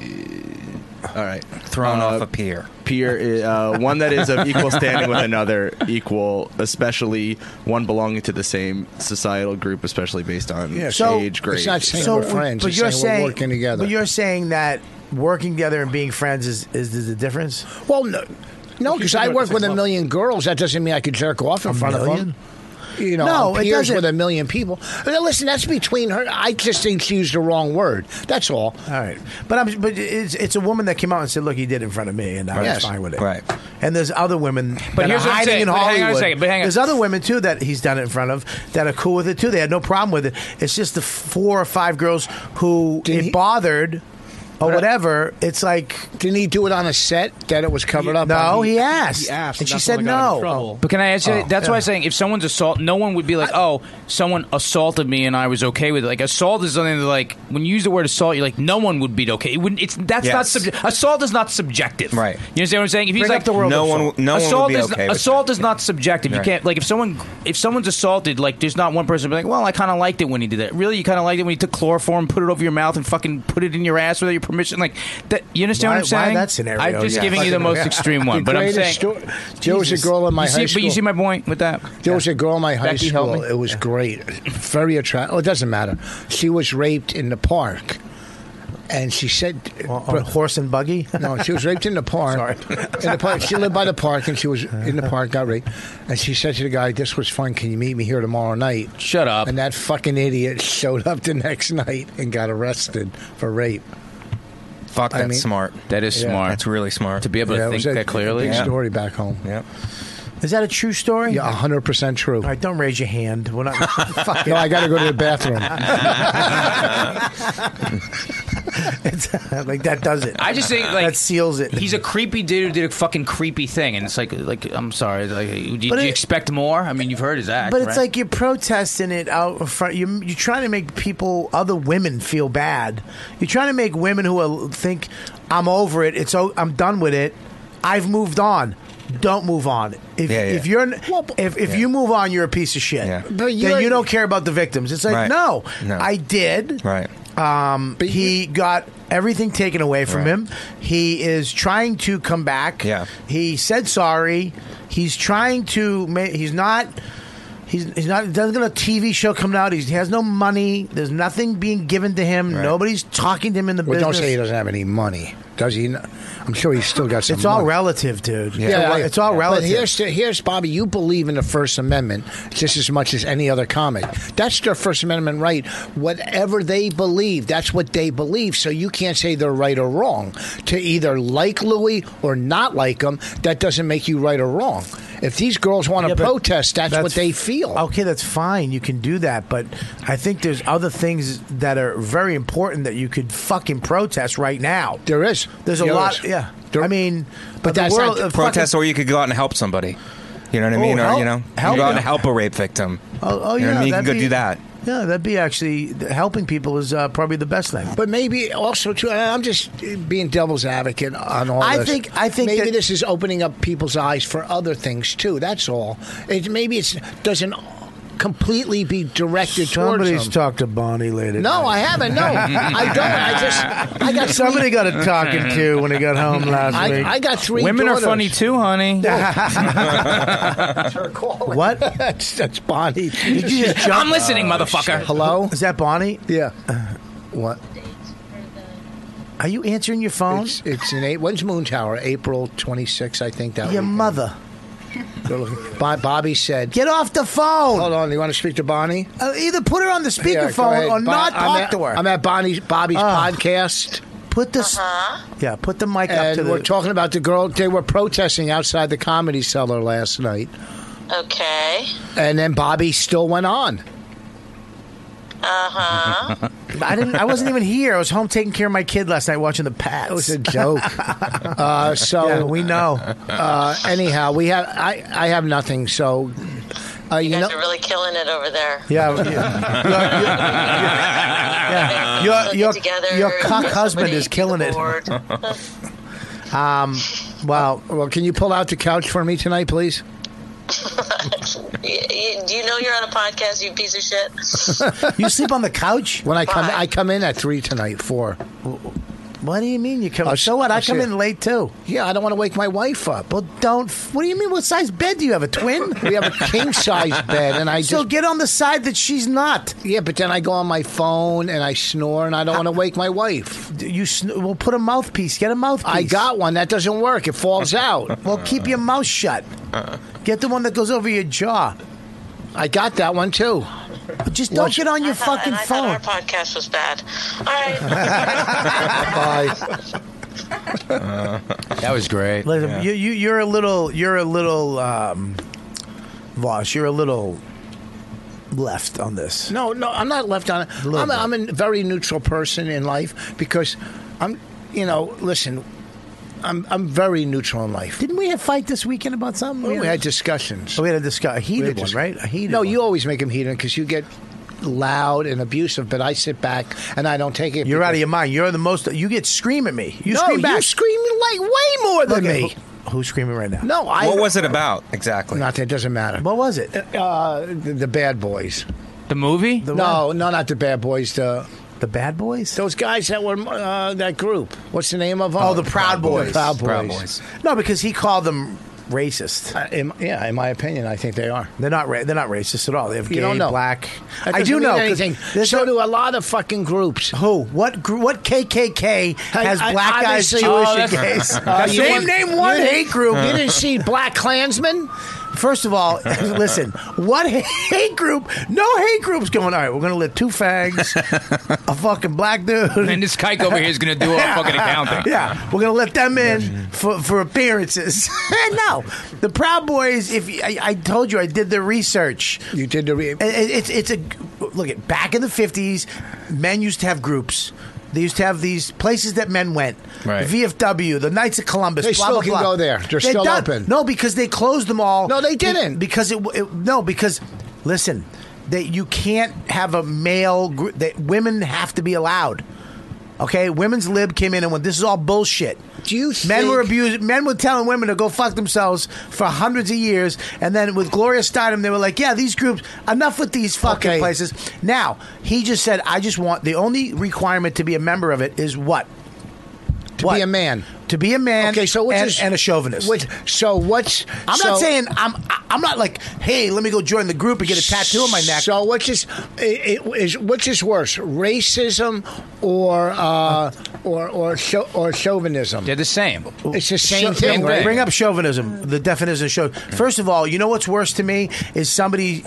Speaker 7: All right.
Speaker 8: Thrown
Speaker 7: Uh,
Speaker 8: off a pier.
Speaker 7: Peer, is, [LAUGHS] uh, one that is of
Speaker 9: [LAUGHS]
Speaker 7: equal standing with another, equal, especially one belonging to the same societal group, especially based on
Speaker 9: Yeah, so
Speaker 7: age, grade.
Speaker 9: it's not saying
Speaker 2: So,
Speaker 9: we're friends.
Speaker 2: but
Speaker 9: it's
Speaker 2: you're
Speaker 9: saying,
Speaker 2: saying
Speaker 9: we're working together.
Speaker 2: But you're saying that working together and being friends is is, is the difference.
Speaker 9: well, no, no, because I work with a million girls. That doesn't mean I could jerk off in front of
Speaker 2: million?
Speaker 9: them. You know,
Speaker 2: No,
Speaker 9: I'm
Speaker 2: it
Speaker 9: peers
Speaker 2: doesn't.
Speaker 9: with a million people. Now, listen, that's between her. I just think she used the wrong word. That's all.
Speaker 2: All right, but I'm but it's it's a woman that came out and said, "Look, he did it in front of me," and I was
Speaker 9: Yes.
Speaker 2: fine with it.
Speaker 8: Right.
Speaker 2: And there's other women,
Speaker 4: But
Speaker 2: that
Speaker 4: here's
Speaker 2: are
Speaker 4: what I'm
Speaker 2: hiding
Speaker 4: saying.
Speaker 2: in
Speaker 4: But hang on a
Speaker 2: Hollywood.
Speaker 4: second, but hang on.
Speaker 2: There's other women too that he's done it in front of that are cool with it too. They had no problem with it. It's just the four or five girls who
Speaker 9: Did
Speaker 2: it
Speaker 9: he-
Speaker 2: bothered or whatever. It's like
Speaker 9: Didn't he do it on a set that it was covered up?
Speaker 2: no,
Speaker 9: on?
Speaker 2: he asked,
Speaker 5: He asked,
Speaker 2: and she
Speaker 5: that's
Speaker 2: said
Speaker 5: when I got in
Speaker 2: no. Oh.
Speaker 5: trouble.
Speaker 4: but can I ask you?
Speaker 9: Oh.
Speaker 8: Oh.
Speaker 4: that's why I'm saying if someone's assault, no one would be like, "Oh, someone assaulted me and I was okay with it." Like assault is something that, like when you use the word assault, you're like, no one would be okay. It wouldn't, it's that's not
Speaker 8: Yes.
Speaker 4: subjective. Assault is not subjective.
Speaker 8: Right.
Speaker 4: You understand what I'm saying? If he's
Speaker 2: Bring up
Speaker 4: like
Speaker 2: the world
Speaker 8: No
Speaker 2: of
Speaker 8: one,
Speaker 2: assault.
Speaker 8: w- no one
Speaker 4: assault
Speaker 8: will be
Speaker 4: is
Speaker 8: okay. with
Speaker 4: assault
Speaker 8: that.
Speaker 4: is not subjective. You
Speaker 8: Right.
Speaker 4: can't like if someone if someone's assaulted, like there's not one person be like, well, I kind of liked it when he did that. Really, you kind of liked it when he took chloroform, put it over your mouth, and fucking put it in your ass without your permission. Like that. You understand
Speaker 2: Why-
Speaker 4: what I'm saying?
Speaker 2: why that scenario?
Speaker 4: I'm just
Speaker 2: Yeah.
Speaker 4: giving you the most extreme one,
Speaker 9: The
Speaker 4: but I'm
Speaker 9: greatest
Speaker 4: saying
Speaker 9: sto- there was a
Speaker 2: Jesus.
Speaker 9: girl in my
Speaker 4: you see,
Speaker 9: high
Speaker 4: but
Speaker 9: school.
Speaker 4: you see my point with that.
Speaker 9: There was a girl in my high
Speaker 4: Becky, help
Speaker 9: school.
Speaker 4: me.
Speaker 9: It was great, very attractive. Oh, it doesn't matter. She was raped in the park, and she said,
Speaker 2: On a horse and buggy.
Speaker 9: "No, she was raped in
Speaker 2: [LAUGHS]
Speaker 9: the park.
Speaker 2: Sorry.
Speaker 9: In the park. She lived by the park, and she
Speaker 2: [LAUGHS]
Speaker 9: was in the park, got raped. And she said to the guy, "This was fun. Can you meet me here tomorrow night?"
Speaker 4: Shut up.
Speaker 9: And that fucking idiot showed up the next night and got arrested for rape.
Speaker 8: Fuck,
Speaker 9: I
Speaker 8: that's
Speaker 9: mean-
Speaker 8: smart.
Speaker 4: that is
Speaker 9: Yeah.
Speaker 4: smart.
Speaker 8: That's really smart.
Speaker 4: to be able
Speaker 9: Yeah,
Speaker 4: to
Speaker 9: it
Speaker 4: think
Speaker 9: was a
Speaker 4: that clearly.
Speaker 9: Big
Speaker 8: Yeah.
Speaker 9: story back home.
Speaker 8: Yep.
Speaker 2: Is that a true story?
Speaker 9: Yeah, hundred percent true.
Speaker 2: All right, don't raise your hand. We're
Speaker 9: [LAUGHS]
Speaker 2: not. fuck
Speaker 9: No, I got to go to the bathroom.
Speaker 2: [LAUGHS] It's, like that does it.
Speaker 4: I just think like
Speaker 2: That seals it.
Speaker 4: He's a creepy dude who did a fucking creepy thing, and it's like like I'm sorry. Like, did you
Speaker 2: But it-
Speaker 4: expect more? I mean, you've heard his act,
Speaker 2: But it's
Speaker 4: right?
Speaker 2: like you're protesting it out in front. You, you're trying to make people, other women, feel bad. You're trying to make women who are, think I'm over it. It's o- I'm done with it. I've moved on. Don't move on. If,
Speaker 8: Yeah, yeah.
Speaker 2: if you're
Speaker 9: Well, but-
Speaker 2: if, if you move on, you're a piece of shit.
Speaker 8: Yeah.
Speaker 9: But
Speaker 2: then
Speaker 9: you're-
Speaker 2: you don't care about the victims. It's like
Speaker 8: Right.
Speaker 2: no,
Speaker 8: No.
Speaker 2: I did.
Speaker 8: Right.
Speaker 2: Um, he got everything taken away from
Speaker 8: Right.
Speaker 2: him. He is trying to come back.
Speaker 8: Yeah.
Speaker 2: He said sorry. He's trying to. ma- He's not. He's, he's not. Doesn't got a TV show coming out. He's, he has no money. There's nothing being given to him.
Speaker 8: Right.
Speaker 2: Nobody's talking to him in the
Speaker 9: Well,
Speaker 2: business.
Speaker 9: don't say he doesn't have any money. Does he? not? I'm sure he's still got some.
Speaker 2: it's all
Speaker 9: money.
Speaker 2: relative, dude.
Speaker 9: Yeah,
Speaker 2: It's all-
Speaker 9: I-
Speaker 2: it's all
Speaker 9: But
Speaker 2: relative.
Speaker 9: here's, the- here's Bobby. You believe in the First Amendment just as much as any other comic. That's their First Amendment right. Whatever they believe, that's what they believe. So you can't say they're right or wrong. To either like Louis or not like him, that doesn't make you right or wrong. If these girls want to
Speaker 2: Yeah, but
Speaker 9: protest, that's, what they feel.
Speaker 2: Okay, that's fine. You can do that, but I think there's other things that are very important that you could fucking protest right now.
Speaker 9: There is.
Speaker 2: There's a
Speaker 9: There
Speaker 2: lot.
Speaker 9: is.
Speaker 2: Yeah,
Speaker 9: There-
Speaker 2: I mean, but the
Speaker 9: that's
Speaker 2: world
Speaker 9: not-
Speaker 2: of
Speaker 8: Protest,
Speaker 2: fucking-
Speaker 8: or you could go out and help somebody. You know what I
Speaker 2: Oh,
Speaker 8: mean? or
Speaker 2: help-
Speaker 8: you know,
Speaker 2: help
Speaker 8: you go out
Speaker 2: them.
Speaker 8: and help a rape victim.
Speaker 2: Oh, oh
Speaker 8: you know what I
Speaker 2: yeah,
Speaker 8: mean? You can
Speaker 2: that'd
Speaker 8: go
Speaker 2: be-
Speaker 8: do that.
Speaker 2: Yeah, that'd be actually helping people is uh, probably the best thing.
Speaker 9: But maybe also too. and I'm just being devil's advocate on all
Speaker 2: I
Speaker 9: this.
Speaker 2: think- I think
Speaker 9: maybe
Speaker 2: that-
Speaker 9: this is opening up people's eyes for other things too. That's all. It maybe it doesn't completely be directed towards
Speaker 2: Somebody's
Speaker 9: them.
Speaker 2: talked to Bonnie later.
Speaker 9: no, I haven't.
Speaker 8: [LAUGHS]
Speaker 9: No, I don't. I just I got
Speaker 2: [LAUGHS] Somebody
Speaker 9: Three, [LAUGHS]
Speaker 2: got a talking to when he got home last
Speaker 9: I,
Speaker 2: week.
Speaker 9: I got three.
Speaker 4: Women
Speaker 9: daughters.
Speaker 4: are funny too,
Speaker 2: [LAUGHS]
Speaker 4: honey.
Speaker 9: [LAUGHS] That's her calling.
Speaker 2: What?
Speaker 9: that's, [LAUGHS] that's Bonnie.
Speaker 2: Did you just jump?
Speaker 4: I'm listening, motherfucker.
Speaker 9: Hello.
Speaker 2: Is that Bonnie?
Speaker 9: Yeah. What?
Speaker 2: Are you answering your phone?
Speaker 9: It's, it's in eight. When's Moon Tower? April 26th, I think. That
Speaker 2: your
Speaker 9: weekend.
Speaker 2: mother.
Speaker 9: Bo- Bobby said.
Speaker 2: Get off the phone.
Speaker 9: Hold on, you want to speak to Bonnie?
Speaker 2: Uh, either put her on the
Speaker 9: Yeah, go
Speaker 2: speakerphone
Speaker 9: ahead.
Speaker 2: or
Speaker 9: Bo-
Speaker 2: not
Speaker 9: I'm
Speaker 2: talk
Speaker 9: at,
Speaker 2: to her.
Speaker 9: I'm at Bonnie's Bobby's
Speaker 2: Ah.
Speaker 9: podcast,
Speaker 2: put this. Yeah, put the mic up to
Speaker 9: and
Speaker 2: the.
Speaker 9: we're talking about the girl. They were protesting outside the comedy cellar last night
Speaker 11: Okay.
Speaker 9: and then Bobby still went on.
Speaker 11: Uh huh.
Speaker 2: I didn't. I wasn't even here. I was home taking care of my kid last night, watching the Pats. It was
Speaker 9: a
Speaker 2: [LAUGHS]
Speaker 9: joke. Uh, so
Speaker 2: Yeah, we know.
Speaker 9: Uh, anyhow, we have. I I have nothing. So uh, you,
Speaker 11: You
Speaker 9: know.
Speaker 11: guys are really killing it over there.
Speaker 2: Yeah, yeah.
Speaker 11: [LAUGHS] yeah.
Speaker 2: Your your
Speaker 11: together,
Speaker 2: your cuck
Speaker 11: put
Speaker 2: husband
Speaker 11: somebody
Speaker 2: is killing it. [LAUGHS]
Speaker 11: board.
Speaker 9: Um. Well, well, can you pull out the couch for me tonight, please?
Speaker 11: You- you- Do you know you're on a podcast, you piece of shit?
Speaker 9: you sleep on the couch when I come. I come in at three tonight. Four. Uh, What do you mean you come?
Speaker 2: Oh, so what? I come in
Speaker 9: late too. Yeah, I don't want to wake my wife up. Well, don't. What do you mean? What size bed do you have? A twin? we have [LAUGHS] a king size bed, and I
Speaker 2: So
Speaker 9: just get on the side that she's not. Yeah, but then I go on my phone and I snore, and I don't want to wake my wife. You sn- well, put a mouthpiece. Get a mouthpiece. I got one. That doesn't work. It falls [LAUGHS] out.
Speaker 2: Well, keep your
Speaker 9: mouth shut. Get the one that goes over your jaw. I got that one too. Just
Speaker 2: don't get on your
Speaker 11: I thought-
Speaker 2: fucking
Speaker 11: and I
Speaker 2: phone.
Speaker 11: thought our podcast was bad. All right.
Speaker 2: [LAUGHS]
Speaker 9: Bye. Uh-huh.
Speaker 4: that was great.
Speaker 2: Listen,
Speaker 4: Yeah.
Speaker 2: you, you you're a little you're a little um, Voss. You're a little left on this.
Speaker 9: No, no, I'm not left on it. I'm a, I'm a very neutral person in life because I'm, you know, listen, I'm I'm very neutral in life.
Speaker 2: Didn't we have fight this weekend about something? Oh,
Speaker 9: we had discussions.
Speaker 2: we had a discuss a
Speaker 9: We
Speaker 2: heated
Speaker 9: had
Speaker 2: one,
Speaker 9: dis-
Speaker 2: right? A heated.
Speaker 9: No, you always make them heated because you get loud and abusive, but I sit back and I don't take it.
Speaker 2: You're out of
Speaker 9: because-
Speaker 2: your mind. You're the most. You get scream at me. You
Speaker 9: No,
Speaker 2: scream
Speaker 9: you
Speaker 2: back.
Speaker 9: scream like way more than
Speaker 2: Okay,
Speaker 9: me.
Speaker 2: Who, who's screaming right now?
Speaker 9: No, I.
Speaker 8: what was it about exactly?
Speaker 9: Not that it doesn't matter.
Speaker 2: What was it?
Speaker 9: Uh, the, the Bad Boys.
Speaker 4: The movie?
Speaker 9: no, no, not the Bad Boys. The
Speaker 2: the Bad Boys.
Speaker 9: Those guys that were uh, that group. What's the name of them?
Speaker 2: Oh, the Proud Boys.
Speaker 9: The Proud Boys.
Speaker 2: No, because he called them racist.
Speaker 9: Uh, in- yeah, in my opinion, I think they are.
Speaker 2: They're not. Ra- they're not racist at all. They have
Speaker 9: You
Speaker 2: gay,
Speaker 9: don't know.
Speaker 2: black.
Speaker 9: That
Speaker 2: I
Speaker 9: doesn't
Speaker 2: do
Speaker 9: mean
Speaker 2: know 'cause
Speaker 9: anything.
Speaker 2: there's
Speaker 9: So
Speaker 2: no-
Speaker 9: do a lot of fucking groups.
Speaker 2: Who? What? gr- What KKK has
Speaker 9: I-
Speaker 2: black guys,
Speaker 9: obviously-
Speaker 2: Jewish,
Speaker 9: Oh,
Speaker 2: and
Speaker 9: that's-
Speaker 2: gays?
Speaker 9: Uh, you
Speaker 2: name,
Speaker 9: want-
Speaker 2: name one Uh.
Speaker 9: you-
Speaker 2: hate group.
Speaker 9: You didn't see Black Klansmen?
Speaker 2: First
Speaker 9: [LAUGHS]
Speaker 2: of all, listen. What hate group? No hate groups going. All right, we're gonna let
Speaker 9: [LAUGHS]
Speaker 2: two fags, a fucking black dude,
Speaker 4: And this kike over here is gonna do all fucking accounting.
Speaker 2: Yeah, we're gonna let them in for, for appearances. [LAUGHS] no, the Proud Boys. If you, I, I told you, I did the research.
Speaker 9: You did the re-
Speaker 2: It's it's a look at back in the fifties, men used to have groups. They used to have these places that men went.
Speaker 9: Right.
Speaker 2: The VFW, the Knights of Columbus.
Speaker 9: They
Speaker 2: blah,
Speaker 9: still
Speaker 2: blah,
Speaker 9: can
Speaker 2: blah.
Speaker 9: go there. They're still
Speaker 2: done.
Speaker 9: open.
Speaker 2: No, because they closed them all.
Speaker 9: No, they didn't.
Speaker 2: Because it, it no, because listen, that you can't have a male group. That women have to be allowed. Okay, women's lib came in and went. This is all bullshit.
Speaker 9: Do you
Speaker 2: men
Speaker 9: think-
Speaker 2: were abused? Men were telling women to go fuck themselves for hundreds of years, and then with Gloria Steinem, they were like, "Yeah, these groups, enough with these fucking
Speaker 9: Okay.
Speaker 2: places." Now he just said, "I just want the only requirement to be a member of it is what."
Speaker 9: To be a man.
Speaker 2: To be a man
Speaker 9: Okay, so what's
Speaker 2: and,
Speaker 9: this-
Speaker 2: and a chauvinist.
Speaker 9: What, so what's?
Speaker 2: I'm
Speaker 9: so,
Speaker 2: not saying I'm I- I'm not like, hey, let me go join the group and get a tattoo on my neck.
Speaker 9: So what's this? It, it, is what's this worse, racism or uh, or or chau- or chauvinism?
Speaker 4: They're the same.
Speaker 9: It's the same
Speaker 2: Chau-
Speaker 9: thing.
Speaker 2: bring-
Speaker 9: right?
Speaker 2: Bring up chauvinism. The definition of chauvinism. First of all, you know what's worse to me is somebody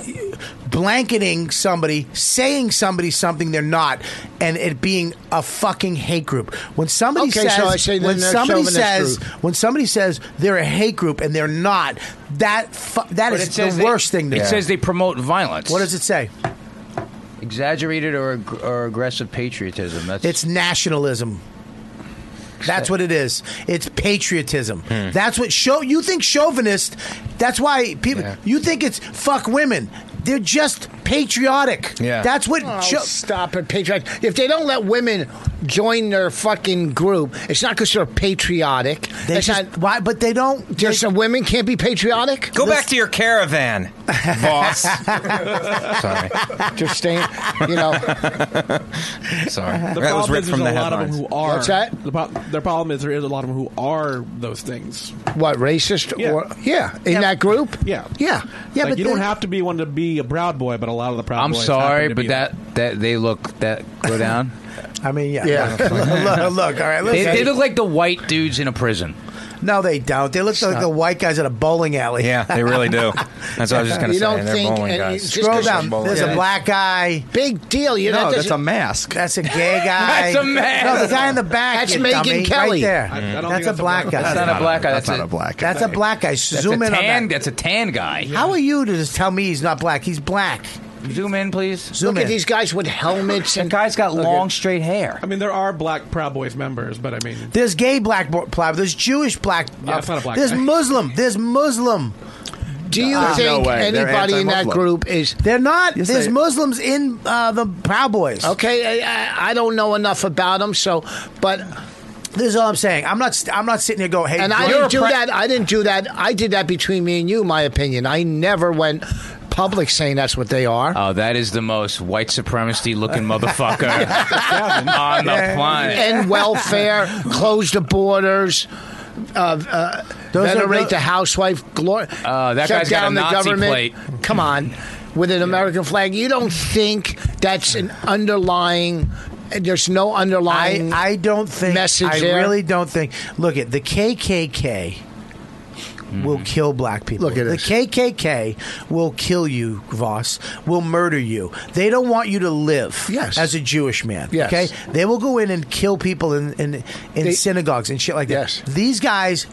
Speaker 2: blanketing somebody, saying somebody something they're not, and it being a fucking hate group. When somebody
Speaker 9: Okay,
Speaker 2: says,
Speaker 9: so I say then
Speaker 2: when
Speaker 9: they're a
Speaker 2: somebody
Speaker 9: chauvinist
Speaker 2: says,
Speaker 9: group.
Speaker 2: when somebody says they're a hate group and they're not, that fu- that
Speaker 4: But
Speaker 2: is
Speaker 4: it says
Speaker 2: the
Speaker 4: they-
Speaker 2: worst thing to
Speaker 4: It
Speaker 2: me.
Speaker 4: says they promote violence.
Speaker 2: what does it say?
Speaker 4: Exaggerated or, ag- or aggressive patriotism. That's
Speaker 2: It's nationalism. That's what it is. It's patriotism.
Speaker 4: Hmm.
Speaker 2: That's what show you think chauvinist. That's why people
Speaker 4: Yeah.
Speaker 2: you think it's fuck women. They're just patriotic.
Speaker 8: Yeah.
Speaker 2: That's what
Speaker 9: Oh,
Speaker 2: cho-
Speaker 9: stop it, patriotic. If they don't let women join their fucking group, it's not because they're patriotic.
Speaker 2: they
Speaker 9: it's
Speaker 2: just,
Speaker 9: not.
Speaker 2: why but they don't
Speaker 9: There's some women can't be patriotic.
Speaker 8: Go back to your
Speaker 2: [LAUGHS]
Speaker 8: caravan, boss. Sorry.
Speaker 9: Just staying,
Speaker 5: [LAUGHS]
Speaker 9: you know.
Speaker 8: Sorry.
Speaker 5: The
Speaker 8: that was
Speaker 5: problem
Speaker 8: ripped
Speaker 5: is
Speaker 8: from the
Speaker 5: there's a lot
Speaker 8: headlines.
Speaker 5: of them who are.
Speaker 9: What's that?
Speaker 5: The, pro- their problem is there is a lot of them who are those things.
Speaker 9: What racist
Speaker 5: Yeah.
Speaker 9: or yeah in that group?
Speaker 5: Yeah.
Speaker 9: yeah, yeah.
Speaker 5: Like,
Speaker 9: but
Speaker 5: you don't
Speaker 9: the-
Speaker 5: have to be one to be a proud boy, but a lot of the proud
Speaker 4: I'm
Speaker 5: boys. happen
Speaker 4: sorry,
Speaker 5: to
Speaker 4: but
Speaker 5: be
Speaker 4: that, that they look that go down.
Speaker 2: [LAUGHS] I mean yeah.
Speaker 9: Yeah.
Speaker 2: [LAUGHS] look, look, all right,
Speaker 4: they,
Speaker 2: listen.
Speaker 4: they look like the white dudes in a prison.
Speaker 2: No, they don't. They look like the white guys at a bowling alley.
Speaker 8: Yeah, they really do. That's what I was just going to
Speaker 2: [LAUGHS] You
Speaker 8: say.
Speaker 2: don't
Speaker 8: They're
Speaker 2: think-
Speaker 8: bowling
Speaker 2: and
Speaker 8: guys.
Speaker 2: you just Scroll down. bowling There's a guys. black guy.
Speaker 9: Big deal. You know, that doesn't-
Speaker 7: mask.
Speaker 2: That's a gay guy.
Speaker 9: That's a mask.
Speaker 2: No, the guy in the back.
Speaker 9: That's
Speaker 2: you
Speaker 9: Megyn
Speaker 2: dummy,
Speaker 9: Kelly.
Speaker 2: right there.
Speaker 9: I- I don't
Speaker 2: Mm. that's,
Speaker 9: think
Speaker 2: a black guy.
Speaker 4: That's not a black guy. That's a-
Speaker 2: That's a black guy.
Speaker 4: That's
Speaker 2: Zoom
Speaker 4: a
Speaker 2: in on
Speaker 4: tan-
Speaker 2: that.
Speaker 4: That's a tan guy.
Speaker 2: How are you to just tell me he's not black? He's black.
Speaker 4: Zoom in, please.
Speaker 2: Zoom in.
Speaker 9: guys with
Speaker 2: [LAUGHS]
Speaker 9: helmets. And
Speaker 2: guys got long, straight hair.
Speaker 5: I mean, there are black Proud Boys members, but I mean,
Speaker 2: There's gay black bo- plow. There's Jewish black.
Speaker 5: Yeah, it's not a black
Speaker 2: There's
Speaker 5: guy.
Speaker 2: Muslim. There's Muslim. Ah,
Speaker 9: Do you think anybody in that group is?
Speaker 2: They're not.
Speaker 9: Yes,
Speaker 2: There's
Speaker 9: they-
Speaker 2: Muslims in uh, the Proud Boys.
Speaker 9: Okay, I, I- I don't know enough about them, so but.
Speaker 2: This is all I'm saying. I'm not. I'm not sitting here going, "Hey,
Speaker 9: and I
Speaker 2: you're a
Speaker 9: didn't do
Speaker 2: pre-
Speaker 9: that. I didn't do that. I did that between me and you. My opinion. I never went public saying that's what they are.
Speaker 4: Oh, that is the most white supremacy
Speaker 2: [LAUGHS]
Speaker 4: looking motherfucker on the planet.
Speaker 9: And welfare, close the borders, uh, uh,
Speaker 4: Those are
Speaker 9: venerate
Speaker 4: no-
Speaker 9: the housewife, glory,
Speaker 4: Uh, that
Speaker 9: shut
Speaker 4: guy's got
Speaker 9: down
Speaker 4: a
Speaker 9: the
Speaker 4: Nazi
Speaker 9: government.
Speaker 4: plate.
Speaker 9: Come on, with an American flag, you don't think that's an underlying? There's no underlying.
Speaker 2: I don't think.
Speaker 9: message
Speaker 2: I
Speaker 9: there.
Speaker 2: really don't think. Look at the KKK. Will kill black people. Look at the KKK will kill you, Voss. Will murder you. They don't want you to live yes. as a Jewish man.
Speaker 9: Yes.
Speaker 2: Okay, they will go in and kill people in in, in
Speaker 9: They-
Speaker 2: synagogues and shit like that.
Speaker 9: Yes.
Speaker 2: These guys,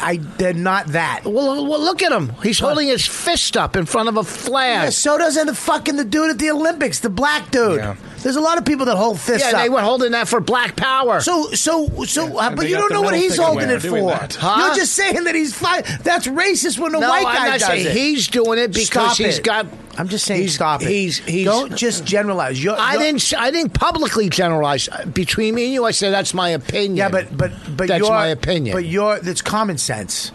Speaker 2: I they're not that.
Speaker 9: Well, well, look at him. He's holding his fist up in front of a flag.
Speaker 2: Yeah, so does the fucking the dude at the Olympics, the black dude. There's a lot of people that hold fists
Speaker 9: Yeah,
Speaker 2: up.
Speaker 9: they were holding that for black power.
Speaker 2: So, so, so, uh,
Speaker 9: and
Speaker 2: but
Speaker 9: they
Speaker 2: you
Speaker 9: got
Speaker 2: don't
Speaker 9: the
Speaker 2: know what
Speaker 9: medal
Speaker 2: he's
Speaker 9: taken
Speaker 2: holding
Speaker 9: away
Speaker 2: it
Speaker 9: for doing
Speaker 2: for.
Speaker 9: that. Huh?
Speaker 2: You're just saying that he's fine. That's racist when a
Speaker 9: No,
Speaker 2: white
Speaker 9: I'm
Speaker 2: guy
Speaker 9: not
Speaker 2: does
Speaker 9: saying
Speaker 2: it.
Speaker 9: he's doing it because
Speaker 2: Stop
Speaker 9: he's
Speaker 2: it.
Speaker 9: got-
Speaker 2: I'm just saying,
Speaker 9: he's-
Speaker 2: stop it.
Speaker 9: he's- he's-
Speaker 2: don't just generalize. You're,
Speaker 9: I
Speaker 2: you're-
Speaker 9: didn't. I didn't publicly generalize.
Speaker 2: Uh,
Speaker 9: Between me and you, I said that's my opinion. Yeah,
Speaker 2: but but But
Speaker 9: that's
Speaker 2: you're,
Speaker 9: my opinion.
Speaker 2: But you're it's common sense.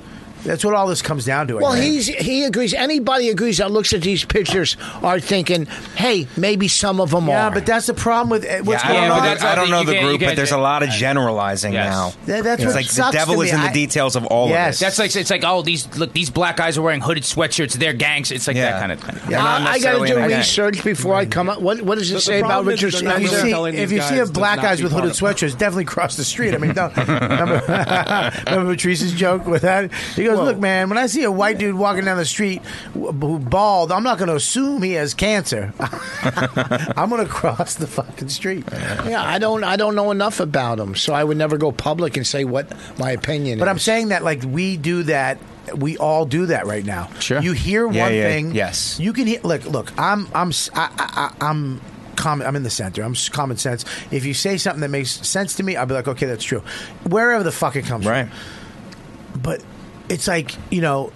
Speaker 2: That's what all this comes down to. I
Speaker 9: well,
Speaker 2: think.
Speaker 9: he's he agrees. Anybody agrees that looks at these pictures are thinking, hey, maybe some of them
Speaker 2: yeah,
Speaker 9: are.
Speaker 2: but that's the problem with
Speaker 9: eh,
Speaker 2: uh, what's
Speaker 8: yeah,
Speaker 2: going
Speaker 8: I,
Speaker 2: on.
Speaker 8: but that's- I don't know the
Speaker 4: can't- you
Speaker 8: group, but
Speaker 4: can't-
Speaker 8: there's a lot of generalizing now.
Speaker 2: That- that's
Speaker 8: it's
Speaker 2: what
Speaker 8: like
Speaker 2: sucks
Speaker 8: the
Speaker 2: to
Speaker 8: devil
Speaker 2: me.
Speaker 8: is in the
Speaker 2: I-
Speaker 8: details of all of it.
Speaker 4: That's like it's like oh these look these black guys are wearing hooded sweatshirts. They're gangs. It's like that kind of thing.
Speaker 9: Uh, I got to do research before I come up. What, what does it
Speaker 5: The- the
Speaker 9: say about
Speaker 5: problem is
Speaker 9: Richard?
Speaker 5: they're not
Speaker 2: If you
Speaker 5: really
Speaker 2: see,
Speaker 5: telling
Speaker 2: if
Speaker 5: these
Speaker 2: you see a
Speaker 5: guys to
Speaker 2: black
Speaker 5: not
Speaker 2: guys
Speaker 5: be
Speaker 2: with
Speaker 5: part
Speaker 2: hooded
Speaker 5: of them.
Speaker 2: sweatshirts, definitely cross the street. I
Speaker 5: [LAUGHS]
Speaker 2: mean, don't, remember, [LAUGHS] remember Patrice's joke with that? He goes, "Look, man, when I see a white dude walking down the street w- who bald, I'm not going to assume he has cancer. [LAUGHS] I'm going to cross the fucking street."
Speaker 9: Yeah, I don't. I don't know enough about them, so I would never go public and say what my opinion.
Speaker 2: But
Speaker 9: is.
Speaker 2: I'm saying that like we do that. We all do that right now. Sure. You hear
Speaker 8: Yeah,
Speaker 2: one
Speaker 8: yeah,
Speaker 2: thing.
Speaker 8: yes.
Speaker 2: You can hear. Look, look. I'm. I'm. s- I, I, am Common, I'm in the center. I'm s- common sense. If you say something that makes sense to me, I'll be like, okay, that's true. Wherever the fuck it comes right. from. But it's like, you know,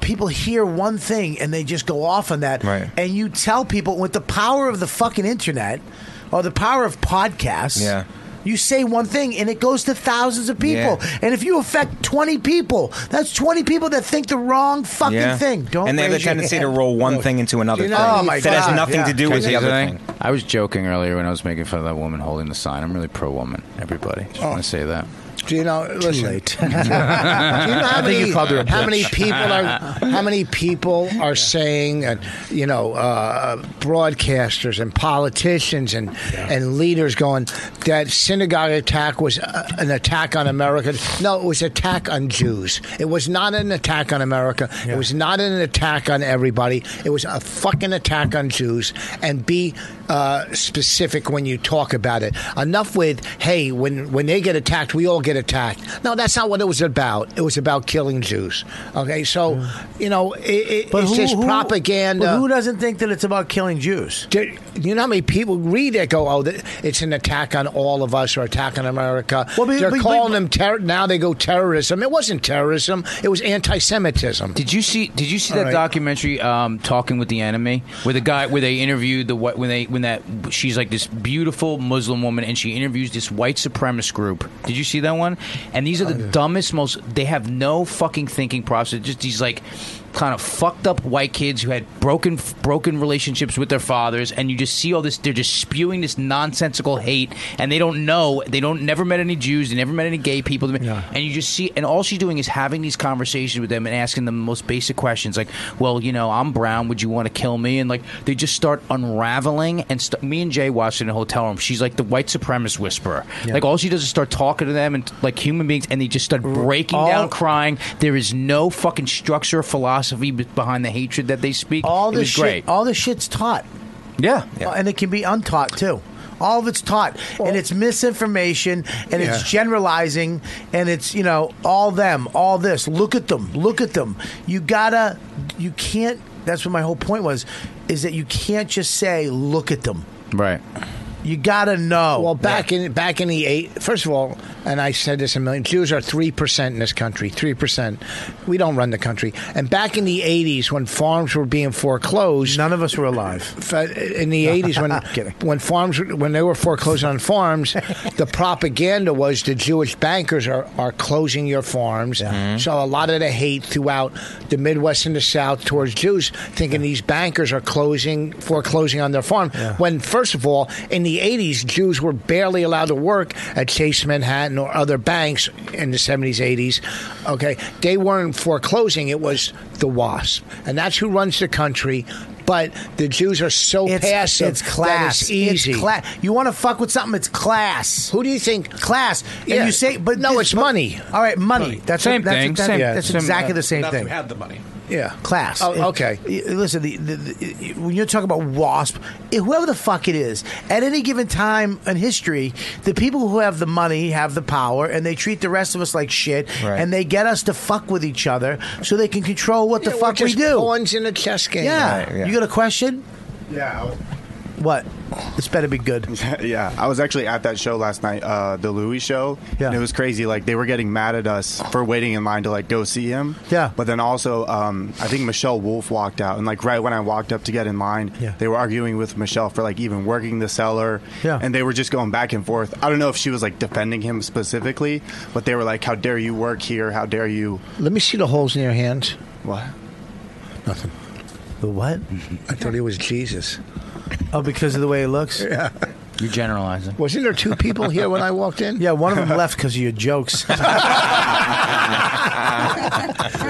Speaker 2: people hear one thing and they just go off on that.
Speaker 8: Right.
Speaker 2: And you tell people with the power of the fucking internet or the power of podcasts.
Speaker 8: Yeah.
Speaker 2: You say one thing and it goes to thousands of people.
Speaker 8: Yeah.
Speaker 2: And if you affect 20 people, that's 20 people that think the wrong fucking
Speaker 8: Yeah.
Speaker 2: thing. Don't
Speaker 8: and they have the
Speaker 2: raise your
Speaker 8: tendency to
Speaker 2: hand.
Speaker 8: roll one thing into another
Speaker 2: you
Speaker 8: thing
Speaker 2: know- Oh, my
Speaker 8: that has
Speaker 2: God,
Speaker 8: nothing
Speaker 2: yeah.
Speaker 8: to do
Speaker 4: Can I
Speaker 8: with
Speaker 4: say
Speaker 8: the other
Speaker 4: something?
Speaker 8: thing.
Speaker 4: I was joking earlier when I was making fun of that woman holding the sign. I'm really pro woman. Everybody,
Speaker 2: Oh.
Speaker 4: just want to say that.
Speaker 9: Do you know? Listen,
Speaker 2: late.
Speaker 9: do you know how
Speaker 4: I think
Speaker 9: many,
Speaker 4: you called her a
Speaker 9: how
Speaker 4: bitch.
Speaker 9: many people are how many people are saying and you know uh, broadcasters and politicians and and leaders going that synagogue attack was uh, an attack on America? No, it was attack on Jews. It was not an attack on America. It was not an attack on everybody. It was a fucking attack on Jews. And be uh, specific when you talk about it. Enough with hey, when when they get attacked, we all get attacked. No, that's not what it was about. It was about killing Jews. Okay, so you know it, it,
Speaker 2: But
Speaker 9: it's
Speaker 2: who-
Speaker 9: just
Speaker 2: who-
Speaker 9: propaganda.
Speaker 2: but who doesn't think that it's about killing Jews?
Speaker 9: Do- you know how many people read it go, oh, th- it's an attack on all of us or attack on America.
Speaker 2: Well, but-
Speaker 9: They're
Speaker 2: but- but-
Speaker 9: calling them terror. Now they go terrorism. It wasn't terrorism. It was anti-Semitism.
Speaker 4: Did you see? Did you see
Speaker 9: All
Speaker 4: that
Speaker 9: right.
Speaker 4: documentary, um, Talking with the Enemy, where the guy where they interviewed the what when they when that she's like this beautiful Muslim woman and she interviews this white supremacist group. Did you see that one? And these are the dumbest, most they have no fucking thinking process. Just these like kind of fucked up white kids who had broken broken relationships with their fathers, and you just see all this. They're just spewing this nonsensical hate, and they don't know. They don't never met any Jews. They never met any gay people. And you just see, and all she's doing is having these conversations with them and asking them the most basic questions, like, "Well, you know, I'm brown. Would you want to kill me?" And like, they just start unraveling. And st- me and Jay watched it in a hotel room. She's like the white supremacist whisperer.
Speaker 2: Yeah.
Speaker 4: Like all she does is start talking to them and like human beings, and they just start breaking down, crying. There is no fucking structure or philosophy be- behind the hatred that they speak.
Speaker 2: all
Speaker 4: it
Speaker 2: this
Speaker 4: was
Speaker 2: shit,
Speaker 4: great.
Speaker 2: all this shit's taught. Oh,
Speaker 4: Yeah.
Speaker 2: and it can be untaught too. All of it's taught, and it's misinformation, and it's
Speaker 4: Yeah.
Speaker 2: generalizing, and it's you know all them, all this. Look at them, look at them. You gotta, you can't. That's what my whole point was, is that you can't just say look at them.
Speaker 4: Right.
Speaker 2: You gotta know.
Speaker 9: Well, back in back in the eight, first of all, and I said this a million. Jews are three percent in this country. Three percent. We don't run the country. And back in the eighties, when farms were being foreclosed,
Speaker 2: none of us were alive.
Speaker 9: In the eighties,
Speaker 2: [LAUGHS]
Speaker 9: when when farms when they were foreclosed on farms, the propaganda was the Jewish bankers are are closing your farms. So a lot of the hate throughout the Midwest and the South towards Jews, thinking these bankers are closing foreclosing on their farm. When first of all, in the eighties, Jews were barely allowed to work at Chase Manhattan or other banks in the seventies, eighties. Okay, they weren't foreclosing; it was the WASP, and that's who runs the country. But the Jews are so passive.
Speaker 2: It's class.
Speaker 9: That it's easy.
Speaker 2: It's cla- you want to fuck with something? It's class. Who
Speaker 9: do you think?
Speaker 2: Class.
Speaker 9: Yeah.
Speaker 2: And you say, but
Speaker 9: No,
Speaker 2: this-
Speaker 9: it's money.
Speaker 2: All right, money. That's
Speaker 9: Same
Speaker 2: that's,
Speaker 9: thing,
Speaker 2: That's,
Speaker 9: same-
Speaker 2: that's
Speaker 9: same-
Speaker 2: exactly
Speaker 9: uh,
Speaker 2: the same
Speaker 9: not
Speaker 2: thing.
Speaker 9: who had the
Speaker 5: money.
Speaker 2: Yeah, class.
Speaker 9: Oh, okay.
Speaker 2: Y- Listen, the, the, the, when you're talking about WASP, eh, whoever the fuck it is, at any given time in history, the people who have the money have the power, and they treat the rest of us like shit,
Speaker 9: Right.
Speaker 2: and they get us to fuck with each other so they can control what the
Speaker 9: Yeah, we're
Speaker 2: fuck we
Speaker 9: just
Speaker 2: do.
Speaker 9: Pawns in a chess game.
Speaker 2: Yeah. You got
Speaker 9: [LAUGHS]
Speaker 2: a question?
Speaker 12: Yeah.
Speaker 2: What? This better be good.
Speaker 12: [LAUGHS] yeah, I was actually at that show last night, uh, the Louis show. Yeah. And it was crazy. Like they were getting mad at us for waiting in line to like go see him.
Speaker 2: Yeah.
Speaker 12: But then also, um, I think Michelle Wolf walked out, and like right when I walked up to get in line,
Speaker 2: Yeah.
Speaker 12: they were arguing with Michelle for like even working the seller.
Speaker 2: Yeah.
Speaker 12: And they were just going back and forth. I don't know if she was like defending him specifically, but they were like, "How dare you work here? How dare you?"
Speaker 9: Let me see the holes in your hands.
Speaker 12: What?
Speaker 9: Nothing.
Speaker 2: The what?
Speaker 9: I thought he was Jesus.
Speaker 2: Oh, because of the way he looks?
Speaker 9: yeah.
Speaker 4: You're generalizing.
Speaker 9: Wasn't there two
Speaker 2: [LAUGHS]
Speaker 9: people here when I walked in?
Speaker 2: Yeah, one of them left because of
Speaker 9: [LAUGHS]
Speaker 2: your jokes.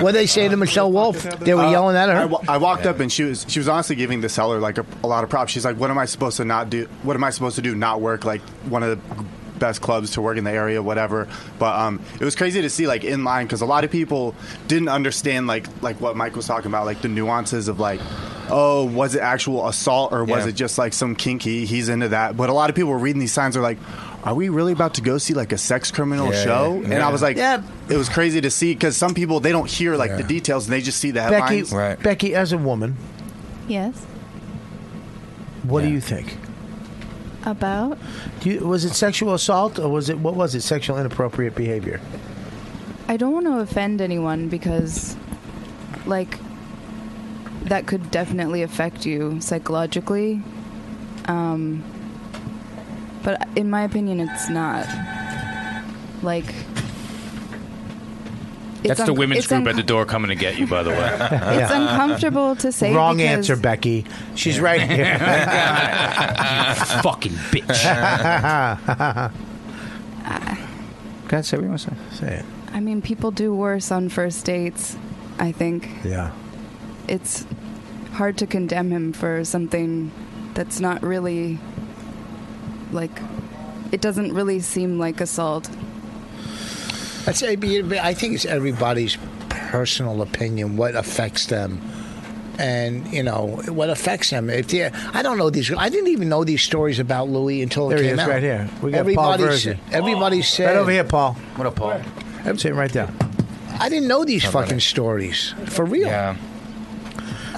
Speaker 9: what they say to Michelle Wolf? They were
Speaker 12: Uh,
Speaker 9: yelling at her.
Speaker 12: I, wa- I walked up and she was she was honestly giving the seller like a, a lot of props. She's like, "What am I supposed to not do? What am I supposed to do? Not work like one of the best clubs to work in the area, whatever." But um, it was crazy to see like in line because a lot of people didn't understand like like what Mike was talking about, like the nuances of like. Oh, was it actual assault or was
Speaker 6: Yeah.
Speaker 12: it just like some kinky? He's into that. But a lot of people were reading these signs are like, are we really about to go see like a sex criminal
Speaker 6: Yeah,
Speaker 12: show?
Speaker 6: yeah,
Speaker 12: And
Speaker 6: yeah.
Speaker 12: I was like,
Speaker 2: Yeah.
Speaker 12: it was crazy to see because some people they don't hear like the
Speaker 2: Yeah.
Speaker 12: details and they just see the
Speaker 2: Becky,
Speaker 12: headlines.
Speaker 2: Becky, as a woman,
Speaker 13: [LAUGHS] Yes.
Speaker 2: what do you think?
Speaker 13: About?
Speaker 2: Do you, was it sexual assault or was it what was it? Sexual inappropriate behavior.
Speaker 13: I don't want to offend anyone because, like, that could definitely affect you psychologically. Um, but in my opinion, it's not. Like, it's
Speaker 4: That's the
Speaker 13: unc-
Speaker 4: women's
Speaker 13: it's
Speaker 4: group
Speaker 13: unc-
Speaker 4: at the door coming to get you, by the way.
Speaker 2: [LAUGHS]
Speaker 13: It's uncomfortable to say.
Speaker 2: Wrong
Speaker 13: because-
Speaker 2: answer, Becky. She's
Speaker 8: [LAUGHS]
Speaker 2: right here.
Speaker 4: You fucking
Speaker 2: [LAUGHS] bitch.
Speaker 13: Uh,
Speaker 4: God, say what you want to say.
Speaker 2: Say it.
Speaker 13: I mean, people do worse on first dates. I think
Speaker 2: Yeah.
Speaker 13: it's hard to condemn him for something that's not really like it doesn't really seem like assault.
Speaker 9: That's, I mean, I think it's everybody's personal opinion what affects them, and you know what affects them. If they, I don't know these. I didn't even know these stories about Louis until it
Speaker 2: There he
Speaker 9: came
Speaker 2: is,
Speaker 9: out.
Speaker 2: right here. We got
Speaker 9: everybody
Speaker 2: Paul
Speaker 9: sa-
Speaker 2: Verzi.
Speaker 9: Everybody said
Speaker 2: Right over here, Paul.
Speaker 4: What up, Paul?
Speaker 2: Sitting right there.
Speaker 9: I didn't know these
Speaker 2: Not
Speaker 9: fucking
Speaker 2: funny.
Speaker 9: stories for real. Yeah.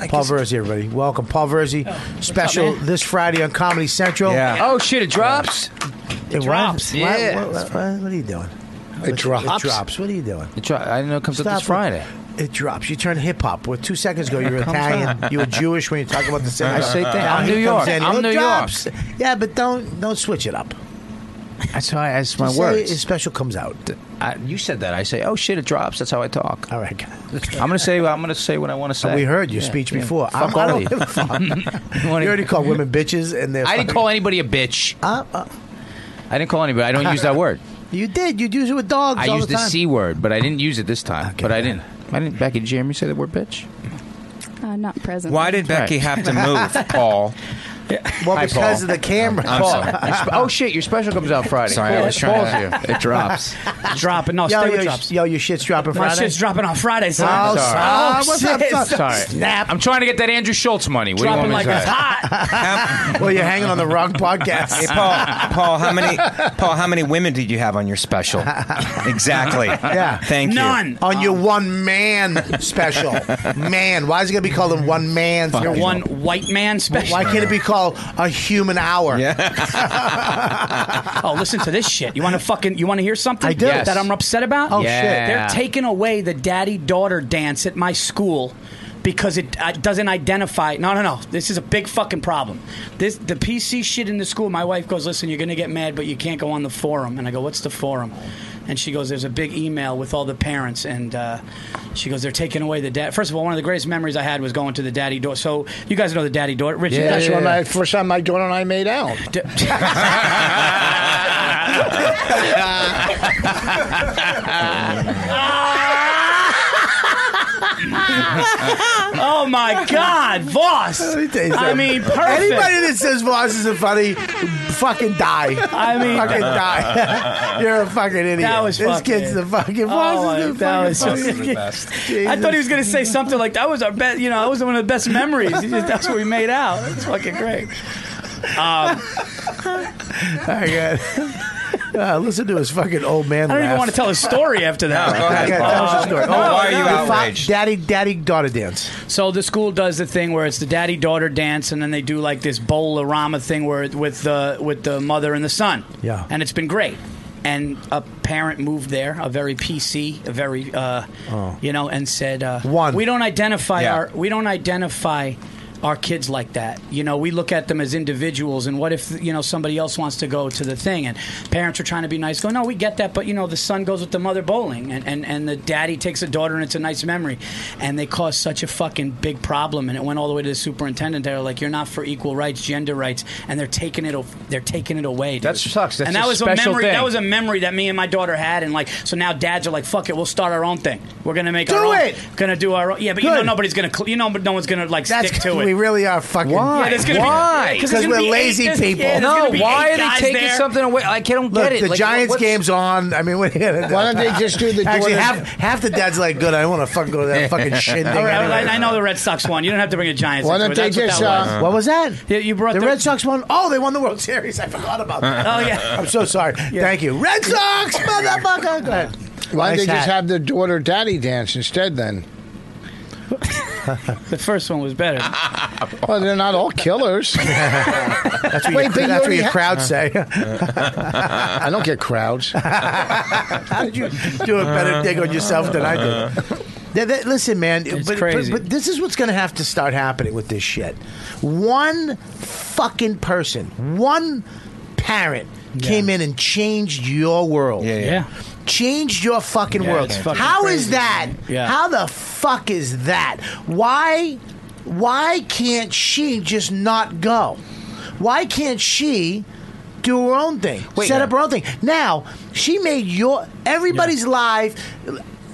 Speaker 2: Paul Verzi, everybody. Welcome. Paul
Speaker 4: Oh,
Speaker 2: Verzi, special
Speaker 9: man?
Speaker 2: this Friday on Comedy Central.
Speaker 4: Yeah. Oh, shit, it drops?
Speaker 2: It, drops.
Speaker 4: Yeah.
Speaker 2: What, what- what- what are you doing?
Speaker 4: It
Speaker 2: It
Speaker 4: drops?
Speaker 2: drops. What are you doing?
Speaker 4: It dro- I didn't know it comes out
Speaker 2: Stop
Speaker 4: this Friday.
Speaker 2: It, it drops. You turn hip hop. Well, two seconds ago, you were
Speaker 4: [LAUGHS] It comes
Speaker 2: Italian.
Speaker 4: out.
Speaker 2: You were Jewish when you talk about the same.
Speaker 4: I say that.
Speaker 2: Now
Speaker 4: I'm
Speaker 2: he
Speaker 4: New
Speaker 2: comes
Speaker 4: York.
Speaker 2: in.
Speaker 4: I'm
Speaker 2: It
Speaker 4: New
Speaker 2: drops. Yeah, but don't don't switch it up.
Speaker 4: That's why. That's
Speaker 2: Just
Speaker 4: my
Speaker 2: say
Speaker 4: words.
Speaker 2: His special comes out.
Speaker 14: I, you said that. I say, oh shit, it drops. That's how I talk.
Speaker 2: All right.
Speaker 14: [LAUGHS] I'm gonna say. I'm gonna say what I want to say.
Speaker 2: we heard your
Speaker 14: Yeah,
Speaker 2: speech
Speaker 14: yeah.
Speaker 2: before. I'm-
Speaker 14: Fuck
Speaker 2: I
Speaker 14: all
Speaker 2: don't
Speaker 14: of
Speaker 2: give
Speaker 14: you.
Speaker 2: a
Speaker 4: [LAUGHS]
Speaker 2: fuck. you already called women bitches, and
Speaker 14: [LAUGHS]
Speaker 2: they're
Speaker 14: I didn't
Speaker 2: fucking-
Speaker 14: call anybody a bitch.
Speaker 2: Uh,
Speaker 14: I didn't call anybody. I don't use
Speaker 2: [LAUGHS]
Speaker 14: that word.
Speaker 2: You did. You'd use it with dogs.
Speaker 14: I
Speaker 2: all
Speaker 14: used
Speaker 2: the
Speaker 14: the,
Speaker 2: time.
Speaker 14: c word, but I didn't use it this time. but I didn't. I didn't. Becky, did you hear me say the word bitch?
Speaker 13: Uh, not present.
Speaker 4: [LAUGHS]
Speaker 2: [LAUGHS]
Speaker 14: Paul?
Speaker 2: Well,
Speaker 14: Hi,
Speaker 2: because
Speaker 14: Paul.
Speaker 2: of the camera.
Speaker 14: I'm
Speaker 2: Paul.
Speaker 14: sorry. Your sp- oh shit, your special comes out Friday.
Speaker 2: Sorry, I
Speaker 14: Cool.
Speaker 2: was trying
Speaker 14: Paul's
Speaker 2: to-
Speaker 14: here. [LAUGHS]
Speaker 2: It drops.
Speaker 15: Dropping. No,
Speaker 2: yo,
Speaker 15: stay with
Speaker 2: yo,
Speaker 15: drops.
Speaker 2: yo, your
Speaker 15: [LAUGHS]
Speaker 2: shit's dropping
Speaker 15: My
Speaker 2: Friday.
Speaker 15: shit's dropping on Friday, son.
Speaker 2: Oh, sorry.
Speaker 15: Oh,
Speaker 2: What's up,
Speaker 15: shit.
Speaker 2: son?
Speaker 15: Sorry.
Speaker 14: Snap. I'm trying to get that Andrew Schultz money. What
Speaker 15: Dropping
Speaker 14: do you
Speaker 15: like
Speaker 14: want me to
Speaker 15: it's
Speaker 14: say?
Speaker 2: hot. well, you're hanging on the wrong podcast.
Speaker 8: Hey, Paul, Paul, how many Paul, how many women did you have on your special? Exactly.
Speaker 2: Yeah.
Speaker 8: [LAUGHS] Thank you.
Speaker 2: On
Speaker 15: Um,
Speaker 2: your one man
Speaker 15: [LAUGHS]
Speaker 2: special. Man. Why is it going to be called a one man
Speaker 15: Your
Speaker 2: special?
Speaker 15: one white man special.
Speaker 2: Why can't it be called a human hour?
Speaker 15: oh, listen to this shit. You want to fucking you want to hear something?
Speaker 2: I do. Yes.
Speaker 15: That I'm upset about.
Speaker 2: Oh, shit. Yeah.
Speaker 15: They're taking away the daddy daughter dance at my school because it uh, doesn't identify. No, no, no. This is a big fucking problem. This the PC shit in the school. My wife goes, "Listen, you're gonna get mad, but you can't go on the forum." And I go, "What's the forum?" And she goes, "There's a big email with all the parents." And uh, she goes, "They're taking away the dad." First of all, one of the greatest memories I had was going to the daddy door. So you guys know the daddy door, Richard.
Speaker 9: Yeah, that's when my first time my daughter and I made
Speaker 2: [LAUGHS]
Speaker 9: out.
Speaker 15: [LAUGHS]
Speaker 2: [LAUGHS]
Speaker 14: [LAUGHS]
Speaker 15: [LAUGHS] oh my God, Voss! I mean, perfect.
Speaker 2: Anybody that says Voss isn't funny, fucking die.
Speaker 15: I mean- [LAUGHS]
Speaker 2: fucking die. [LAUGHS] You're a fucking idiot.
Speaker 15: That was
Speaker 2: this
Speaker 15: fucking
Speaker 2: kid's
Speaker 15: it.
Speaker 2: the fucking
Speaker 15: Oh,
Speaker 2: Voss is the
Speaker 15: that
Speaker 2: fucking
Speaker 15: was-
Speaker 2: funny.
Speaker 15: Voss is the best. I thought he was going to say something like that was our best. You know, that was one of the best memories. He just, that's what we made out. That's fucking great. Um,
Speaker 2: I got.
Speaker 15: [LAUGHS]
Speaker 2: Uh, listen to his fucking old man.
Speaker 15: I don't even want to tell his story after that.
Speaker 2: Okay, tell us a story.
Speaker 15: Uh,
Speaker 2: Oh,
Speaker 15: no,
Speaker 2: why are you
Speaker 15: no.
Speaker 2: outraged? Daddy, daddy, daughter dance.
Speaker 15: So the school does the thing where it's the daddy daughter dance, and then they do like this bowl of rama thing where with the with the mother and the son.
Speaker 2: Yeah.
Speaker 15: and it's been great. And a parent moved there, a very PC, a very uh,
Speaker 2: Oh.
Speaker 15: you know, and said, uh, "We don't identify our we don't identify our kids like that. You know, we look at them as individuals. And what if you know somebody else wants to go to the thing? And parents are trying to be nice, go, no, we get that, but you know, the son goes with the mother bowling, and and and the daddy takes a daughter, and it's a nice memory. And they caused such a fucking big problem, and it went all the way to the superintendent. They're like, you're not for equal rights, gender rights, and they're taking it, o- they're taking it away. Dude. That
Speaker 14: sucks. That's
Speaker 15: and that
Speaker 14: a
Speaker 15: was a
Speaker 14: special
Speaker 15: memory.
Speaker 14: thing.
Speaker 15: That was a memory that me and my daughter had, and like, so now dads are like, "Fuck it, we'll start our own thing. We're gonna make
Speaker 2: Do
Speaker 15: our own.
Speaker 2: it!"
Speaker 15: Gonna do our own. Yeah, but you
Speaker 2: Good.
Speaker 15: know nobody's gonna. Cl- you know, but no one's gonna like stick to it.
Speaker 2: [LAUGHS] We really are fucking.
Speaker 15: Yeah, there's gonna be-
Speaker 14: Why?
Speaker 2: Because
Speaker 15: there's gonna
Speaker 2: we're
Speaker 15: be eight-
Speaker 2: lazy
Speaker 15: there's- yeah,
Speaker 2: people.
Speaker 15: there's gonna be eight guys there.
Speaker 14: away? Like, I don't
Speaker 2: Look,
Speaker 14: get it.
Speaker 2: the
Speaker 14: Like,
Speaker 2: Giants
Speaker 14: what's-
Speaker 2: game's on. I mean, [LAUGHS] what are you gonna do?
Speaker 9: Why don't they just do the
Speaker 2: Actually,
Speaker 9: daughter-
Speaker 2: half, half the dads are like, good. I don't want to fucking go to that fucking shit.
Speaker 15: All right, I, I know the Red Sox won. You don't have to bring the Giants.
Speaker 2: Why
Speaker 15: into
Speaker 2: don't
Speaker 15: it.
Speaker 2: they
Speaker 15: That's what
Speaker 2: just,
Speaker 15: that
Speaker 2: uh, What was that?
Speaker 15: Yeah, you brought
Speaker 2: The Red Sox won. Oh, they won the World Series. I forgot about that.
Speaker 15: [LAUGHS] Oh,
Speaker 9: [LAUGHS]
Speaker 15: yeah.
Speaker 2: I'm so sorry. Thank you, Red
Speaker 15: [LAUGHS]
Speaker 2: Sox, motherfucker. Go ahead.
Speaker 9: Why don't
Speaker 2: Nice
Speaker 9: they just
Speaker 2: hat.
Speaker 9: have the daughter daddy dance instead then?
Speaker 15: the first one was better.
Speaker 9: [LAUGHS] well, they're not all killers. that's
Speaker 2: what your- [LAUGHS] that's what your crowd say.
Speaker 9: [LAUGHS]
Speaker 2: [LAUGHS]
Speaker 9: I don't get
Speaker 15: [LAUGHS]
Speaker 9: crowds.
Speaker 2: How did you do a better dig on yourself than I did? Yeah, that- listen, man, but,
Speaker 9: crazy.
Speaker 2: But, but this is what's going to have to start happening with this shit. One fucking person, one parent came in and changed your world. Yeah,
Speaker 15: yeah.
Speaker 2: Changed your fucking
Speaker 15: Yeah,
Speaker 2: world.
Speaker 15: it's
Speaker 2: How is
Speaker 15: fucking crazy,
Speaker 2: that?
Speaker 15: man. Yeah.
Speaker 2: How the fuck is that? Why? Why can't she just not go? Why can't she do her own thing? set up her own thing. Now she made your everybody's life.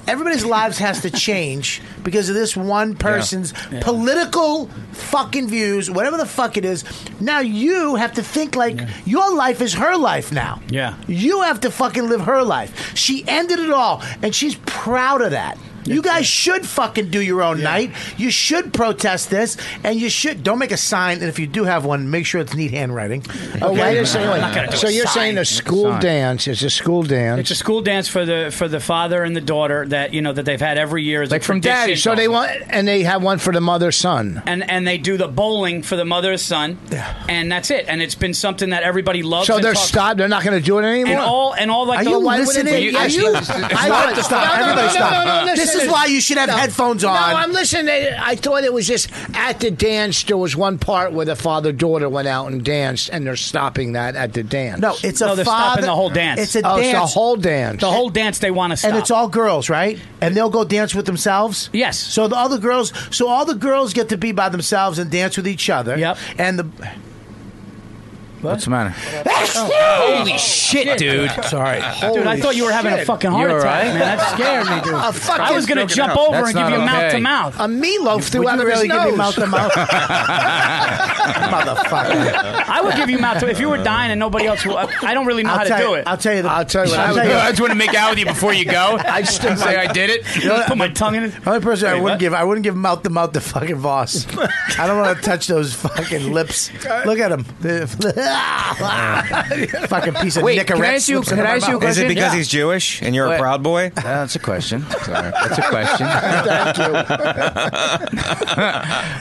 Speaker 2: Everybody's lives has to change because of this one person's political fucking views, whatever the fuck it is. Now you have to think like your life is her life now.
Speaker 15: Yeah.
Speaker 2: You have to fucking live her life. She ended it all, and she's proud of that. You guys should fucking do your own night. You should protest this, and you should don't make a sign. And if you do have one, make sure it's neat handwriting.
Speaker 9: Oh, wait a second.
Speaker 2: I'm
Speaker 9: wait.
Speaker 2: not gonna do
Speaker 9: So
Speaker 2: a
Speaker 9: you're
Speaker 2: sign.
Speaker 9: saying a school
Speaker 2: sign.
Speaker 9: dance is a school dance?
Speaker 15: It's a school dance for the for the father and the daughter that you know that they've had every year. As a tradition.
Speaker 9: So they want, and they have one for the mother son.
Speaker 15: and and they do the bowling for the mother and son, and that's it. And it's been something that everybody loves.
Speaker 9: So
Speaker 15: and
Speaker 9: they're
Speaker 15: talks-
Speaker 9: stopped. They're not going to do it anymore.
Speaker 15: And all and all like
Speaker 9: Are
Speaker 15: the
Speaker 9: you
Speaker 15: why would
Speaker 9: listening?
Speaker 15: they-
Speaker 9: Are you-
Speaker 15: I-
Speaker 9: Stop,
Speaker 15: I-
Speaker 9: stop,
Speaker 15: No, no,
Speaker 9: everybody
Speaker 15: no,
Speaker 9: stop.
Speaker 15: no, no,
Speaker 9: This
Speaker 2: This is why you should have headphones on.
Speaker 9: No, I'm listening. To, I thought it was just at the dance. There was one part where the father daughter went out and danced, and they're stopping that at the dance.
Speaker 2: No, it's a father- It's a
Speaker 9: oh,
Speaker 2: dance.
Speaker 9: It's a whole dance.
Speaker 15: The whole dance they want to stop.
Speaker 2: And it's all girls, right? And they'll go dance with themselves.
Speaker 15: Yes.
Speaker 2: So the other girls, so all the girls get to be by themselves and dance with each other. Yep. And the
Speaker 4: What's the matter?
Speaker 2: Holy
Speaker 10: [LAUGHS]
Speaker 4: shit, dude.
Speaker 2: Sorry.
Speaker 15: Dude, I thought you were having a fucking heart
Speaker 4: You all
Speaker 15: attack,
Speaker 4: right?
Speaker 15: man. That scared me, dude.
Speaker 9: [LAUGHS] A fucking-
Speaker 15: I was going to jump over and give you a mouth to mouth.
Speaker 9: A meatloaf through
Speaker 15: you
Speaker 9: out of
Speaker 15: really
Speaker 9: his
Speaker 15: give
Speaker 9: nose.
Speaker 15: me mouth
Speaker 9: [LAUGHS]
Speaker 15: to mouth?
Speaker 2: Motherfucker.
Speaker 15: I would give you mouth to if you were dying and nobody else. Would, I don't really know
Speaker 2: I'll
Speaker 15: how to
Speaker 2: tell
Speaker 15: do
Speaker 2: you-
Speaker 15: it.
Speaker 2: I'll tell you. The, I'll
Speaker 9: tell
Speaker 4: you what I would do. I just wanna make out with you before you
Speaker 2: [LAUGHS]
Speaker 4: go. Say I did it. Just put
Speaker 15: my tongue in it.
Speaker 2: Only person I
Speaker 4: Wait,
Speaker 2: wouldn't
Speaker 4: what?
Speaker 2: give. I wouldn't give mouth to mouth to fucking Voss. I don't want to touch those fucking lips. Look at him. [LAUGHS] fucking piece of
Speaker 4: Wait,
Speaker 2: Nicorette
Speaker 4: can I ask you-
Speaker 2: slips into
Speaker 4: can I
Speaker 2: my
Speaker 4: ask you a
Speaker 2: mouth.
Speaker 4: question?
Speaker 8: Is it because
Speaker 4: Yeah.
Speaker 8: he's Jewish and you're
Speaker 4: Wait.
Speaker 8: a proud boy?
Speaker 4: that's a question. Sorry. That's a question.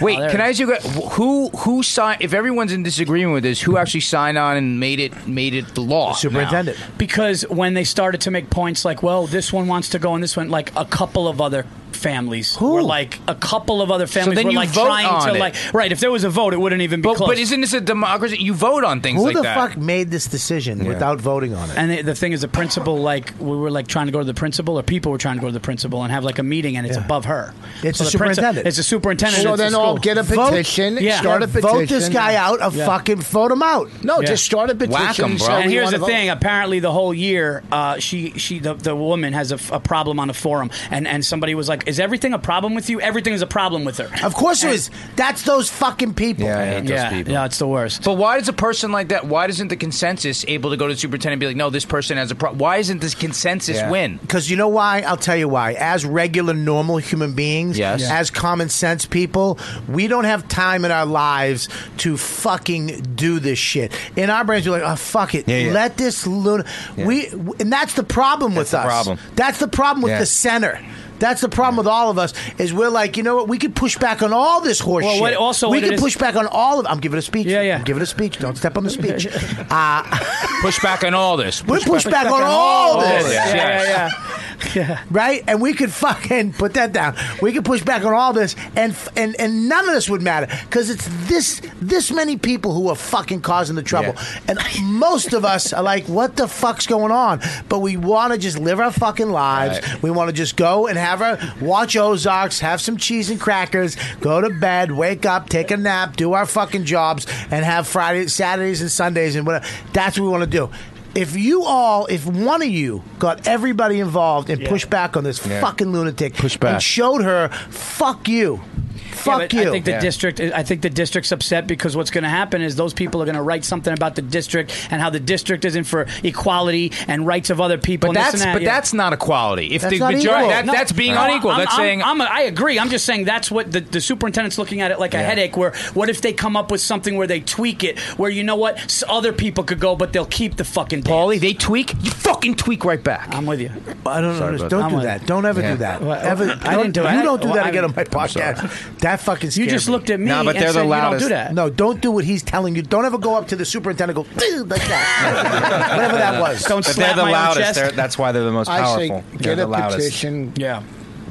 Speaker 4: Wait, can I ask you a que- who who signed? If everyone's in disagreement with this, who actually signed on and made it made it the law?
Speaker 2: Superintendent.
Speaker 15: Because when they started to make points like, well, this one wants to go and this one, like a couple of other families were like a couple of other families
Speaker 4: then
Speaker 15: were
Speaker 4: you
Speaker 15: like
Speaker 4: vote
Speaker 15: trying
Speaker 4: on
Speaker 15: to
Speaker 4: it.
Speaker 15: like right. If there was a vote, it wouldn't even be
Speaker 4: But,
Speaker 15: close.
Speaker 4: but isn't this a democracy? You vote on things
Speaker 2: Who
Speaker 4: like
Speaker 2: the
Speaker 4: that.
Speaker 2: fuck made this decision without voting on it?
Speaker 15: And the, the thing is, the principal, like, we were like trying to go to the principal, or people were trying to go to the principal and have like a meeting, and it's above her.
Speaker 2: It's
Speaker 15: So
Speaker 2: a
Speaker 15: the princi-
Speaker 2: superintendent.
Speaker 15: It's a superintendent.
Speaker 9: So
Speaker 15: it's a
Speaker 9: then all
Speaker 15: school.
Speaker 9: get a petition, start a
Speaker 2: Yeah, Vote this
Speaker 9: petition.
Speaker 2: guy out of
Speaker 15: Yeah.
Speaker 2: fucking vote him out.
Speaker 9: No, just start a petition. and say
Speaker 15: And
Speaker 9: we
Speaker 15: here's
Speaker 9: wanna
Speaker 15: the
Speaker 9: vote.
Speaker 15: thing: apparently, the whole year, uh, she she the, the woman has a, f- a problem on a forum, and and somebody was like, "Is everything a problem with you? Everything is a problem with her."
Speaker 2: Of course it
Speaker 15: And-
Speaker 2: is. That's those fucking people.
Speaker 15: yeah, yeah, it's the worst.
Speaker 4: But why does a person like that? Why isn't the consensus able to go to the superintendent and be like, no, this person has a problem? Why isn't this consensus win?
Speaker 2: Because you know why? I'll tell you why. As regular, normal human beings,
Speaker 4: Yes. Yeah.
Speaker 2: as common sense people, we don't have time in our lives to fucking do this shit. In our brains, we're like, oh, fuck it.
Speaker 8: yeah.
Speaker 2: Let this. Lun- we, and that's the problem with us.
Speaker 8: problem.
Speaker 2: That's the problem with
Speaker 8: Yeah.
Speaker 2: the center. That's the problem with all of us is we're like, you know what? We could push back on all this horse
Speaker 15: Well,
Speaker 2: shit.
Speaker 15: what- also
Speaker 2: we
Speaker 15: what it
Speaker 2: could
Speaker 15: is-
Speaker 2: push back on all of. I'm giving a speech. Yeah, yeah. I'm giving a speech. Don't step on the
Speaker 15: [LAUGHS]
Speaker 2: speech. Uh,
Speaker 4: [LAUGHS] Push back on all this.
Speaker 2: we push back, on, all this.
Speaker 4: Yes.
Speaker 2: yeah, Right? And we could fucking put that down. We could push back on all this and f- and and none of this would matter cuz it's this this many people who are fucking causing the trouble. And most of us are like what the fuck's going on? But we want to just live our fucking lives. We want to just go and have our watch Ozarks, have some cheese and crackers, go to bed, wake up, take a nap, do our fucking jobs and have Fridays, Saturdays and Sundays and whatever. That's what we want to do. If you all, if one of you got everybody involved and pushed back on this fucking lunatic, push
Speaker 15: back.
Speaker 2: and showed her, er, fuck you,
Speaker 15: Yeah,
Speaker 2: fuck
Speaker 15: but
Speaker 2: you.
Speaker 15: I think the district. I think the district's upset because what's going to happen is those people are going to write something about the district and how the district isn't for equality and rights of other people.
Speaker 4: But
Speaker 15: and this
Speaker 4: that's
Speaker 15: and that,
Speaker 4: but
Speaker 15: yeah.
Speaker 4: that's not equality. If
Speaker 15: That's
Speaker 4: the
Speaker 15: not
Speaker 4: majority,
Speaker 15: equal.
Speaker 4: that,
Speaker 15: No,
Speaker 4: that's being
Speaker 15: no,
Speaker 4: unequal.
Speaker 15: I'm,
Speaker 4: that's
Speaker 15: I'm,
Speaker 4: saying
Speaker 15: I'm a, I agree. I'm just saying that's what the, the superintendent's looking at it like a headache. Where what if they come up with something where they tweak it, where you know what S- other people could go, but they'll keep the fucking. Paulie,
Speaker 4: they tweak. You fucking tweak right back.
Speaker 15: I'm with you.
Speaker 2: I don't
Speaker 15: Sorry
Speaker 2: know.
Speaker 15: about
Speaker 2: Don't
Speaker 15: that.
Speaker 2: do that. Don't ever
Speaker 15: Yeah.
Speaker 2: do that.
Speaker 15: Well,
Speaker 2: ever.
Speaker 15: I didn't do
Speaker 2: you
Speaker 15: it.
Speaker 2: You don't do
Speaker 15: Well,
Speaker 2: that
Speaker 15: I-
Speaker 2: again on my
Speaker 15: I'm
Speaker 2: podcast. That fucking. Scared
Speaker 15: just
Speaker 2: me.
Speaker 15: looked at me Nah, but and they're the said, "You don't loudest." do that.
Speaker 2: No, don't do what he's telling you. Don't ever go up to the superintendent and go "Dude," like that. Whatever that was.
Speaker 8: But they're the loudest. They're, that's why they're the most
Speaker 9: I
Speaker 8: powerful.
Speaker 9: say
Speaker 8: they're
Speaker 9: get
Speaker 8: the
Speaker 9: a
Speaker 8: loudest.
Speaker 9: petition.
Speaker 15: Yeah.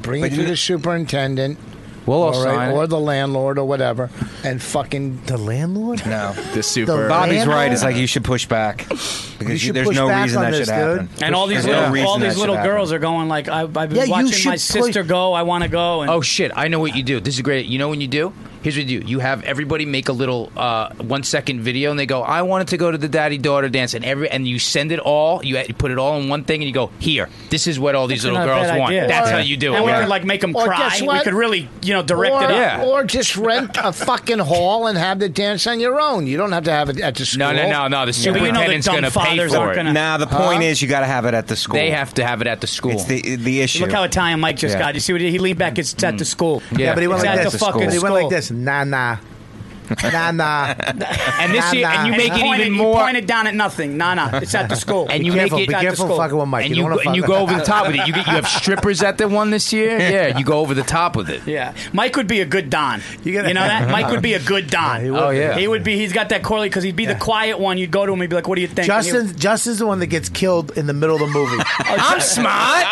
Speaker 9: Bring
Speaker 8: But
Speaker 9: it to
Speaker 8: you-
Speaker 9: the superintendent.
Speaker 8: We'll all
Speaker 9: or, a-
Speaker 8: sign it.
Speaker 9: or the landlord or whatever, and fucking
Speaker 2: the landlord.
Speaker 8: No,
Speaker 7: the super.
Speaker 8: Bobby's right. It's
Speaker 7: Yeah.
Speaker 8: like you should push back because you
Speaker 7: should
Speaker 8: there's
Speaker 7: push
Speaker 8: no
Speaker 7: back
Speaker 8: reason
Speaker 7: on
Speaker 8: that
Speaker 7: this,
Speaker 8: should happen.
Speaker 7: dude.
Speaker 15: And all these
Speaker 8: There's
Speaker 15: little,
Speaker 8: no reason
Speaker 15: all
Speaker 8: that
Speaker 15: these
Speaker 8: should
Speaker 15: little
Speaker 8: happen.
Speaker 15: girls are going like, I, I've been
Speaker 4: Yeah, you
Speaker 15: watching my
Speaker 4: should
Speaker 15: sister go. I want to go. And
Speaker 4: Oh shit! I know what you do. This is great. You know when you do? Here's what you do. You have everybody make a little uh, one second video, and they go, "I wanted to go to the daddy daughter dance," and every and you send it all. You, you put it all in one thing, and you go, "Here, this is what all these
Speaker 15: That's
Speaker 4: little
Speaker 15: not a
Speaker 4: girls
Speaker 15: bad
Speaker 4: want."
Speaker 15: idea.
Speaker 4: That's
Speaker 15: Or-
Speaker 4: how you do
Speaker 15: and
Speaker 4: it.
Speaker 15: we could, like, make 'em
Speaker 9: Or
Speaker 15: cry.
Speaker 9: guess
Speaker 15: We
Speaker 9: what?
Speaker 15: could really, you know, direct
Speaker 9: or,
Speaker 15: it up. Yeah.
Speaker 9: Or just rent a fucking hall and have the dance on your own. You don't have to have it at the school.
Speaker 4: No, no, no, no. The superintendent's going to pay for it.
Speaker 8: Nah, the point is you got to have it at the school.
Speaker 4: they have to have it at the school.
Speaker 8: It's the the issue.
Speaker 15: Look how Italian Mike just
Speaker 8: Yeah.
Speaker 15: Mm. got. You see what he, he leaned back? It's at the school.
Speaker 2: Yeah, but he went
Speaker 15: It's
Speaker 2: like
Speaker 15: at
Speaker 2: this.
Speaker 15: the fucking
Speaker 2: He went
Speaker 15: school.
Speaker 2: like this. Nah, nah. nah, nah.
Speaker 15: And
Speaker 2: Nah,
Speaker 15: this year,
Speaker 2: nah.
Speaker 15: and you make it even more. pointed down at nothing. Nah, nah. It's at the school.
Speaker 4: And
Speaker 15: Be
Speaker 4: you
Speaker 15: careful,
Speaker 4: make it
Speaker 15: be
Speaker 4: at the
Speaker 15: careful
Speaker 4: school.
Speaker 15: fucking with Mike.
Speaker 4: And you,
Speaker 15: You don't wanna
Speaker 4: go- and you
Speaker 15: fuck-
Speaker 4: go over the top with it. You, get, you have strippers at the one this year. Yeah, you go over the top with it.
Speaker 15: [LAUGHS] Yeah, Mike would be a good Don. You, know that Mike would be a good [LAUGHS] Don.
Speaker 4: would Oh, be. yeah.
Speaker 15: he would be. He's got that Corley because he'd be the quiet one. You'd go to him, he'd be like, "What do you think?" And he
Speaker 2: Justin, Justin's the one that gets killed in the middle of the [LAUGHS] movie.
Speaker 15: I'm smart.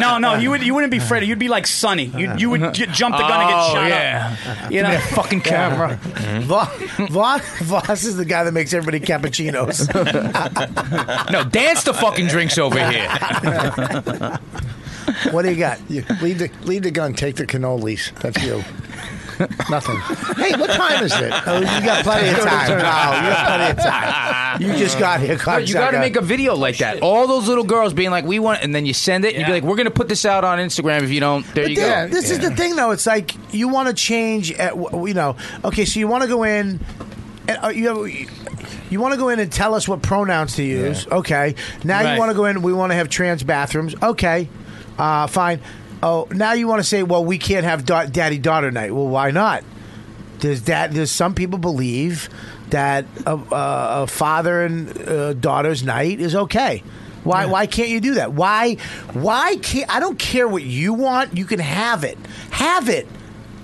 Speaker 15: [LAUGHS] no, no, you would. You wouldn't be afraid. You'd be like Sonny. You you would j- jump the gun and get
Speaker 2: Oh,
Speaker 15: shot
Speaker 2: [LAUGHS] yeah.
Speaker 15: up. You know,
Speaker 2: Give me a fucking [LAUGHS] camera. Mm-hmm. Vo- Voss, Voss is the guy that makes everybody [LAUGHS] cappuccinos.
Speaker 4: No, dance the fucking drinks over here.
Speaker 2: [LAUGHS]
Speaker 15: [LAUGHS]
Speaker 2: what do you got?
Speaker 9: [LAUGHS] You leave the leave the gun. Take the cannolis. That's
Speaker 8: [LAUGHS]
Speaker 9: you. Nothing. Hey, what time is it?
Speaker 2: [LAUGHS] Oh, you got
Speaker 4: [LAUGHS]
Speaker 2: plenty of
Speaker 9: [LAUGHS]
Speaker 2: time. Wow, you got plenty of time. You just got here.
Speaker 4: But you got to make a video like that. All those little girls being like, "We want," and then you send it. and You'd be like, "We're gonna put this out on Instagram. If you don't, there you
Speaker 2: Yeah,
Speaker 4: go."
Speaker 2: this is the thing, though. It's like you want to change. At, w- you know, okay, so you want to go in. And, uh, you have, you want to go in and tell us what pronouns to use. Okay, now
Speaker 16: Right.
Speaker 2: you want to go in. We want to have trans bathrooms. Okay, uh, fine. Oh, now you want to say, well, we can't have da- daddy daughter night. Well, why not? There's that. There's some people believe that a, a, a father and uh, daughter's night is okay. Why? Why can't you do that? Why? Why can't? I don't care what you want. You can have it. Have it.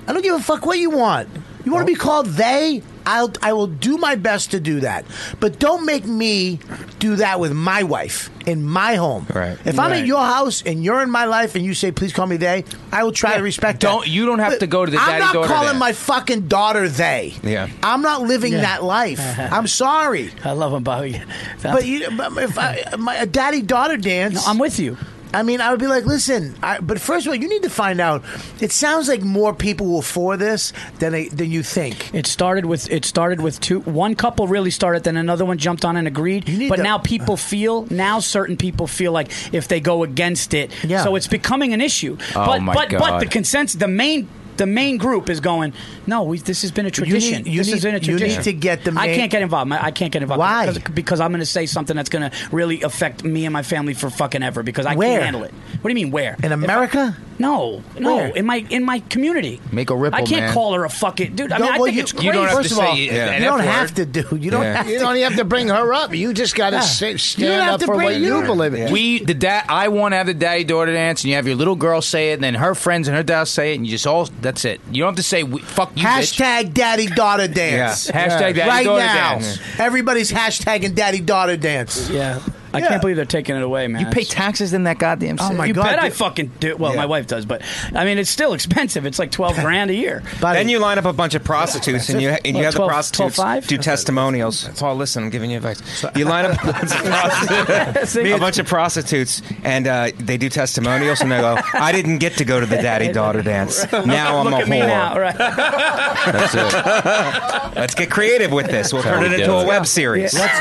Speaker 2: I don't give a fuck what you want. You want to be called they? I'll. I will do my best to do that. But don't make me do that with my wife in my home. Right. If I'm at
Speaker 4: Right.
Speaker 2: your house and you're in my life and you say please call me they, I will try to respect.
Speaker 4: Don't-
Speaker 2: that.
Speaker 4: you don't have
Speaker 2: But
Speaker 4: to go to the
Speaker 2: I'm
Speaker 4: daddy
Speaker 2: not
Speaker 4: daughter
Speaker 2: calling
Speaker 4: dance.
Speaker 2: my fucking daughter they.
Speaker 4: Yeah.
Speaker 2: I'm not living
Speaker 4: Yeah.
Speaker 2: that life. I'm sorry.
Speaker 15: I love him, Bowie.
Speaker 2: But, you, but if I, my daddy daughter dance, I'm
Speaker 15: with you.
Speaker 2: I mean, I would be like, listen, I, but first of all, you need to find out. It sounds like more people were for this than they, than you think.
Speaker 15: It started with it started with two. One couple really started, then another one jumped on and agreed. But
Speaker 2: to-
Speaker 15: now people feel now certain people feel like if they go against it,
Speaker 2: Yeah.
Speaker 15: so it's becoming an issue.
Speaker 4: Oh,
Speaker 15: but
Speaker 4: my
Speaker 15: but but
Speaker 4: God.
Speaker 15: the consensus, the main. The main group is going. No, we, this has been a tradition.
Speaker 2: you
Speaker 15: this
Speaker 2: need-
Speaker 15: has been a
Speaker 2: you need
Speaker 15: tradition.
Speaker 2: to get the
Speaker 15: I
Speaker 2: main-
Speaker 15: can't get involved. I can't get involved. Why? Because, because I'm going to say something that's going to really affect me and my family for fucking ever. Because I
Speaker 2: Where?
Speaker 15: can't handle it. What do you mean where?
Speaker 2: In America?
Speaker 15: no, no.
Speaker 2: Where?
Speaker 15: In my in my community.
Speaker 4: Make a ripple,
Speaker 15: I can't
Speaker 4: man.
Speaker 2: [LAUGHS]
Speaker 15: call her a fucking dude. I
Speaker 2: No,
Speaker 15: mean, I
Speaker 2: well,
Speaker 15: think
Speaker 2: you-
Speaker 15: it's
Speaker 2: you
Speaker 15: crazy.
Speaker 2: don't have to First of say all, it- an you don't F-word. have to do- you don't Yeah. have
Speaker 9: You
Speaker 2: to-
Speaker 9: don't have to bring her up. You just got to
Speaker 2: Yeah.
Speaker 9: sit
Speaker 2: You don't
Speaker 9: stand
Speaker 2: have
Speaker 9: up
Speaker 2: to
Speaker 9: for
Speaker 2: bring-
Speaker 9: what
Speaker 2: you
Speaker 9: you
Speaker 2: don't-
Speaker 9: believe in.
Speaker 4: We the dad. I want to have the daddy daughter dance, and you have your little girl say it, and then her friends and her dad say it, and you just all. That's it. You don't have to say we, "fuck you." bitch.
Speaker 2: Hashtag daddy daughter dance.
Speaker 4: Yeah. Hashtag daddy
Speaker 2: right
Speaker 4: daughter
Speaker 2: now.
Speaker 4: dance.
Speaker 2: Everybody's hashtagging daddy daughter dance.
Speaker 15: Yeah. I can't believe they're taking it away, man.
Speaker 4: You pay taxes in that goddamn.
Speaker 15: Oh
Speaker 4: city.
Speaker 15: my
Speaker 4: You
Speaker 15: god!
Speaker 4: bet I
Speaker 15: I fucking do. Well, my wife does, but I mean, it's still expensive. It's like twelve grand a year.
Speaker 8: Then you line up a bunch of prostitutes, and you and you
Speaker 15: What,
Speaker 8: have
Speaker 15: 12
Speaker 8: the prostitutes [LAUGHS]
Speaker 15: 12.5?
Speaker 8: do testimonials. Paul, listen, I'm giving you advice. You line up [LAUGHS] a bunch of prostitutes, a bunch of prostitutes and uh, they do testimonials, and they go, "I didn't get to go to the daddy daughter dance. Now I'm
Speaker 15: [LAUGHS] Look
Speaker 8: a
Speaker 15: at me now,
Speaker 8: whore."
Speaker 15: right?
Speaker 8: [LAUGHS] That's it. Let's get creative with this. We'll turn
Speaker 2: how
Speaker 8: it
Speaker 2: we
Speaker 8: into
Speaker 2: do
Speaker 8: a
Speaker 2: it.
Speaker 8: web series.
Speaker 2: Let's, [LAUGHS]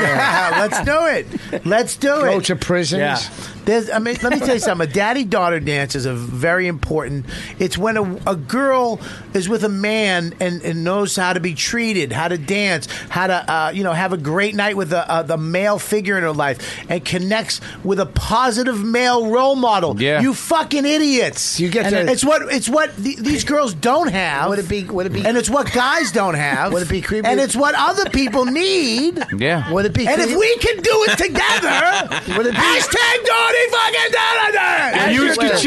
Speaker 2: let's do it. Let's do it. Go to prisons.
Speaker 8: Yeah.
Speaker 2: There's, I mean, let me tell you something. A daddy-daughter dance is a very important. It's when a, a girl is with a man and, and knows how to be treated, how to dance, how to uh, you know have a great night with a, uh, the male figure in her life, and connects with a positive male role model.
Speaker 9: Yeah.
Speaker 2: You fucking idiots. You
Speaker 9: get to-
Speaker 2: It's what it's what the, these girls don't have. Would it be? Would it be? And it's what guys don't have.
Speaker 9: Would it be creepy?
Speaker 2: And it's what other people need.
Speaker 4: Yeah.
Speaker 9: Would it be?
Speaker 2: And if
Speaker 9: creep-
Speaker 2: we can do it [LAUGHS] together,
Speaker 9: Would it be-
Speaker 2: hashtag Naughty fucking Donovan!
Speaker 9: And you can change- Wait,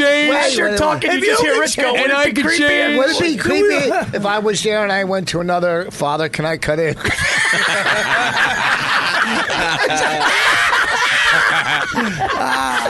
Speaker 9: wait, wait.
Speaker 2: If can change-
Speaker 9: Would it be creepy if I was there and I went to another father? Can I cut in?
Speaker 2: [LAUGHS]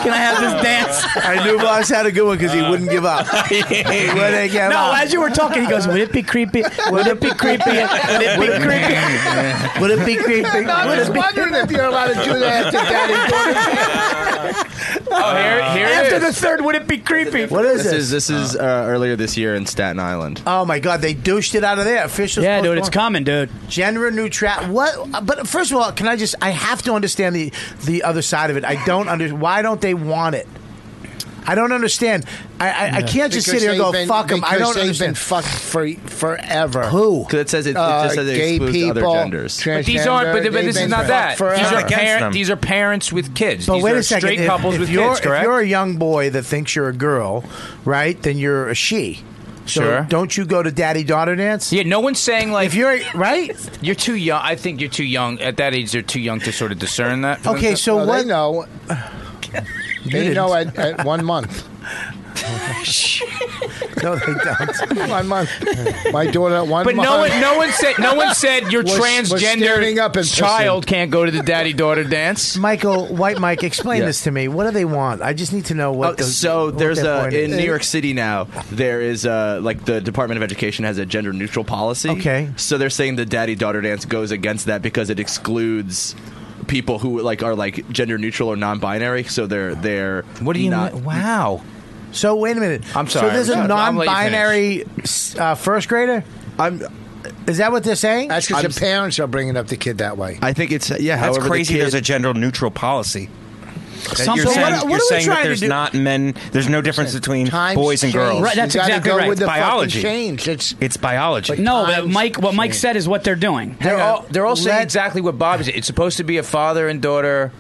Speaker 2: Can I have this dance? I knew Boss had a good one because he wouldn't give
Speaker 15: [LAUGHS]
Speaker 2: up. he wouldn't give
Speaker 15: Uh, No,
Speaker 2: up.
Speaker 15: as you were talking, he goes, "Would it be creepy? Would it be creepy? Would
Speaker 8: [LAUGHS]
Speaker 15: it be
Speaker 2: [LAUGHS]
Speaker 15: creepy?
Speaker 2: Would it be
Speaker 15: [LAUGHS]
Speaker 2: creepy?
Speaker 9: I was wondering if you're allowed to do that after daddy.
Speaker 4: Oh, here,
Speaker 9: Uh,
Speaker 4: here it
Speaker 15: After
Speaker 4: is.
Speaker 15: the third, would it be creepy?
Speaker 2: What
Speaker 7: This is this is uh, earlier this year in Staten Island.
Speaker 2: Oh my God! They douched it out of there. Officials.
Speaker 7: Yeah, dude, it's
Speaker 15: coming, dude.
Speaker 2: Gender neutral. What? But first of all, can I just? I have to understand the the other side of it. I don't understand. Why don't they want it? I don't understand. I [LAUGHS] I, I can't just sit here and go fuck them. I don't
Speaker 9: they've
Speaker 2: understand.
Speaker 9: been fucked for forever.
Speaker 2: Who?
Speaker 7: Because it says it,
Speaker 9: Uh,
Speaker 7: it just says it
Speaker 9: gay
Speaker 7: excludes other
Speaker 9: people,
Speaker 7: genders.
Speaker 9: trans-
Speaker 4: But these aren't. But, but
Speaker 9: They've
Speaker 4: this is
Speaker 9: been
Speaker 4: not that.
Speaker 9: fucked forever.
Speaker 4: These are
Speaker 9: Against
Speaker 4: parents.
Speaker 9: them.
Speaker 4: These are parents with kids.
Speaker 2: But
Speaker 4: these
Speaker 2: wait
Speaker 4: are
Speaker 2: a second.
Speaker 4: Straight
Speaker 2: if,
Speaker 4: couples
Speaker 2: if
Speaker 4: with
Speaker 2: you're,
Speaker 4: kids, correct?
Speaker 2: If you're a young boy that thinks you're a girl, right, then you're a she. So
Speaker 4: Sure.
Speaker 2: Don't you go to daddy daughter dance?
Speaker 4: Yeah, no one's saying like
Speaker 2: if you're right.
Speaker 4: You're too young. I think you're too young at that age. They're too young to sort of discern that. for
Speaker 9: Okay,
Speaker 4: themselves.
Speaker 9: so what? No,
Speaker 2: You
Speaker 9: they
Speaker 2: didn't.
Speaker 9: know at, at one month.
Speaker 2: no, they don't.
Speaker 9: One month. My daughter at one
Speaker 4: But
Speaker 9: month.
Speaker 4: no one, no one said, no one said your
Speaker 9: was- was
Speaker 4: transgender
Speaker 9: standing up and
Speaker 4: child
Speaker 9: pissing.
Speaker 4: can't go to the daddy
Speaker 2: [LAUGHS]
Speaker 4: daughter dance.
Speaker 2: Michael, White Mike, explain
Speaker 7: Yeah.
Speaker 2: this to me. What do they want? I just need to know what.
Speaker 7: Oh,
Speaker 2: the-
Speaker 7: so
Speaker 2: what
Speaker 7: there's
Speaker 2: their
Speaker 7: a
Speaker 2: point
Speaker 7: in
Speaker 2: is.
Speaker 7: New York City now. There is a like the Department of Education has a gender neutral policy.
Speaker 2: Okay.
Speaker 7: So they're saying the daddy daughter dance goes against that because it excludes people who like are like gender neutral or non-binary. So they're they're what
Speaker 4: do you
Speaker 7: not,
Speaker 4: mean? Wow.
Speaker 2: So wait a minute.
Speaker 7: I'm
Speaker 2: So there's a non-binary uh, first grader.
Speaker 7: I'm.
Speaker 2: Is that what they're saying?
Speaker 9: That's because
Speaker 7: I'm
Speaker 9: your
Speaker 7: s-
Speaker 9: parents are bringing up the kid that way.
Speaker 7: I think it's yeah.
Speaker 8: That's
Speaker 7: however the
Speaker 8: crazy.
Speaker 7: kid-
Speaker 8: there's a gender neutral policy. That
Speaker 9: Some-
Speaker 8: you're
Speaker 9: So
Speaker 8: saying,
Speaker 9: what- what
Speaker 8: you're
Speaker 9: are we
Speaker 8: saying
Speaker 9: trying
Speaker 8: that
Speaker 9: to
Speaker 8: there's
Speaker 9: do?
Speaker 8: not men. There's no difference between
Speaker 9: Times
Speaker 8: boys and
Speaker 9: change.
Speaker 8: girls.
Speaker 9: Right, that's
Speaker 8: You gotta
Speaker 9: exactly
Speaker 8: go
Speaker 9: right.
Speaker 8: With the
Speaker 9: Fucking
Speaker 8: biology.
Speaker 9: change. It's
Speaker 8: biology.
Speaker 15: No, but Mike. What Mike said is what they're doing.
Speaker 4: They're all they're all saying exactly what Bob is. It's supposed to be a father and daughter.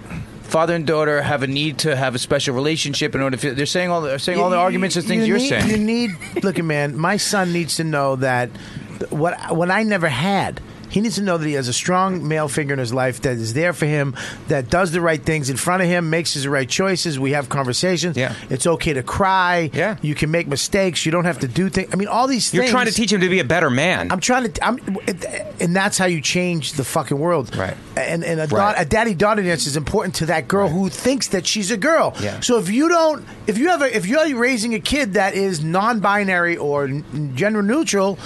Speaker 4: Father and daughter have a need to have a special relationship in order. to They're saying all the, they're saying all the
Speaker 2: You-
Speaker 4: arguments and things
Speaker 2: you
Speaker 4: you're
Speaker 2: need-
Speaker 4: saying.
Speaker 2: You need, look, [LAUGHS] man. My son needs to know that what what I never had. He needs to know that he has a strong male figure in his life that is there for him, that does the right things in front of him, makes his right choices. We have conversations. Yeah. It's okay to cry. Yeah. You can make mistakes. You don't have to do things. I mean, all these
Speaker 8: You're
Speaker 2: things.
Speaker 8: trying to teach him to be a better man.
Speaker 2: I'm trying to, I'm, and that's how you change the fucking world. Right. And and a,
Speaker 8: Right.
Speaker 2: daddy daughter dance is important to that girl who thinks that she's a girl.
Speaker 8: Yeah.
Speaker 2: So if you don't, if you have, a, if you're raising a kid that is non-binary or n- gender neutral,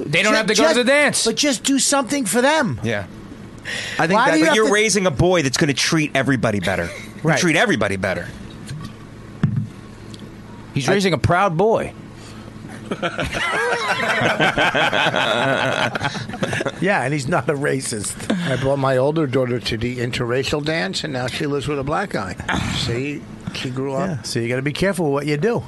Speaker 4: they don't have to go to the dance.
Speaker 2: But just do something for them.
Speaker 8: yeah.
Speaker 7: I
Speaker 2: think Why that- do you
Speaker 8: but
Speaker 2: have
Speaker 8: you're
Speaker 2: to-
Speaker 8: raising a boy that's going to treat everybody better.
Speaker 2: Right.
Speaker 8: Treat everybody better.
Speaker 4: He's raising a proud
Speaker 2: [LAUGHS]
Speaker 4: boy.
Speaker 2: Yeah, and he's not a racist.
Speaker 9: I brought my older daughter to the interracial dance, and now she lives with a black guy. See, she grew up.
Speaker 2: So you got to be careful what you do.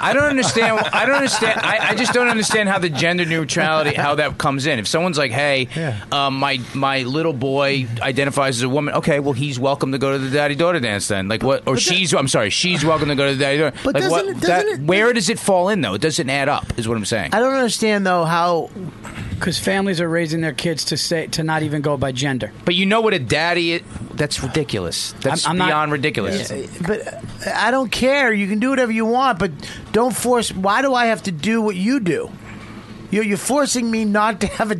Speaker 4: I don't understand. I don't understand. I, I just don't understand how the gender neutrality how that comes in. If someone's like, "Hey, um, my my little boy identifies as a woman," okay, well he's welcome to go to the daddy daughter dance then. Like what? Or she's. I'm sorry, she's welcome to go to the daddy daughter.
Speaker 2: But
Speaker 4: like what?
Speaker 2: doesn't it-
Speaker 4: that-
Speaker 2: doesn't it-
Speaker 4: where does it fall in though? It doesn't add up. Is what I'm saying.
Speaker 2: I don't understand though how
Speaker 15: because families are raising their kids to say to not even go by gender.
Speaker 4: But you know what a daddy? i- That's ridiculous. That's
Speaker 15: I'm- I'm not-
Speaker 4: beyond ridiculous.
Speaker 2: Yeah, but I don't care. You can do whatever you want, but don't force. Why do I have to do what you do? You're, you're forcing me not to have a,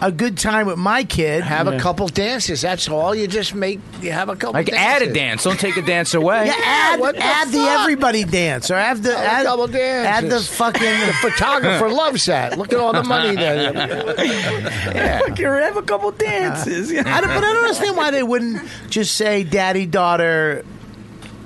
Speaker 2: a good time with my kid.
Speaker 9: Have a couple dances. That's all. You just make. You have a couple.
Speaker 4: Like
Speaker 9: dances.
Speaker 4: add a dance. Don't take a dance away.
Speaker 2: [LAUGHS] Yeah, add,
Speaker 9: what the
Speaker 2: add the
Speaker 9: fuck?
Speaker 2: everybody dance, or have the add,
Speaker 9: double
Speaker 2: add the
Speaker 9: dances.
Speaker 2: fucking
Speaker 9: The photographer loves that. Look at all the money
Speaker 5: [LAUGHS]
Speaker 4: [LAUGHS]
Speaker 9: there.
Speaker 15: Fuck, you have a couple
Speaker 2: [LAUGHS]
Speaker 15: dances.
Speaker 2: I don't, but I don't understand why they wouldn't just say daddy daughter.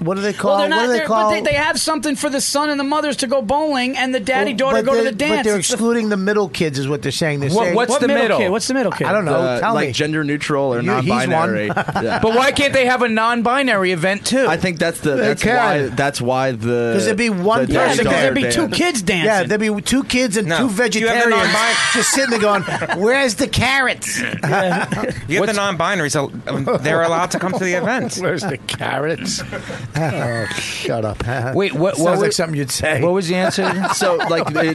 Speaker 2: What do they call?
Speaker 15: well, they're
Speaker 2: what
Speaker 15: not.
Speaker 2: do they
Speaker 15: They
Speaker 2: call?
Speaker 15: but they, they have something for the son and the mothers to go bowling, and the daddy daughter
Speaker 2: But
Speaker 15: go to
Speaker 2: they're-
Speaker 15: the dance.
Speaker 2: But they're
Speaker 15: It's the-
Speaker 2: excluding the middle kids, is what they're saying. They're
Speaker 4: What-
Speaker 2: saying,
Speaker 4: what's What the middle middle? kid? What's the middle kid?
Speaker 2: I don't know.
Speaker 7: the,
Speaker 2: Tell
Speaker 7: Uh, like
Speaker 2: me.
Speaker 7: gender neutral or
Speaker 2: You- he's one. [LAUGHS]
Speaker 7: non-binary. [LAUGHS] Yeah.
Speaker 4: But why can't they have a non-binary event too?
Speaker 7: I think that's the
Speaker 4: They
Speaker 7: that's
Speaker 4: can.
Speaker 7: why that's why the
Speaker 2: Because there'd be one
Speaker 7: the
Speaker 2: person.
Speaker 7: daddy
Speaker 15: there'd be
Speaker 7: daughter
Speaker 15: two
Speaker 7: dance-
Speaker 15: kids dancing.
Speaker 2: Yeah, there'd be two kids and two vegetarians just sitting there going, "Where's the carrots?"
Speaker 8: You have the non-binaries. al- They're allowed
Speaker 9: [LAUGHS]
Speaker 8: to come to the event.
Speaker 9: Where's the
Speaker 15: [LAUGHS]
Speaker 9: carrots? Oh, shut up.
Speaker 4: Wait, what?
Speaker 2: Sounds
Speaker 4: what
Speaker 2: like
Speaker 4: was-
Speaker 2: something
Speaker 8: [LAUGHS]
Speaker 2: you'd say.
Speaker 4: What was the
Speaker 9: [LAUGHS]
Speaker 4: answer?
Speaker 7: so
Speaker 15: [LAUGHS]
Speaker 7: like in,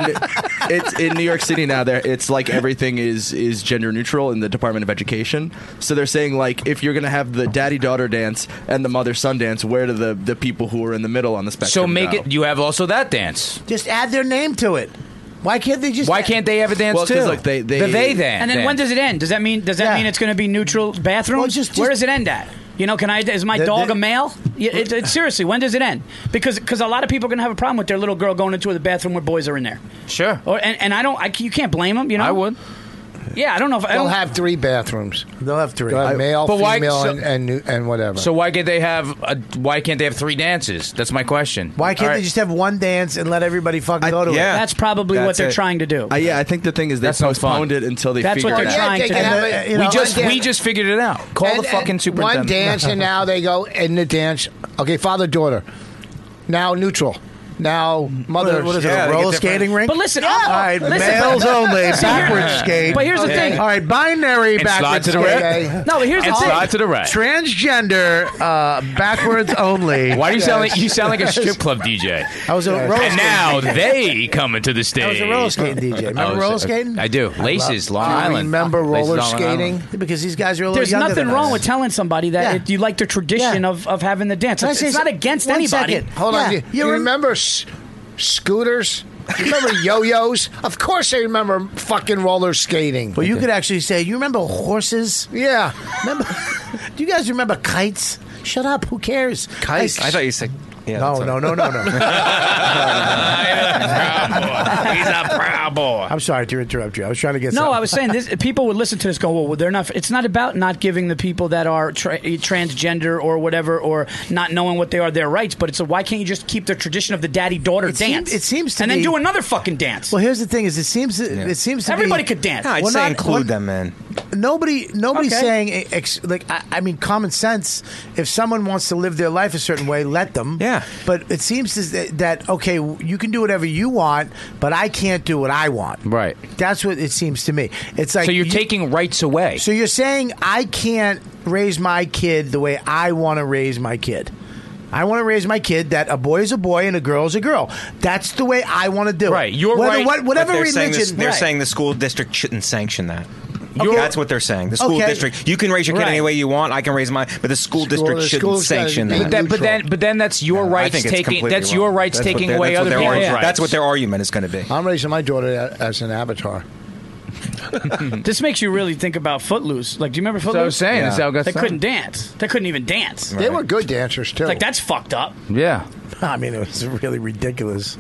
Speaker 7: it's in New York City now. There, it's like everything is is gender neutral in the Department of Education. So they're saying like if you're gonna have the daddy daughter dance and the mother son dance, where do the the people who are in the middle on the spectrum?
Speaker 4: So make
Speaker 7: go?
Speaker 4: it. You have also that dance.
Speaker 2: Just add their name to it. Why can't they just?
Speaker 4: Why can't they have a dance
Speaker 7: Well, 'cause,
Speaker 4: too?
Speaker 7: like, they- they-
Speaker 4: the they then.
Speaker 15: and then when does it end? Does that mean does that mean it's going to be neutral bathrooms? Where does it end at? You know, can I? Is my
Speaker 2: The-
Speaker 15: dog
Speaker 2: the-
Speaker 15: a male? Yeah, It, it, seriously, when does it end? Because because a lot of people are going to have a problem with their little girl going into the bathroom where boys are in there.
Speaker 4: Sure.
Speaker 15: Or and, and I don't. I, c- you can't blame them. You know. I
Speaker 4: would.
Speaker 15: Yeah, I don't know if I
Speaker 9: They'll
Speaker 15: don't,
Speaker 9: have three bathrooms.
Speaker 2: They'll have three.
Speaker 9: They'll have male,
Speaker 4: But why-
Speaker 9: female,
Speaker 4: so-
Speaker 9: and, and new- and whatever.
Speaker 4: So why can't they have? A, why can't they have three dances? That's my question.
Speaker 2: Why can't
Speaker 4: All right.
Speaker 2: they just have one dance and let everybody fucking go to it?
Speaker 15: That's probably what
Speaker 7: That's
Speaker 15: they're
Speaker 7: it.
Speaker 15: trying to do.
Speaker 7: Uh, yeah, I think the thing is they
Speaker 4: That's no fun.
Speaker 7: postponed it until they
Speaker 15: That's what
Speaker 7: figured
Speaker 15: they're
Speaker 7: it out.
Speaker 15: trying
Speaker 9: they
Speaker 15: to
Speaker 9: can
Speaker 15: do.
Speaker 9: have a- you know,
Speaker 4: we just
Speaker 9: one
Speaker 4: we
Speaker 9: dance-
Speaker 4: just figured it out. Call
Speaker 9: and-
Speaker 4: the fucking
Speaker 9: and
Speaker 14: [LAUGHS]
Speaker 4: superintendent.
Speaker 9: One
Speaker 15: [LAUGHS]
Speaker 9: dance, and now they go in the dance. Okay, father daughter. Now neutral. now mother.
Speaker 2: what is it, a Yeah, they get roller different- skating rink?
Speaker 15: But listen,
Speaker 2: All right,
Speaker 15: listen,
Speaker 2: males
Speaker 15: but-
Speaker 2: only,
Speaker 15: see, here-
Speaker 2: backward skate.
Speaker 15: But here's the
Speaker 2: Okay.
Speaker 15: thing.
Speaker 2: All right, binary
Speaker 15: And slide
Speaker 2: backwards
Speaker 15: to the
Speaker 2: skate.
Speaker 15: right. No, but here's the And thing. slide to the right.
Speaker 2: Transgender, uh, backwards only.
Speaker 14: Why do you sound like you sound like a
Speaker 2: Yes.
Speaker 14: strip club DJ?
Speaker 2: I was a roller
Speaker 14: And now
Speaker 2: skating
Speaker 14: they come into the stage.
Speaker 2: I was a roller skating DJ. Remember
Speaker 14: I was-
Speaker 2: roller skating?
Speaker 14: I do. Laces,
Speaker 2: love-
Speaker 14: Long
Speaker 2: Do you
Speaker 14: Island.
Speaker 2: remember
Speaker 14: Laces,
Speaker 2: roller
Speaker 14: Long Island.
Speaker 2: skating? Because these guys are a little
Speaker 15: There's
Speaker 2: younger
Speaker 15: nothing
Speaker 2: than
Speaker 15: wrong
Speaker 2: us.
Speaker 15: with telling somebody that
Speaker 2: Yeah.
Speaker 15: it, you like the tradition
Speaker 2: Yeah.
Speaker 15: of, of having the dance.
Speaker 9: Can I
Speaker 15: It's,
Speaker 9: say
Speaker 15: it's not
Speaker 9: some-
Speaker 15: against
Speaker 9: one
Speaker 15: anybody.
Speaker 9: second. Hold on. Do you, you remember s- scooters? You
Speaker 2: [LAUGHS]
Speaker 9: remember yo-yos? Of course, I remember fucking roller skating.
Speaker 2: Well, you could actually say, you remember horses?
Speaker 9: Yeah.
Speaker 2: Remember? [LAUGHS] do you guys remember kites? Shut up. Who cares? Kites?
Speaker 8: I thought you said. Yeah,
Speaker 2: no, no, no, no, [LAUGHS] no,
Speaker 14: He's a proud boy.
Speaker 2: I'm sorry to interrupt you. I was trying to get
Speaker 15: No,
Speaker 2: something.
Speaker 15: I was saying this. People would listen to this, go, "Well, they're not." It's not about not giving the people that are tra- eh, transgender or whatever, or not knowing what they are their rights. But it's a, why can't you just keep the tradition of the daddy daughter
Speaker 2: It
Speaker 15: dance?
Speaker 2: seems- it seems to
Speaker 15: and
Speaker 2: me-
Speaker 15: then do another
Speaker 9: [LAUGHS]
Speaker 15: fucking dance.
Speaker 2: Well, here's the thing: is it seems it seems to
Speaker 15: Everybody
Speaker 2: be,
Speaker 15: could dance. No, I'd
Speaker 2: Well,
Speaker 15: say
Speaker 2: not-
Speaker 15: include
Speaker 2: well,
Speaker 8: them in.
Speaker 2: Nobody, nobody's
Speaker 15: Okay.
Speaker 2: saying eh, ex, like I, I mean, common sense. If someone wants to live their life a certain way, let them. Yeah. But it seems to, that, that okay, you can do whatever you want, but I can't do what I want.
Speaker 14: Right.
Speaker 2: That's what it seems to me. It's like
Speaker 14: So you're
Speaker 2: you-
Speaker 14: taking rights away.
Speaker 2: So you're saying I can't raise my kid the way I want to raise my kid. I want to raise my kid that a boy is a boy and a girl is a girl. That's the way I want to do it.
Speaker 8: Right, you're
Speaker 2: Whether-
Speaker 8: right.
Speaker 2: what-
Speaker 8: but
Speaker 2: whatever
Speaker 8: they're
Speaker 2: religion,
Speaker 8: saying this- they're
Speaker 2: Right.
Speaker 8: saying the school district shouldn't sanction that.
Speaker 2: You're-
Speaker 8: That's what they're saying. The school
Speaker 2: Okay.
Speaker 8: district, you can raise your kid any way you want. I can raise mine, but the school district
Speaker 14: the
Speaker 8: shouldn't
Speaker 14: school's gotta
Speaker 8: sanction
Speaker 14: be
Speaker 8: that.
Speaker 14: But that- but neutral. then- but then that's your
Speaker 8: I
Speaker 14: rights
Speaker 8: think it's
Speaker 14: taking-
Speaker 8: completely
Speaker 14: that's
Speaker 8: wrong.
Speaker 14: your rights
Speaker 8: That's what
Speaker 14: taking
Speaker 8: their-
Speaker 14: away
Speaker 8: that's what
Speaker 14: other
Speaker 8: their
Speaker 14: people's
Speaker 8: argument-
Speaker 14: rights.
Speaker 8: That's what their argument is going to be.
Speaker 9: I'm raising my daughter a- as an avatar.
Speaker 15: this makes you really think about Footloose. Like, do you remember
Speaker 9: what I
Speaker 15: Footloose?
Speaker 9: was saying, Yeah. that's how it got
Speaker 15: They
Speaker 9: started.
Speaker 15: couldn't dance. They couldn't even dance.
Speaker 9: They were good dancers too.
Speaker 15: Like that's fucked up.
Speaker 14: Yeah.
Speaker 2: [LAUGHS] I mean, it was really ridiculous.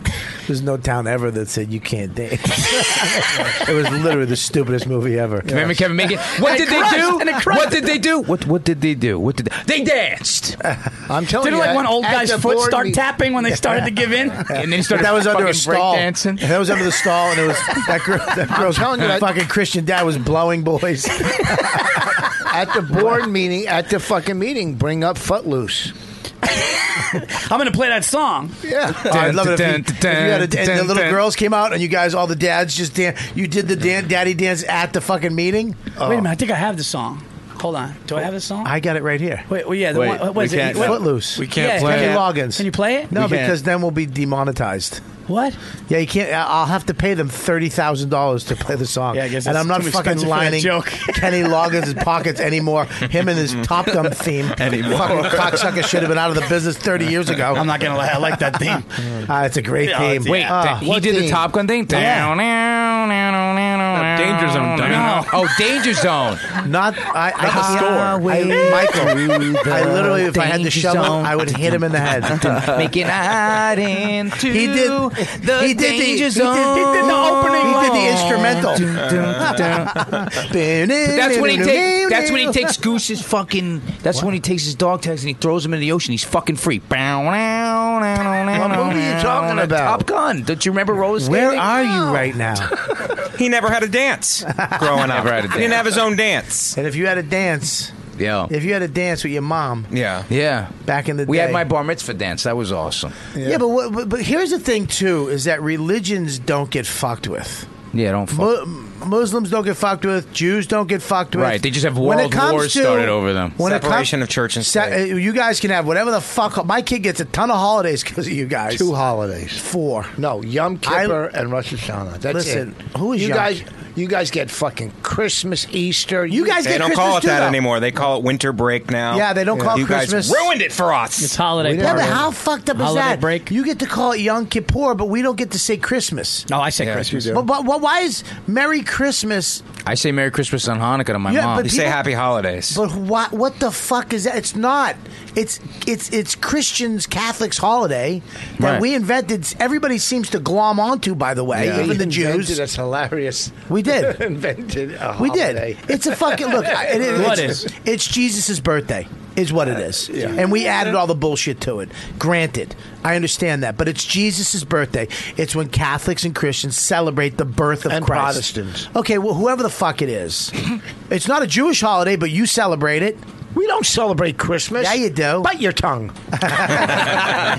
Speaker 2: There's no town ever that said you can't dance. [LAUGHS] it was literally the stupidest movie ever.
Speaker 14: Remember Kevin Bacon? What
Speaker 2: And
Speaker 14: did
Speaker 2: it
Speaker 14: they
Speaker 2: crushed,
Speaker 14: do?
Speaker 2: and it crushed.
Speaker 14: What did they do? What What did they do? What did they, they
Speaker 2: [LAUGHS]
Speaker 14: danced?
Speaker 9: I'm telling
Speaker 15: Didn't
Speaker 9: you,
Speaker 15: like one
Speaker 9: at-
Speaker 15: old
Speaker 9: at
Speaker 15: guy's
Speaker 9: the
Speaker 15: foot
Speaker 9: board
Speaker 15: start
Speaker 9: meet-
Speaker 15: tapping when they started to give in?
Speaker 14: [LAUGHS] And then he started
Speaker 2: But that was under a
Speaker 14: fucking
Speaker 2: stall.
Speaker 14: breakdancing.
Speaker 2: That was under the stall, and
Speaker 14: [LAUGHS]
Speaker 2: it was that girl. That girl's
Speaker 9: telling you, I-
Speaker 2: fucking Christian dad was blowing boys.
Speaker 9: [LAUGHS] at the board meeting, at the fucking meeting, bring up Footloose.
Speaker 15: I'm gonna play that song.
Speaker 9: Yeah,
Speaker 2: Oh, I'd love it if you, if you had a, and the little girls came out, and you guys, all the dads, just dan- You did the dan- daddy dance at the fucking meeting. Oh.
Speaker 15: Wait a minute, I think I have the song. Hold on, do I have the song?
Speaker 2: I got it right here.
Speaker 15: Wait, well, yeah, the one, what was it? What-
Speaker 2: Footloose.
Speaker 15: We can't Yeah, play
Speaker 2: Kenny
Speaker 15: it.
Speaker 2: Loggins.
Speaker 15: Can you play it?
Speaker 2: No,
Speaker 15: We can't.
Speaker 2: because then we'll be demonetized.
Speaker 15: What?
Speaker 2: Yeah, you can't. I- I'll have to pay them thirty thousand dollars to play the song. Yeah, I
Speaker 15: guess
Speaker 2: and
Speaker 15: that's
Speaker 2: I'm not
Speaker 15: too
Speaker 2: fucking
Speaker 15: expensive for that
Speaker 2: lining
Speaker 15: joke.
Speaker 2: Kenny Loggins' pockets anymore. Him and his Top Gun theme.
Speaker 15: Anymore.
Speaker 2: Fucking cocksucker should have been out of the business thirty years ago.
Speaker 15: I'm not gonna lie, I like that theme.
Speaker 2: [LAUGHS] Ah, it's a great
Speaker 15: Yeah,
Speaker 2: theme.
Speaker 15: it's- Wait,
Speaker 2: Ah.
Speaker 14: he did the Top Gun thing.
Speaker 2: Yeah.
Speaker 14: Down, down, down, down,
Speaker 2: [LAUGHS] Danger Zone, dummy.
Speaker 14: No. Oh, Danger Zone.
Speaker 2: Not I. I
Speaker 14: Not the
Speaker 2: hate-
Speaker 14: score.
Speaker 2: I- Michael. I literally, if I had the
Speaker 14: danger
Speaker 2: shovel,
Speaker 14: zone.
Speaker 2: I would hit him in
Speaker 14: [LAUGHS]
Speaker 2: the head.
Speaker 14: Making a hide into
Speaker 2: He did.
Speaker 14: the
Speaker 2: he did the. He
Speaker 14: danger
Speaker 2: did, he did
Speaker 14: zone.
Speaker 2: the opening. He did the instrumental.
Speaker 14: But that's when he takes. That's when he takes Goose's fucking. That's when he takes his dog tags and he throws him in the ocean. He's fucking free. What movie
Speaker 2: are you talking about?
Speaker 14: Top Gun. Don't you remember roller skating?
Speaker 2: Where are you right now?
Speaker 8: He never had a dance growing up.
Speaker 14: Never had a
Speaker 8: He didn't
Speaker 14: dance.
Speaker 8: have his own dance.
Speaker 2: And if you had a dance,
Speaker 14: Yeah.
Speaker 2: if you had a dance with your mom,
Speaker 8: Yeah.
Speaker 14: Yeah.
Speaker 2: back in
Speaker 14: [LAUGHS]
Speaker 2: the
Speaker 14: We
Speaker 2: day,
Speaker 14: had my bar mitzvah dance. That was awesome.
Speaker 2: Yeah, but, what, but but here's the thing too is that religions don't get fucked with.
Speaker 14: Yeah, don't fuck.
Speaker 2: Mu- Muslims don't get fucked with. Jews don't get fucked with.
Speaker 14: Right, they just have
Speaker 2: When it
Speaker 14: world
Speaker 2: comes
Speaker 14: wars started over them.
Speaker 2: when it comes-
Speaker 8: Separation of church and
Speaker 2: Se- uh, you guys can have whatever the fuck. My kid gets a ton of holidays because of you guys.
Speaker 9: Two holidays.
Speaker 2: Four.
Speaker 9: No, Yom Kippur and Rosh Hashanah. That's
Speaker 2: Listen,
Speaker 9: it.
Speaker 2: who is
Speaker 9: you
Speaker 2: Yom-
Speaker 9: guys? You guys get fucking Christmas, Easter. You
Speaker 2: guys
Speaker 8: They don't call it that anymore. They call it winter break now.
Speaker 2: Yeah, they don't call it
Speaker 8: you
Speaker 2: Christmas.
Speaker 8: guys ruined it for us. It's
Speaker 15: holiday.
Speaker 2: Yeah, but how fucked up is
Speaker 15: Holiday
Speaker 2: that?
Speaker 15: break.
Speaker 2: You get to call it Yom Kippur, but we don't get to say Christmas.
Speaker 15: No, I say Christmas.
Speaker 2: But, but, but why is Merry Christmas?
Speaker 14: I say Merry Christmas on Hanukkah to my
Speaker 2: Yeah,
Speaker 14: mom.
Speaker 2: but You say people- Happy
Speaker 8: holidays.
Speaker 2: But what what the fuck is that? It's not. It's it's it's Christians Catholics holiday that
Speaker 14: Right.
Speaker 2: we invented. Everybody seems to glom onto. By the way, even the Jews.
Speaker 9: That's hilarious.
Speaker 2: We
Speaker 9: [LAUGHS]
Speaker 2: did.
Speaker 9: invented. A
Speaker 2: We did.
Speaker 9: holiday.
Speaker 2: It's a
Speaker 9: [LAUGHS]
Speaker 2: fucking look. It, it,
Speaker 9: What
Speaker 2: it's,
Speaker 9: is?
Speaker 2: It's Jesus' birthday. Is what it is,
Speaker 9: Uh, Yeah.
Speaker 2: and we added all the bullshit to it. Granted, I understand that, but it's Jesus' birthday. It's when Catholics and Christians celebrate the birth of
Speaker 9: And
Speaker 2: Christ.
Speaker 9: Protestants. [COUGHS]
Speaker 2: Okay, well, whoever the fuck it is, it's not a Jewish holiday, but you celebrate it.
Speaker 9: We don't celebrate Christmas. Yeah, you do. Bite your
Speaker 2: [LAUGHS]
Speaker 9: tongue.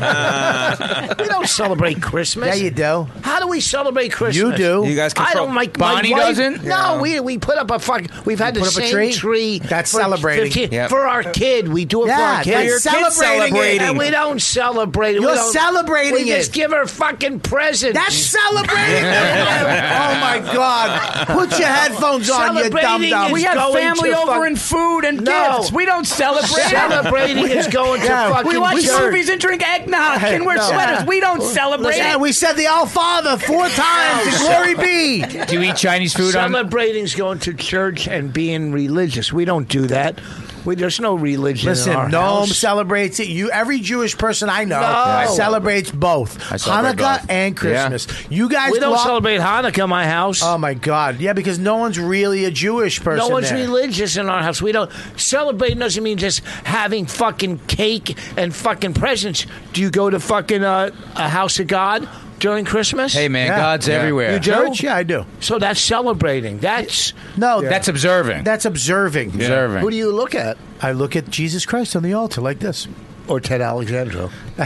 Speaker 9: we don't celebrate Christmas.
Speaker 2: Yeah, you do.
Speaker 9: How do we celebrate Christmas?
Speaker 2: You do. You guys
Speaker 9: I
Speaker 2: control-
Speaker 9: don't like.
Speaker 2: Bonnie
Speaker 9: my wife,
Speaker 2: doesn't?
Speaker 9: No,
Speaker 2: Yeah.
Speaker 9: we we put up a fucking. We've had
Speaker 2: You
Speaker 9: the
Speaker 2: put up a
Speaker 9: same
Speaker 2: tree?
Speaker 9: tree.
Speaker 2: That's
Speaker 9: for
Speaker 2: celebrating.
Speaker 9: 15
Speaker 2: Yep.
Speaker 9: For our kid, we do it for
Speaker 2: Yeah,
Speaker 9: our kid.
Speaker 2: that's For your kid celebrating celebrating. it.
Speaker 9: And we don't celebrate. it.
Speaker 2: You're
Speaker 9: we don't-
Speaker 2: celebrating
Speaker 9: We just
Speaker 2: it.
Speaker 9: give her fucking presents.
Speaker 2: That's celebrating [LAUGHS] Oh my God! Put your headphones on, you dumb dumb.
Speaker 15: We have family over and food and
Speaker 9: No.
Speaker 15: gifts. We don't celebrate.
Speaker 9: Celebrating is going to
Speaker 2: Yeah.
Speaker 9: fucking
Speaker 15: We watch
Speaker 9: church.
Speaker 15: movies and drink eggnog and wear
Speaker 2: No.
Speaker 15: sweaters. We don't celebrate.
Speaker 2: Listen,
Speaker 15: it.
Speaker 2: we said the All Father four times. to glory be.
Speaker 4: Do you eat Chinese food on?
Speaker 9: Celebrating's going to church and being religious. We don't do that. We, there's no religion. in our
Speaker 2: Listen, Noam
Speaker 9: house.
Speaker 2: celebrates it. You, every Jewish person I know
Speaker 9: No.
Speaker 2: celebrates both
Speaker 9: celebrate
Speaker 2: Hanukkah
Speaker 9: both.
Speaker 2: and Christmas. You guys
Speaker 9: We don't
Speaker 2: lo-
Speaker 9: celebrate Hanukkah in my house.
Speaker 2: Oh my God! Yeah, because no one's really a Jewish person.
Speaker 9: No one's
Speaker 2: there.
Speaker 9: religious in our house. We don't celebrating doesn't mean just having fucking cake and fucking presents. Do you go to fucking uh, a house of God during Christmas?
Speaker 4: Hey, man, Yeah. God's Yeah. everywhere.
Speaker 9: You do?
Speaker 2: Church? Yeah, I do.
Speaker 9: So that's celebrating. That's
Speaker 2: No,
Speaker 4: That's observing.
Speaker 2: That's observing.
Speaker 4: Yeah. Observing.
Speaker 2: Who do you look at? I look at Jesus Christ on the altar like this.
Speaker 9: Or Ted Alexandro.
Speaker 2: [LAUGHS]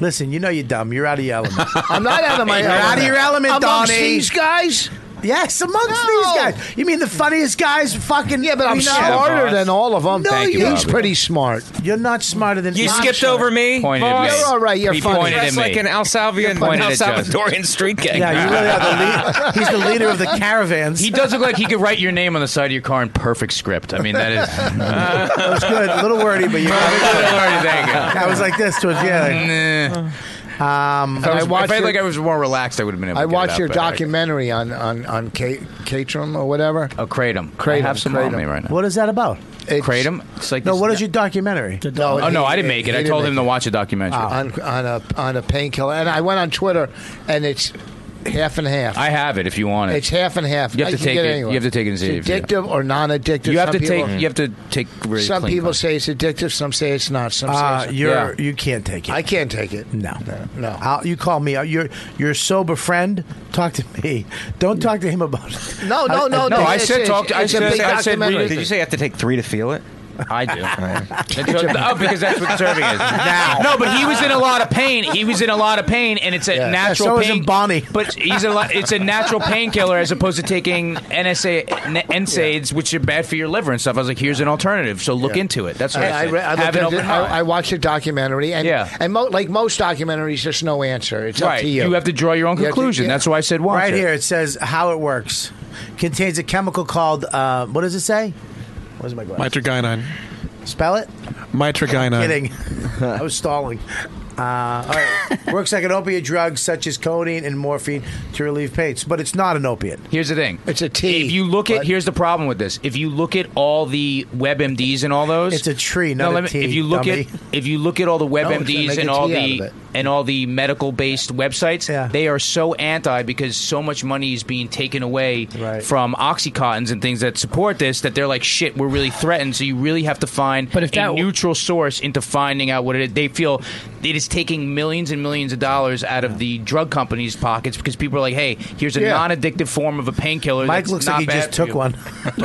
Speaker 2: Listen, you know you're dumb. You're out of your element.
Speaker 9: [LAUGHS] I'm not out of my
Speaker 2: You're out of your element,
Speaker 9: Amongst
Speaker 2: Donnie.
Speaker 9: these guys.
Speaker 2: Yes, amongst these guys. You mean the funniest guys? Fucking yeah, but
Speaker 9: I'm smarter than all of them.
Speaker 2: No,
Speaker 9: Thank you,
Speaker 2: you're-
Speaker 9: He's Bobby. pretty smart.
Speaker 2: You're not smarter than
Speaker 8: You
Speaker 2: I'm
Speaker 8: skipped
Speaker 2: smart.
Speaker 8: over me.
Speaker 9: at me. You're all right, you're
Speaker 8: he
Speaker 9: funny.
Speaker 8: Pointed
Speaker 9: That's
Speaker 8: at me.
Speaker 9: like
Speaker 8: like an El Salvadorian,
Speaker 4: Pointed
Speaker 8: El
Speaker 4: at Joseph.
Speaker 8: Salvadorian street gang.
Speaker 2: Yeah, you really
Speaker 9: [LAUGHS]
Speaker 2: are the lead. He's the leader of the caravans.
Speaker 4: He does look like he could write your name on the side of your car in perfect script. I mean, that is.
Speaker 2: [LAUGHS] That was good. A little wordy, but
Speaker 4: [LAUGHS]
Speaker 2: you
Speaker 4: Sorry, thank you. Mm.
Speaker 2: I was like this towards the end.
Speaker 4: Nah.
Speaker 2: Um,
Speaker 4: If I, was,
Speaker 9: I watched
Speaker 4: if I,
Speaker 9: your-
Speaker 4: like I was more relaxed, I would have been able to
Speaker 9: I
Speaker 4: get it
Speaker 9: watched
Speaker 4: out,
Speaker 9: your
Speaker 4: but I-
Speaker 9: documentary on on on K- Catrum or whatever.
Speaker 4: Oh, Kratom. I
Speaker 9: Kratom,
Speaker 4: have some on
Speaker 9: Kratom.
Speaker 4: me right now.
Speaker 2: What is that about?
Speaker 9: It's-
Speaker 4: Kratom? It's like
Speaker 2: No,
Speaker 4: this-
Speaker 2: what is your documentary?
Speaker 4: Oh, no, I didn't make it. I told him to watch a documentary.
Speaker 9: Ah. on on a on a painkiller, and I went on Twitter, and it's half and half.
Speaker 4: I have it if you want it.
Speaker 9: it's half and half.
Speaker 4: You have
Speaker 9: I
Speaker 4: to
Speaker 9: can
Speaker 4: take
Speaker 9: get
Speaker 4: it- you
Speaker 9: anywhere.
Speaker 4: have to take it
Speaker 9: It's
Speaker 4: and see if you-
Speaker 9: addictive or non-addictive.
Speaker 4: you have
Speaker 9: Some
Speaker 4: to take.
Speaker 9: people-
Speaker 4: You have to take. Really
Speaker 9: some
Speaker 4: clean
Speaker 9: people
Speaker 4: cuts.
Speaker 9: say it's addictive. Some say it's not. Some
Speaker 2: Uh,
Speaker 9: say it's
Speaker 2: you're
Speaker 9: not.
Speaker 2: you can't take it.
Speaker 9: I can't take it.
Speaker 2: no,
Speaker 9: no.
Speaker 2: I'll, you call me. Uh, Your your sober friend. Talk to me. Don't talk to him about it.
Speaker 9: No, no, no,
Speaker 4: No, I said talk. to- I
Speaker 9: it's a
Speaker 4: said.
Speaker 9: big
Speaker 4: I said.
Speaker 9: documentary.
Speaker 4: read it.
Speaker 8: Did you say you have to take three to feel it?
Speaker 4: I do. [LAUGHS] That's what- oh, because that's what
Speaker 8: [LAUGHS]
Speaker 4: serving
Speaker 9: [LAUGHS]
Speaker 4: is. No, but he was in a lot of pain. He was in a lot of pain, and it's a
Speaker 2: Yeah,
Speaker 4: natural
Speaker 2: so was
Speaker 4: pain.
Speaker 2: in Bonnie.
Speaker 4: But he's a lot, it's a natural painkiller as opposed to taking NSA, N- NSAIDs, which are bad for your liver and stuff. I was like, here's an alternative. So look into it. That's what
Speaker 9: I,
Speaker 4: I,
Speaker 9: I,
Speaker 4: said.
Speaker 9: re- I,
Speaker 4: Have
Speaker 9: looked
Speaker 4: an
Speaker 9: at
Speaker 4: open
Speaker 9: it-
Speaker 4: mind.
Speaker 9: I, I watched a documentary, and
Speaker 4: Yeah.
Speaker 9: and mo- like most documentaries, there's no answer. It's up
Speaker 4: right.
Speaker 9: to you.
Speaker 4: have to draw your own
Speaker 9: You have to-
Speaker 4: conclusion.
Speaker 9: yeah.
Speaker 4: That's why I said watch
Speaker 2: right
Speaker 4: it.
Speaker 2: here it says how it works. Contains a chemical called uh, what does it say? Where's my glass?
Speaker 16: Mitragynine.
Speaker 2: Spell it.
Speaker 9: uh,
Speaker 16: Mitragynine.
Speaker 9: [LAUGHS]
Speaker 2: Kidding. I was stalling. Uh, all right. Works like an opiate drug such as codeine and morphine to relieve pain, but it's not an opiate.
Speaker 4: Here's the thing.
Speaker 9: It's a tea.
Speaker 4: If you look at here's the problem with this. If you look at all the WebMDs and all those,
Speaker 2: It's a tree, not a
Speaker 4: let
Speaker 2: tea,
Speaker 4: If you look
Speaker 2: dummy.
Speaker 4: at if you look at all the
Speaker 2: No,
Speaker 4: WebMDs
Speaker 2: it's gonna make
Speaker 4: and
Speaker 2: a
Speaker 4: all
Speaker 2: tea out
Speaker 4: the
Speaker 2: of it.
Speaker 4: and all the medical based websites, they are so anti because so much money is being taken away from oxycontins and things that support this that they're like shit. We're really threatened, so you really have to find but if a
Speaker 15: that-
Speaker 4: neutral source into finding out what it is. They feel it is taking millions and millions of dollars out of the drug companies' pockets because people are like, hey, here's a
Speaker 2: Yeah.
Speaker 4: non-addictive form of a painkiller.
Speaker 2: Mike
Speaker 4: that's
Speaker 2: looks
Speaker 4: not
Speaker 2: like he
Speaker 4: bad
Speaker 2: just
Speaker 4: for
Speaker 2: took
Speaker 4: you.
Speaker 2: one.
Speaker 4: [LAUGHS]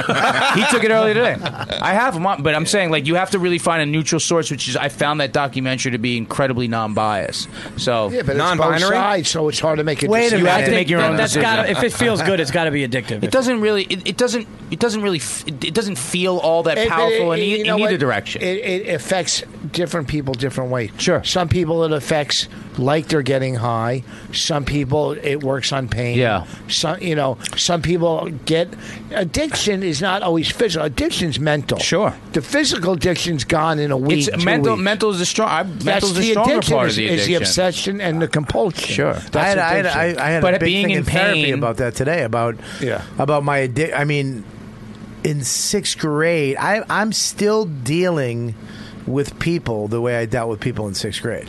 Speaker 4: he took it earlier today. I have them on, but I'm saying like you have to really find a neutral source, which is I found that documentary to be incredibly non-biased. So
Speaker 9: yeah, but non-binary, it's both sides, so it's hard to make a
Speaker 4: Wait a
Speaker 9: decision.
Speaker 4: minute. You have to make your own
Speaker 15: That's
Speaker 4: decision.
Speaker 15: gotta, if it feels
Speaker 4: [LAUGHS]
Speaker 15: good, it's got to be addictive.
Speaker 4: It doesn't really. It, it doesn't. It doesn't really. f- It, it doesn't feel all that
Speaker 9: It- but
Speaker 4: powerful
Speaker 9: it-
Speaker 4: in, e-
Speaker 9: you
Speaker 4: in
Speaker 9: know
Speaker 4: either
Speaker 9: what?
Speaker 4: direction.
Speaker 9: It, it affects different people different ways. Sure. Some people it affects like they're getting high. Some people it works on pain.
Speaker 4: Yeah.
Speaker 9: Some you know some people get addiction is not always physical. Addiction's mental. Sure. The physical addiction's gone in a week.
Speaker 4: it's
Speaker 9: two
Speaker 4: mental.
Speaker 9: weeks.
Speaker 4: Mental is the strong. I,
Speaker 9: That's
Speaker 4: mental is the
Speaker 9: the
Speaker 4: stronger
Speaker 9: addiction
Speaker 4: part
Speaker 9: is,
Speaker 4: of the
Speaker 9: is
Speaker 4: addiction.
Speaker 9: obsession and the compulsion. Sure. That's
Speaker 2: I had, I had,
Speaker 9: addiction.
Speaker 2: I, I had
Speaker 4: But
Speaker 2: a big
Speaker 4: being
Speaker 2: thing
Speaker 4: in
Speaker 2: in, therapy
Speaker 4: pain-
Speaker 2: about that today about
Speaker 9: Yeah.
Speaker 2: about my addi- I mean, in sixth grade, I, I'm still dealing with people the way I dealt with people in sixth grade.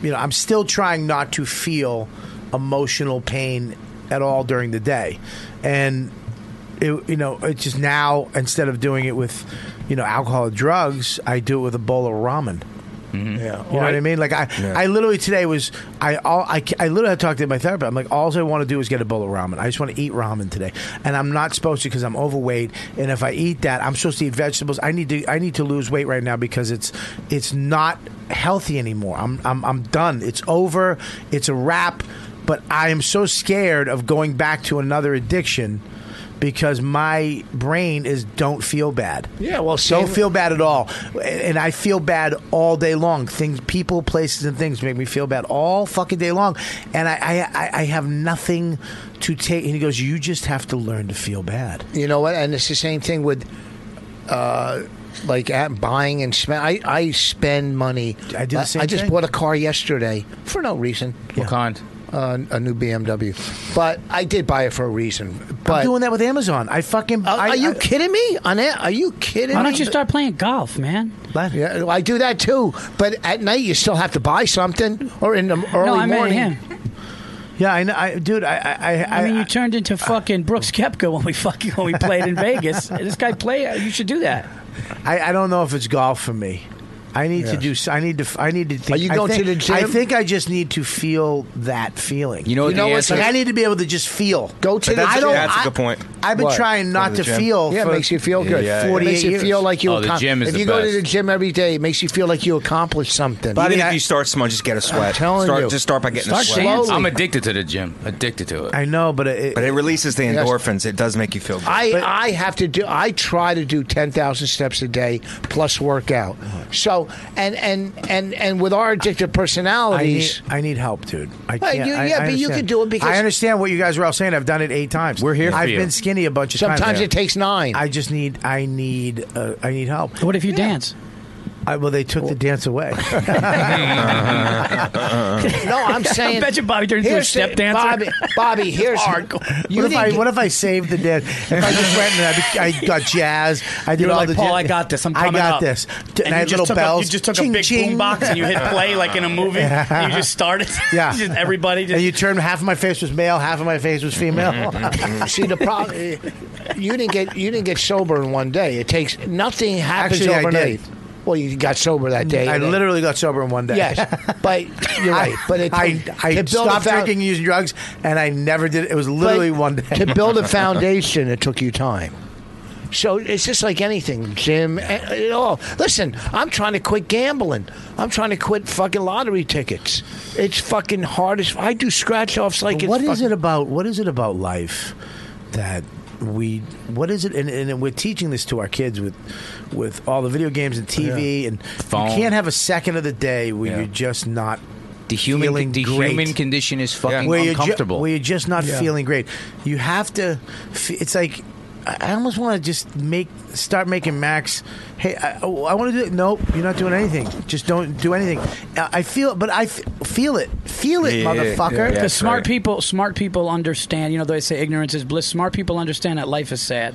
Speaker 2: You know, I'm still trying not to feel emotional pain at all during the day, and it, you know, it's just now instead of doing it with you know alcohol or drugs, I do it with a bowl of ramen. Yeah. You know what I mean? Like I, I literally today was I all I, ca- I literally talked to my therapist. I'm like, all I want to do is get a bowl of ramen. I just want to eat ramen today, and I'm not supposed to because I'm overweight. And if I eat that, I'm supposed to eat vegetables. I need to I need to lose weight right now because it's it's not healthy anymore. I'm I'm I'm done. It's over. It's a wrap. But I am so scared of going back to another addiction. Because my brain is don't feel bad. Yeah, well, don't feel bad at all, and I feel bad all day long. Things, people, places, and things make me feel bad all fucking day long, and I, I, I- I have nothing to take. And he goes, "You just have to learn to feel bad."
Speaker 9: You know what? And it's the same thing with, uh, like at buying and spend. I, I spend money. I
Speaker 2: do the same
Speaker 9: I just
Speaker 2: thing.
Speaker 9: bought a car yesterday for no reason. What
Speaker 4: kind?
Speaker 9: Uh, a new BMW, but I did buy it for a reason. But
Speaker 2: I'm doing that with Amazon. I fucking.
Speaker 9: are you kidding me? On it? Are you kidding?
Speaker 15: Why
Speaker 9: me?
Speaker 15: don't you start playing golf, man?
Speaker 9: Yeah, well, I do that too. But at night, you still have to buy something, or in the early
Speaker 15: no, I meant
Speaker 9: morning.
Speaker 15: him.
Speaker 2: Yeah, I know, I, dude. I, I,
Speaker 15: I, mean, you turned into fucking Brooks Kepka when we fucking when we
Speaker 2: [LAUGHS]
Speaker 15: played in Vegas. This guy play. You should do that.
Speaker 2: I, I don't know if it's golf for me. I need to
Speaker 15: Yeah.
Speaker 2: do. s- I need to. f- I need to. Think,
Speaker 9: Are you going
Speaker 2: I
Speaker 9: to
Speaker 2: think,
Speaker 9: the gym?
Speaker 2: I think I just need to feel that feeling.
Speaker 4: You know what You the know what's- answer-
Speaker 2: Like I need to be able to just feel.
Speaker 9: Go to the
Speaker 2: I
Speaker 9: gym.
Speaker 2: don't,
Speaker 9: That's a
Speaker 2: I-
Speaker 9: good point.
Speaker 2: I've been
Speaker 9: What?
Speaker 2: trying
Speaker 9: Go
Speaker 2: not
Speaker 9: to
Speaker 2: to,
Speaker 9: the gym.
Speaker 2: feel.
Speaker 9: Yeah, it
Speaker 2: for
Speaker 9: makes you feel good.
Speaker 2: Yeah, yeah, yeah.
Speaker 9: Forty-eight
Speaker 2: Makes you
Speaker 9: years.
Speaker 2: feel like you
Speaker 9: Oh, the
Speaker 2: accom-
Speaker 9: gym is
Speaker 2: if
Speaker 9: the
Speaker 2: you go to
Speaker 9: best.
Speaker 2: the
Speaker 9: the gym every day. It makes you feel like you accomplished something.
Speaker 8: Even if you start small, just get a sweat.
Speaker 9: telling
Speaker 8: start,
Speaker 9: you.
Speaker 8: Just start by getting a
Speaker 9: Start
Speaker 8: sweat.
Speaker 9: slowly.
Speaker 8: I'm
Speaker 4: [LAUGHS] I'm
Speaker 8: a-
Speaker 4: addicted to the gym. Addicted to it.
Speaker 2: I know, but it,
Speaker 8: but it releases the
Speaker 9: Yes.
Speaker 8: endorphins. It does make you feel good.
Speaker 9: I, I have to do I try to do 10,000 steps a day plus workout. So and and and and with our addictive
Speaker 2: I need,
Speaker 9: personalities
Speaker 2: I need help, dude. I
Speaker 9: Well,
Speaker 2: can't.
Speaker 9: you-
Speaker 2: I-
Speaker 9: yeah,
Speaker 2: I
Speaker 9: Oh, but you
Speaker 2: understand.
Speaker 9: can do it because-
Speaker 2: I understand what you guys were all saying. I've done it eight times. We're
Speaker 9: here for
Speaker 2: I've
Speaker 9: you.
Speaker 2: been skinny a bunch of times.
Speaker 9: Sometimes it takes nine.
Speaker 2: I just need. I need. Uh, I need help.
Speaker 15: What if you dance?
Speaker 2: I, well, they took the
Speaker 9: [LAUGHS]
Speaker 2: dance away.
Speaker 9: No, I'm saying
Speaker 15: [LAUGHS] [LAUGHS] I bet you Bobby turned into a
Speaker 9: here's the-
Speaker 15: step dancer.
Speaker 9: Bobby,
Speaker 15: [LAUGHS]
Speaker 9: Bobby here's
Speaker 2: what if
Speaker 9: didn't
Speaker 2: I
Speaker 9: get-
Speaker 2: what if I saved the dance? If I just went and I, I got jazz, I did
Speaker 15: You were
Speaker 2: all
Speaker 15: like,
Speaker 2: the
Speaker 15: "Paul,
Speaker 2: jazz-
Speaker 15: I got this. I'm coming
Speaker 2: I got
Speaker 15: up."
Speaker 2: this.
Speaker 15: And
Speaker 2: And, I
Speaker 15: you
Speaker 2: had
Speaker 15: just
Speaker 2: little
Speaker 15: took a- you
Speaker 2: bells.
Speaker 15: just took a big boom box and you hit play like in
Speaker 2: [LAUGHS]
Speaker 15: a movie, and you just started.
Speaker 2: Yeah,
Speaker 15: [LAUGHS] Just everybody just-
Speaker 2: and you turned half of my face was male, half of my face was female.
Speaker 9: [LAUGHS] See the problem you didn't get you didn't get sober in one day. It takes nothing happens
Speaker 2: Actually, I did.
Speaker 9: overnight. Well, you got sober that day.
Speaker 2: I
Speaker 9: and it-
Speaker 2: literally got sober in one day.
Speaker 9: Yes, but [LAUGHS] you're
Speaker 2: [LAUGHS]
Speaker 9: right. But it,
Speaker 2: I, I
Speaker 9: to build a
Speaker 2: stopped
Speaker 9: found-
Speaker 2: drinking, using drugs, and I never did. It was literally
Speaker 9: But
Speaker 2: one day
Speaker 9: to
Speaker 2: [LAUGHS]
Speaker 9: build a foundation, it took you time. So it's just like anything, Jim. eh, It all. Listen, I'm trying to quit gambling. I'm trying to quit fucking lottery tickets. It's fucking hard as I do scratch offs like it's
Speaker 2: What is
Speaker 9: fucking-
Speaker 2: it about what is it about life that we what is it and, and we're teaching this to our kids with with all the video games and TV and
Speaker 4: Phone.
Speaker 2: you can't have a second of the day where
Speaker 4: Yeah.
Speaker 2: you're just not
Speaker 4: The human,
Speaker 2: feeling
Speaker 4: the
Speaker 2: great.
Speaker 4: human condition is fucking
Speaker 2: where you're ju-
Speaker 4: uncomfortable.
Speaker 2: where you're just not
Speaker 4: Yeah.
Speaker 2: feeling great. You have to. f- It's like I I almost want to just make start making Max. Hey, I, I want to do it. Nope, you're not doing anything. Just don't do anything. I I feel, but I f- feel it, feel it, motherfucker.
Speaker 15: Because smart people, smart people understand. You know, they say ignorance is bliss. Smart people understand that life is sad,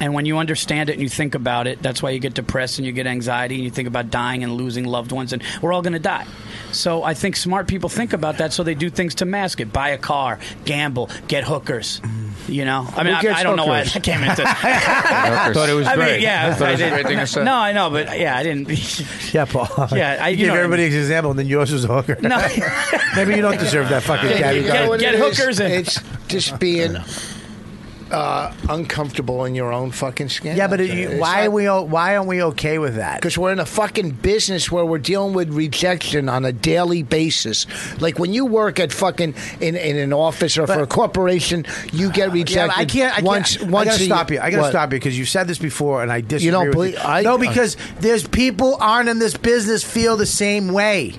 Speaker 15: and when you understand it and you think about it, that's why you get depressed and you get anxiety and you think about dying and losing loved ones, and we're all going to die. So I think smart people think about that, so they do things to mask it: buy a car, gamble, get hookers. You know, I mean,
Speaker 2: Who
Speaker 15: I,
Speaker 2: gets
Speaker 15: I don't know why I
Speaker 2: hookers?
Speaker 15: came into.
Speaker 2: [LAUGHS] I thought it was
Speaker 15: I mean,
Speaker 2: great.
Speaker 15: yeah,
Speaker 2: I thought it was a
Speaker 15: did-
Speaker 2: great thing to say.
Speaker 15: No, I know, but yeah, I didn't. [LAUGHS]
Speaker 2: Yeah, Paul.
Speaker 15: Yeah, I-
Speaker 2: you,
Speaker 15: you know
Speaker 2: gave
Speaker 15: what I
Speaker 2: everybody an example, and then yours was a hooker.
Speaker 15: No.
Speaker 2: [LAUGHS] maybe you don't deserve that
Speaker 15: [LAUGHS]
Speaker 2: fucking
Speaker 9: Get-
Speaker 2: Gabby.
Speaker 9: get-
Speaker 2: Garden.
Speaker 9: get hookers in. It's just being uh, uncomfortable in your own fucking skin.
Speaker 2: Yeah, but it- you- why are we o- why aren't we okay with that?
Speaker 9: Because we're in a fucking business where we're dealing with rejection on a daily basis. Like when you work at fucking in, in an office or for a corporation, you get
Speaker 2: Yeah,
Speaker 9: rejected.
Speaker 2: but I can't. I can't.
Speaker 9: once, once
Speaker 2: I gotta
Speaker 9: a
Speaker 2: stop
Speaker 9: year.
Speaker 2: you. I gotta
Speaker 9: What?
Speaker 2: stop you because you've said this before, and I disagree.
Speaker 9: don't
Speaker 2: with
Speaker 9: believe- I-
Speaker 2: no, because there's people aren't in this business feel the same way.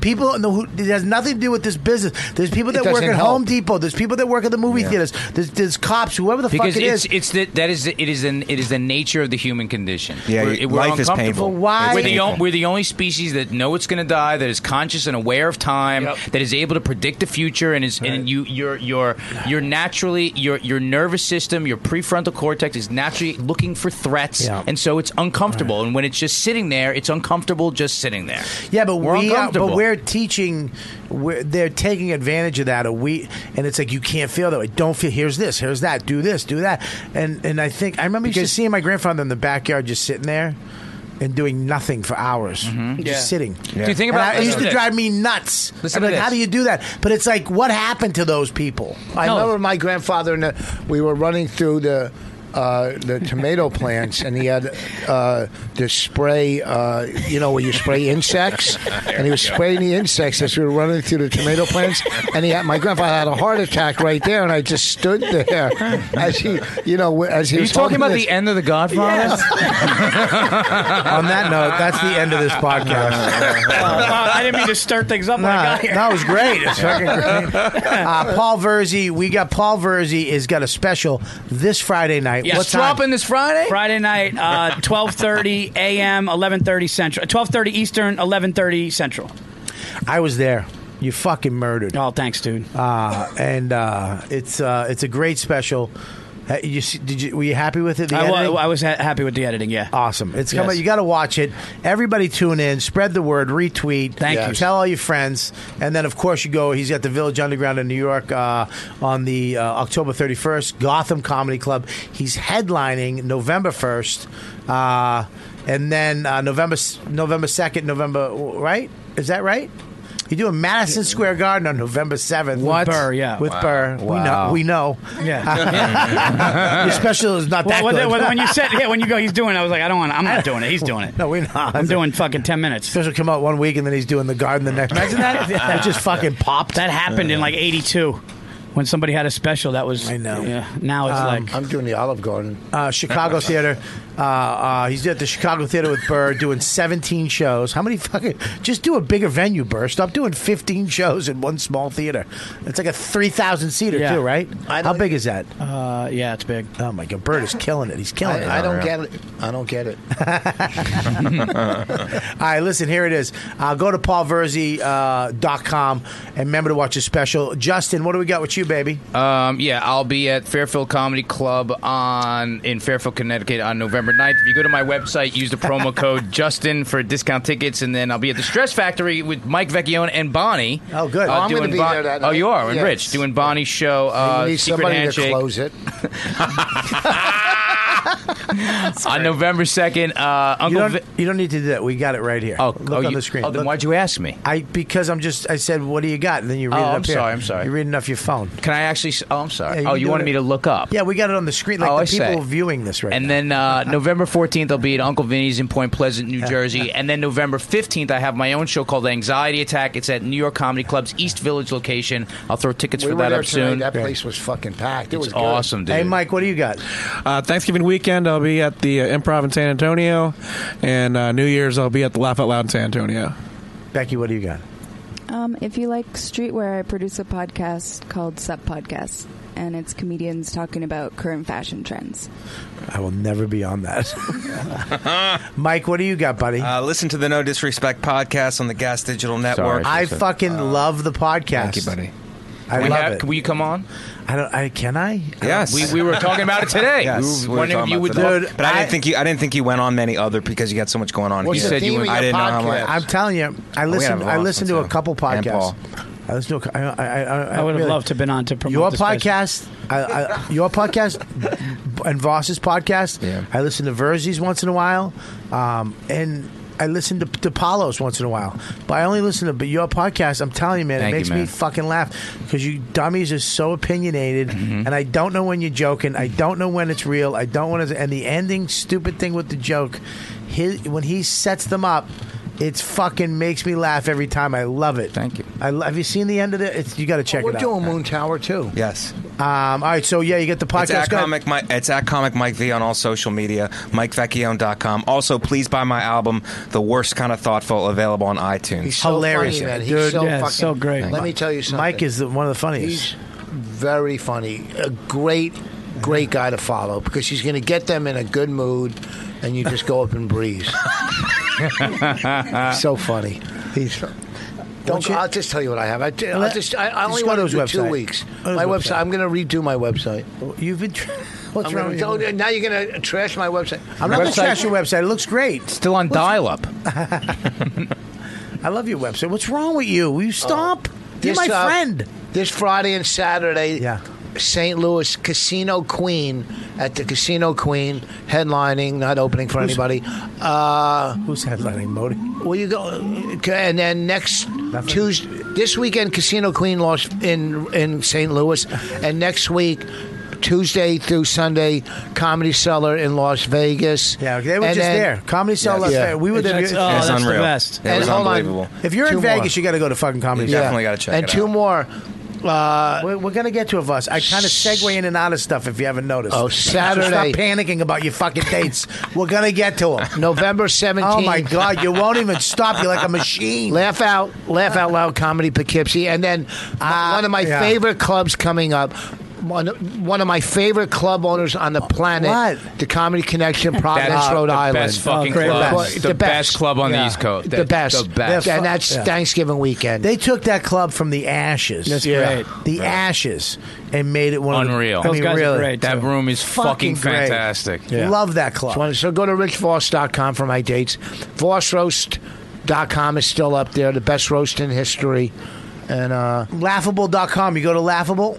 Speaker 2: People, no, who, it has nothing to do with this business. There's people
Speaker 9: It
Speaker 2: that work
Speaker 9: doesn't
Speaker 2: at
Speaker 9: help.
Speaker 2: Home Depot. There's people that work at the movie
Speaker 4: Yeah.
Speaker 2: theaters. There's, there's cops. Whoever the
Speaker 4: because
Speaker 2: fuck it
Speaker 4: it's
Speaker 2: is.
Speaker 4: it's the, that is the, it is an it is the nature of the human condition.
Speaker 8: Yeah,
Speaker 4: we're,
Speaker 8: you-
Speaker 4: we're
Speaker 8: life is
Speaker 4: uncomfortable.
Speaker 8: painful. Why-
Speaker 4: We're the,
Speaker 8: Painful.
Speaker 4: on- we're the only species that know it's going to die, that is conscious and aware of time, that is able to predict the future, and is and you your your your naturally your your nervous system, your prefrontal cortex is naturally looking for threats,
Speaker 2: Yeah.
Speaker 4: and so it's uncomfortable. And when it's just sitting there, it's uncomfortable just sitting there.
Speaker 2: Yeah, but
Speaker 4: We're
Speaker 2: we are, but
Speaker 4: uncomfortable.
Speaker 2: we're teaching. We're, they're taking advantage of that. Or we and it's like you can't feel that way. Don't feel. Here's this. Here's that. Do this. Do that. And and I think I remember just seeing my grandfather in the backyard just sitting there. and doing nothing for hours,
Speaker 9: Mm-hmm.
Speaker 2: just
Speaker 8: Yeah.
Speaker 2: sitting.
Speaker 8: Yeah. Do you think
Speaker 2: And
Speaker 8: about-
Speaker 2: I- it? Used
Speaker 8: listen
Speaker 2: to
Speaker 8: to
Speaker 2: drive
Speaker 8: this.
Speaker 2: me nuts.
Speaker 8: Listen
Speaker 2: I'm
Speaker 8: to
Speaker 2: like, how
Speaker 8: this.
Speaker 2: do you do that? But it's like, what happened to those people?
Speaker 9: I
Speaker 15: [LAUGHS]
Speaker 9: remember my grandfather and the, we were running through the uh, the tomato plants, and he had uh, the spray, uh, you know, where you spray insects, and he
Speaker 16: [LAUGHS]
Speaker 9: was
Speaker 16: There we go.
Speaker 9: spraying the insects as we were running through the tomato plants. And he had, my grandfather had a heart attack right there, and I just stood there as he, you know, as he
Speaker 14: Are you
Speaker 9: was
Speaker 14: talking
Speaker 9: holding
Speaker 14: about
Speaker 9: this-
Speaker 14: the end of The Godfather? [LAUGHS]
Speaker 2: On that note, that's the end of this [LAUGHS] podcast.
Speaker 15: wow, I didn't mean to stir things up when I got here.
Speaker 2: That was great.
Speaker 15: [LAUGHS]
Speaker 2: It's fucking great. Uh, Paul Verzi, we got Paul Verzi has got a special this Friday night.
Speaker 15: Yes.
Speaker 2: What time?
Speaker 15: this Friday? Friday night,
Speaker 2: [LAUGHS]
Speaker 15: uh, twelve thirty a.m., eleven thirty central, twelve thirty Eastern, eleven thirty central.
Speaker 2: I was there. You fucking murdered.
Speaker 15: Oh, thanks, dude.
Speaker 2: Uh, and uh, it's uh, it's a great special. Uh, you s- did you were you happy with it? The
Speaker 15: I,
Speaker 2: editing?
Speaker 15: wa- I was ha- happy with the editing. Yeah,
Speaker 2: awesome. It's coming.
Speaker 15: Yes.
Speaker 2: You got to watch it. Everybody tune in. Spread the word. Retweet.
Speaker 15: Thank you.
Speaker 2: Tell all your friends. And then, of course, you go. He's at the Village Underground in New York uh, on the uh, October 31st, Gotham Comedy Club. He's headlining November 1st, uh, and then uh, November s- November 2nd, November right? Is that right? You do a Madison Square Garden on November seventh.
Speaker 15: What? Burr, yeah.
Speaker 2: with
Speaker 15: Wow.
Speaker 2: Burr.
Speaker 15: Wow.
Speaker 2: We
Speaker 15: [LAUGHS]
Speaker 2: know. [LAUGHS] We know.
Speaker 15: Yeah.
Speaker 2: Your special is not that
Speaker 15: well,
Speaker 2: good.
Speaker 15: When, when
Speaker 2: [LAUGHS]
Speaker 15: you said, yeah, when you go, he's doing. it. I was like, I don't want. I'm not doing it. He's doing it.
Speaker 2: No, we're not.
Speaker 15: I'm doing fucking ten minutes.
Speaker 2: Special come out one week and then he's doing the garden the next. Imagine
Speaker 15: [LAUGHS]
Speaker 2: that. that just fucking popped.
Speaker 15: That happened in like '82 when somebody had a special. That was. I know. Yeah. Now it's
Speaker 2: Um,
Speaker 15: like
Speaker 9: I'm doing the Olive Garden.
Speaker 2: Uh, Chicago Theater. Uh, uh, he's at the Chicago Theater with Burr doing 17 shows. How many fucking. Just do a bigger venue, Burr. Stop doing 15 shows in one small theater. It's like a 3,000 seater,
Speaker 15: Yeah.
Speaker 2: too, right? How big is that?
Speaker 15: Uh, yeah, it's big.
Speaker 2: Oh, my God. Bird is killing it. He's killing it.
Speaker 9: I, I don't get it. I don't get
Speaker 8: [LAUGHS]
Speaker 9: it.
Speaker 2: [LAUGHS]
Speaker 4: [LAUGHS]
Speaker 16: Uh-huh.
Speaker 2: All right, listen, here it is. Uh, go to paulverzi.com and remember to watch his special. Justin, what do we got with you, baby?
Speaker 4: Um, yeah, I'll be at Fairfield Comedy Club on in Fairfield, Connecticut on November 9th. If you go to my website, use the promo code Justin for discount tickets, and then I'll be at the Stress Factory with Mike Vecchione and Bonnie.
Speaker 9: Oh, good.
Speaker 4: Uh,
Speaker 9: Oh, I'm gonna
Speaker 4: doing
Speaker 9: be there that
Speaker 4: Oh, you
Speaker 9: night.
Speaker 4: are, and
Speaker 9: Yes.
Speaker 4: Rich doing Bonnie's show. Uh,
Speaker 9: you need
Speaker 4: Secret
Speaker 9: somebody
Speaker 4: handshake.
Speaker 9: to close it.
Speaker 4: on November second. Uh, Uncle,
Speaker 2: you, don't, you don't need to do that. We got it right here. Oh, look
Speaker 4: oh,
Speaker 2: on
Speaker 4: you-
Speaker 2: the screen.
Speaker 4: oh, then
Speaker 2: Look.
Speaker 4: why'd you ask me?
Speaker 2: I because I'm just. I said, "What do you got?" And then you read
Speaker 4: Oh,
Speaker 2: it up
Speaker 4: I'm
Speaker 2: here.
Speaker 4: sorry, I'm sorry.
Speaker 2: You're reading off your phone.
Speaker 4: Can I actually? s- Oh, I'm
Speaker 2: Yeah,
Speaker 4: sorry.
Speaker 2: you
Speaker 4: oh,
Speaker 2: can
Speaker 4: you
Speaker 2: do
Speaker 4: wanted
Speaker 2: it.
Speaker 4: me to look up.
Speaker 2: Yeah, we got it on the screen. Like
Speaker 4: Oh,
Speaker 2: the
Speaker 4: I
Speaker 2: people
Speaker 4: say.
Speaker 2: viewing this right
Speaker 4: and then
Speaker 2: [LAUGHS]
Speaker 4: uh, November 14th, I'll be at Uncle Vinny's in Point Pleasant, New Jersey. And then November 15th, I have my own show called Anxiety Attack. It's at New York Comedy Club's East Village location. I'll throw tickets
Speaker 9: we
Speaker 4: for
Speaker 9: were
Speaker 4: that
Speaker 9: there
Speaker 4: up
Speaker 9: tonight.
Speaker 4: soon.
Speaker 9: That place was fucking packed. It was good.
Speaker 4: awesome, dude. Hey,
Speaker 2: Mike, what do you got?
Speaker 5: Uh, Thanksgiving weekend, I'll be at the uh, Improv in San Antonio, and uh, New Year's, I'll be at the Laugh Out Loud in San Antonio.
Speaker 2: Becky, what do you got?
Speaker 13: Um, if you like streetwear, I produce a podcast called Sub Podcast, and it's comedians talking about current fashion trends.
Speaker 2: I will never be
Speaker 4: [LAUGHS]
Speaker 2: on that. Mike, what do you got, buddy?
Speaker 8: Uh, listen to the No Disrespect podcast on the Gas Digital Network.
Speaker 2: I fucking love the podcast.
Speaker 8: Oh. Thank you, buddy.
Speaker 2: I
Speaker 4: We
Speaker 2: love
Speaker 4: have-
Speaker 2: it.
Speaker 4: Will you come on?
Speaker 2: I don't. I can I? I
Speaker 8: Yes,
Speaker 2: don't-
Speaker 4: We- we were talking about it today.
Speaker 8: [LAUGHS]
Speaker 4: We
Speaker 8: Yes,
Speaker 4: were
Speaker 8: we were
Speaker 4: wondering
Speaker 8: talking
Speaker 4: if you
Speaker 8: about
Speaker 4: would-
Speaker 8: it today.
Speaker 4: Dude,
Speaker 8: but I,
Speaker 4: I-
Speaker 8: didn't think you. I didn't think you went on many other because you got so much going on.
Speaker 2: What's
Speaker 8: here.
Speaker 2: the theme of
Speaker 8: I
Speaker 2: your
Speaker 8: didn't know how
Speaker 2: podcast?
Speaker 8: much.
Speaker 2: I'm telling you, I
Speaker 8: We
Speaker 2: listen.
Speaker 8: have a
Speaker 2: I
Speaker 8: lot
Speaker 2: listen to
Speaker 8: of
Speaker 2: a couple
Speaker 8: And
Speaker 2: podcasts.
Speaker 8: Paul.
Speaker 2: I listen to. A, I, I, I, I,
Speaker 15: I would have
Speaker 2: really-
Speaker 15: loved to have been on to promote
Speaker 2: your
Speaker 15: this place.
Speaker 2: podcast. I, I, your podcast and Voss's podcast. I listen to Verzi's once in a while, um, and I listen to, to Palos once in a while. But I only listen to but your podcast. I'm telling you, man,
Speaker 4: Thank
Speaker 2: it
Speaker 4: you,
Speaker 2: makes me
Speaker 4: man.
Speaker 2: fucking laugh because you dummies are so opinionated, and I don't know when you're joking. I don't know when it's real. I don't want to. And the ending, stupid thing with the joke, his, when he sets them up. It's fucking makes me laugh every time. I love it. Thank you. I, lo- have you seen the end of it? It's, you got to check
Speaker 9: We're
Speaker 2: it out.
Speaker 9: doing Moon Tower too.
Speaker 8: Yes.
Speaker 2: Um, all right, so yeah, you get the
Speaker 8: It's
Speaker 2: podcast.
Speaker 8: at,
Speaker 2: Go ahead.
Speaker 8: comic Mike, it's at comic Mike V on all social media, MikeVecchione.com. Also, please buy my album, The Worst Kind of Thoughtful, available on iTunes.
Speaker 9: He's so hilarious, funny, man. He's so fucking, Let me tell you something.
Speaker 2: Mike is the, one of the funniest.
Speaker 9: He's very funny. A great, great guy to follow because he's going to get them in a good mood, and you just go up and [LAUGHS] breeze. so funny. He's. Don't, I'll just tell you what I have. I, will
Speaker 2: Let-
Speaker 9: just. I, I
Speaker 2: just
Speaker 9: only
Speaker 2: go
Speaker 9: want
Speaker 2: to
Speaker 9: to
Speaker 2: his
Speaker 9: do two
Speaker 2: website.
Speaker 9: weeks.
Speaker 2: Go to his
Speaker 9: My
Speaker 2: website.
Speaker 9: website. I'm going to redo my website.
Speaker 2: You've been. Tr- [LAUGHS] What's
Speaker 9: I'm
Speaker 2: wrong
Speaker 9: gonna-
Speaker 2: with
Speaker 9: don't-
Speaker 2: you?
Speaker 9: Now you're going to trash my website.
Speaker 2: I'm not going to trash your website. It looks great.
Speaker 4: Still on dial up.
Speaker 2: I love your website. What's wrong with you? Will you stop? You're
Speaker 9: Oh, This,
Speaker 2: my
Speaker 9: uh,
Speaker 2: friend.
Speaker 9: This Friday and Saturday.
Speaker 2: Yeah.
Speaker 9: St. Louis Casino Queen at the Casino Queen, headlining, not opening for
Speaker 2: Who's-
Speaker 9: anybody. Uh,
Speaker 2: who's headlining, Modi?
Speaker 9: Well, you go, and then next Tuesday, this weekend, Casino Queen lost in in St. Louis, and next week. Tuesday through Sunday, Comedy Cellar in Las Vegas. Yeah,
Speaker 2: They were just there. Comedy Cell Las Vegas. We were there.
Speaker 4: oh,
Speaker 9: oh, And hold on.
Speaker 2: If you're
Speaker 9: Two
Speaker 2: in Vegas,
Speaker 9: more.
Speaker 2: you got to go to fucking Comedy
Speaker 9: Yeah.
Speaker 2: Cell.
Speaker 9: And two more. Uh,
Speaker 2: we're, we're gonna get to of us. I kind of segue in and out of stuff if you haven't noticed.
Speaker 9: Oh,
Speaker 2: So
Speaker 9: Saturday.
Speaker 2: stop panicking about your fucking dates. we're gonna get to them.
Speaker 9: November 17th.
Speaker 2: Oh my god, you won't even stop. You're like a machine.
Speaker 9: Laugh out, laugh out loud comedy Poughkeepsie, and then my- one of my
Speaker 2: Uh, yeah.
Speaker 9: favorite clubs coming up. One, one of my favorite club owners on the planet, the Comedy Connection, Providence,
Speaker 4: That's
Speaker 9: Rhode
Speaker 4: the
Speaker 9: Island. Oh,
Speaker 4: best fucking
Speaker 2: Oh,
Speaker 4: club.
Speaker 9: Well,
Speaker 4: The best club on the East Coast.
Speaker 9: The
Speaker 4: That-
Speaker 9: best.
Speaker 4: the best.
Speaker 9: And that's
Speaker 2: Yeah.
Speaker 9: Thanksgiving weekend.
Speaker 2: They took that club from the ashes.
Speaker 9: That's Yeah. great.
Speaker 2: The ashes and made it one
Speaker 4: Unreal.
Speaker 2: Of the, I mean, really.
Speaker 4: That room is fucking,
Speaker 9: great.
Speaker 4: fantastic.
Speaker 9: Love that club. So, so go to richvoss.com for my dates. VossRoast.com is still up there, the best roast in history. And uh,
Speaker 2: laughable.com. You go to laughable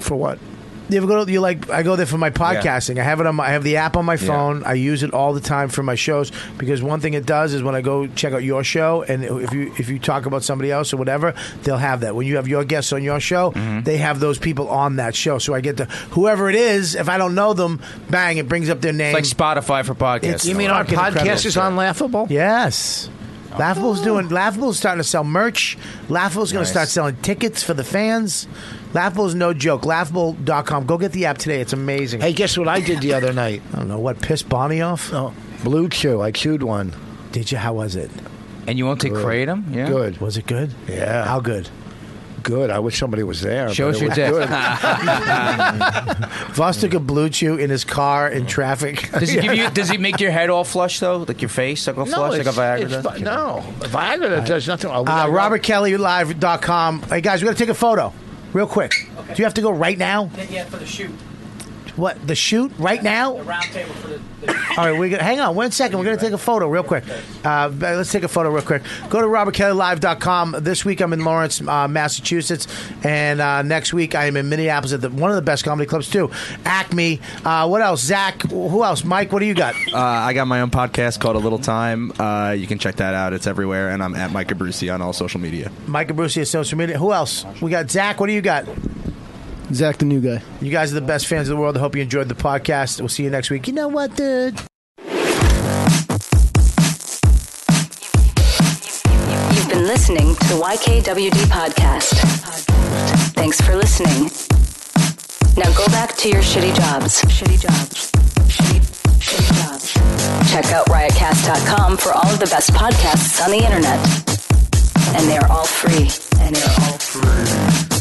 Speaker 9: for what?
Speaker 2: You ever go to you like I go there for my podcasting. I have it on my I have the app on my
Speaker 9: Yeah.
Speaker 2: phone. I use it all the time for my shows because one thing it does is when I go check out your show and if you if you talk about somebody else or whatever, they'll have that. When you have your guests on your show,
Speaker 4: Mm-hmm.
Speaker 2: they have those people on that show. So I get to whoever it is, if I don't know them, bang, it brings up their name.
Speaker 4: It's like Spotify for podcasts.
Speaker 2: It's- you mean our
Speaker 4: Fucking
Speaker 2: podcast
Speaker 4: incredible.
Speaker 2: is
Speaker 9: on Laughable? Oh.
Speaker 2: Yes. Laughable's doing. Laughable's starting to sell merch. Laughable's going to
Speaker 4: Nice.
Speaker 2: start selling tickets for the fans. Laughable's no joke. Laughable.com. Go get the app today. It's amazing.
Speaker 9: Hey, guess what I did the other night?
Speaker 2: I don't know what pissed Bonnie off.
Speaker 9: Oh, blue chew. I chewed one.
Speaker 2: Did you? How was it?
Speaker 4: And you won't take kratom? Yeah.
Speaker 9: Good.
Speaker 2: Was it good?
Speaker 9: Yeah.
Speaker 2: How good?
Speaker 9: Good. I wish somebody was there.
Speaker 4: Show us
Speaker 9: but it
Speaker 4: your
Speaker 9: was
Speaker 4: dick.
Speaker 9: good.
Speaker 2: [LAUGHS] Voss took a blue chew in his car
Speaker 4: [LAUGHS]
Speaker 2: in traffic.
Speaker 14: Does
Speaker 9: [LAUGHS]
Speaker 14: it give
Speaker 2: [LAUGHS]
Speaker 14: you? Does it make your head all flush though? Like your face, like all flush, like a
Speaker 9: it's-
Speaker 14: Viagra?
Speaker 9: it's
Speaker 14: does?
Speaker 9: fi- no, Viagra does nothing. Uh,
Speaker 2: Uh, RobertKellyLive.com. Hey guys, we're gonna take a photo, real quick. Do you have to go right now?
Speaker 15: Yeah, for the shoot.
Speaker 2: What the shoot right now?
Speaker 15: The round table for the.
Speaker 2: All right, we're gonna, hang on one second. We're going to take a photo real quick. Uh, let's take a photo real quick. Go to robertkellylive.com. This week I'm in Lawrence, uh, Massachusetts, and uh, next week I am in Minneapolis at the, one of the best comedy clubs too. Acme. Uh, what else? Zach. Who else? Mike. What do you got?
Speaker 7: Uh, I got my own podcast called A Little Time. Uh, you can check that out. It's everywhere, and I'm at Mike Abruzzi on all social media.
Speaker 2: Mike Abruzzi is social media. Who else? We got Zach. What do you got?
Speaker 16: Zach, the new guy.
Speaker 2: You guys are the best fans of the world. I hope you enjoyed the podcast. We'll see you next week. You know what, dude?
Speaker 17: You've been listening to the YKWD podcast. Thanks for listening. Now go back to your shitty jobs. Shitty jobs. Shitty, shitty jobs. Check out riotcast.com for all of the best podcasts on the internet. And they are all free. And they're all free.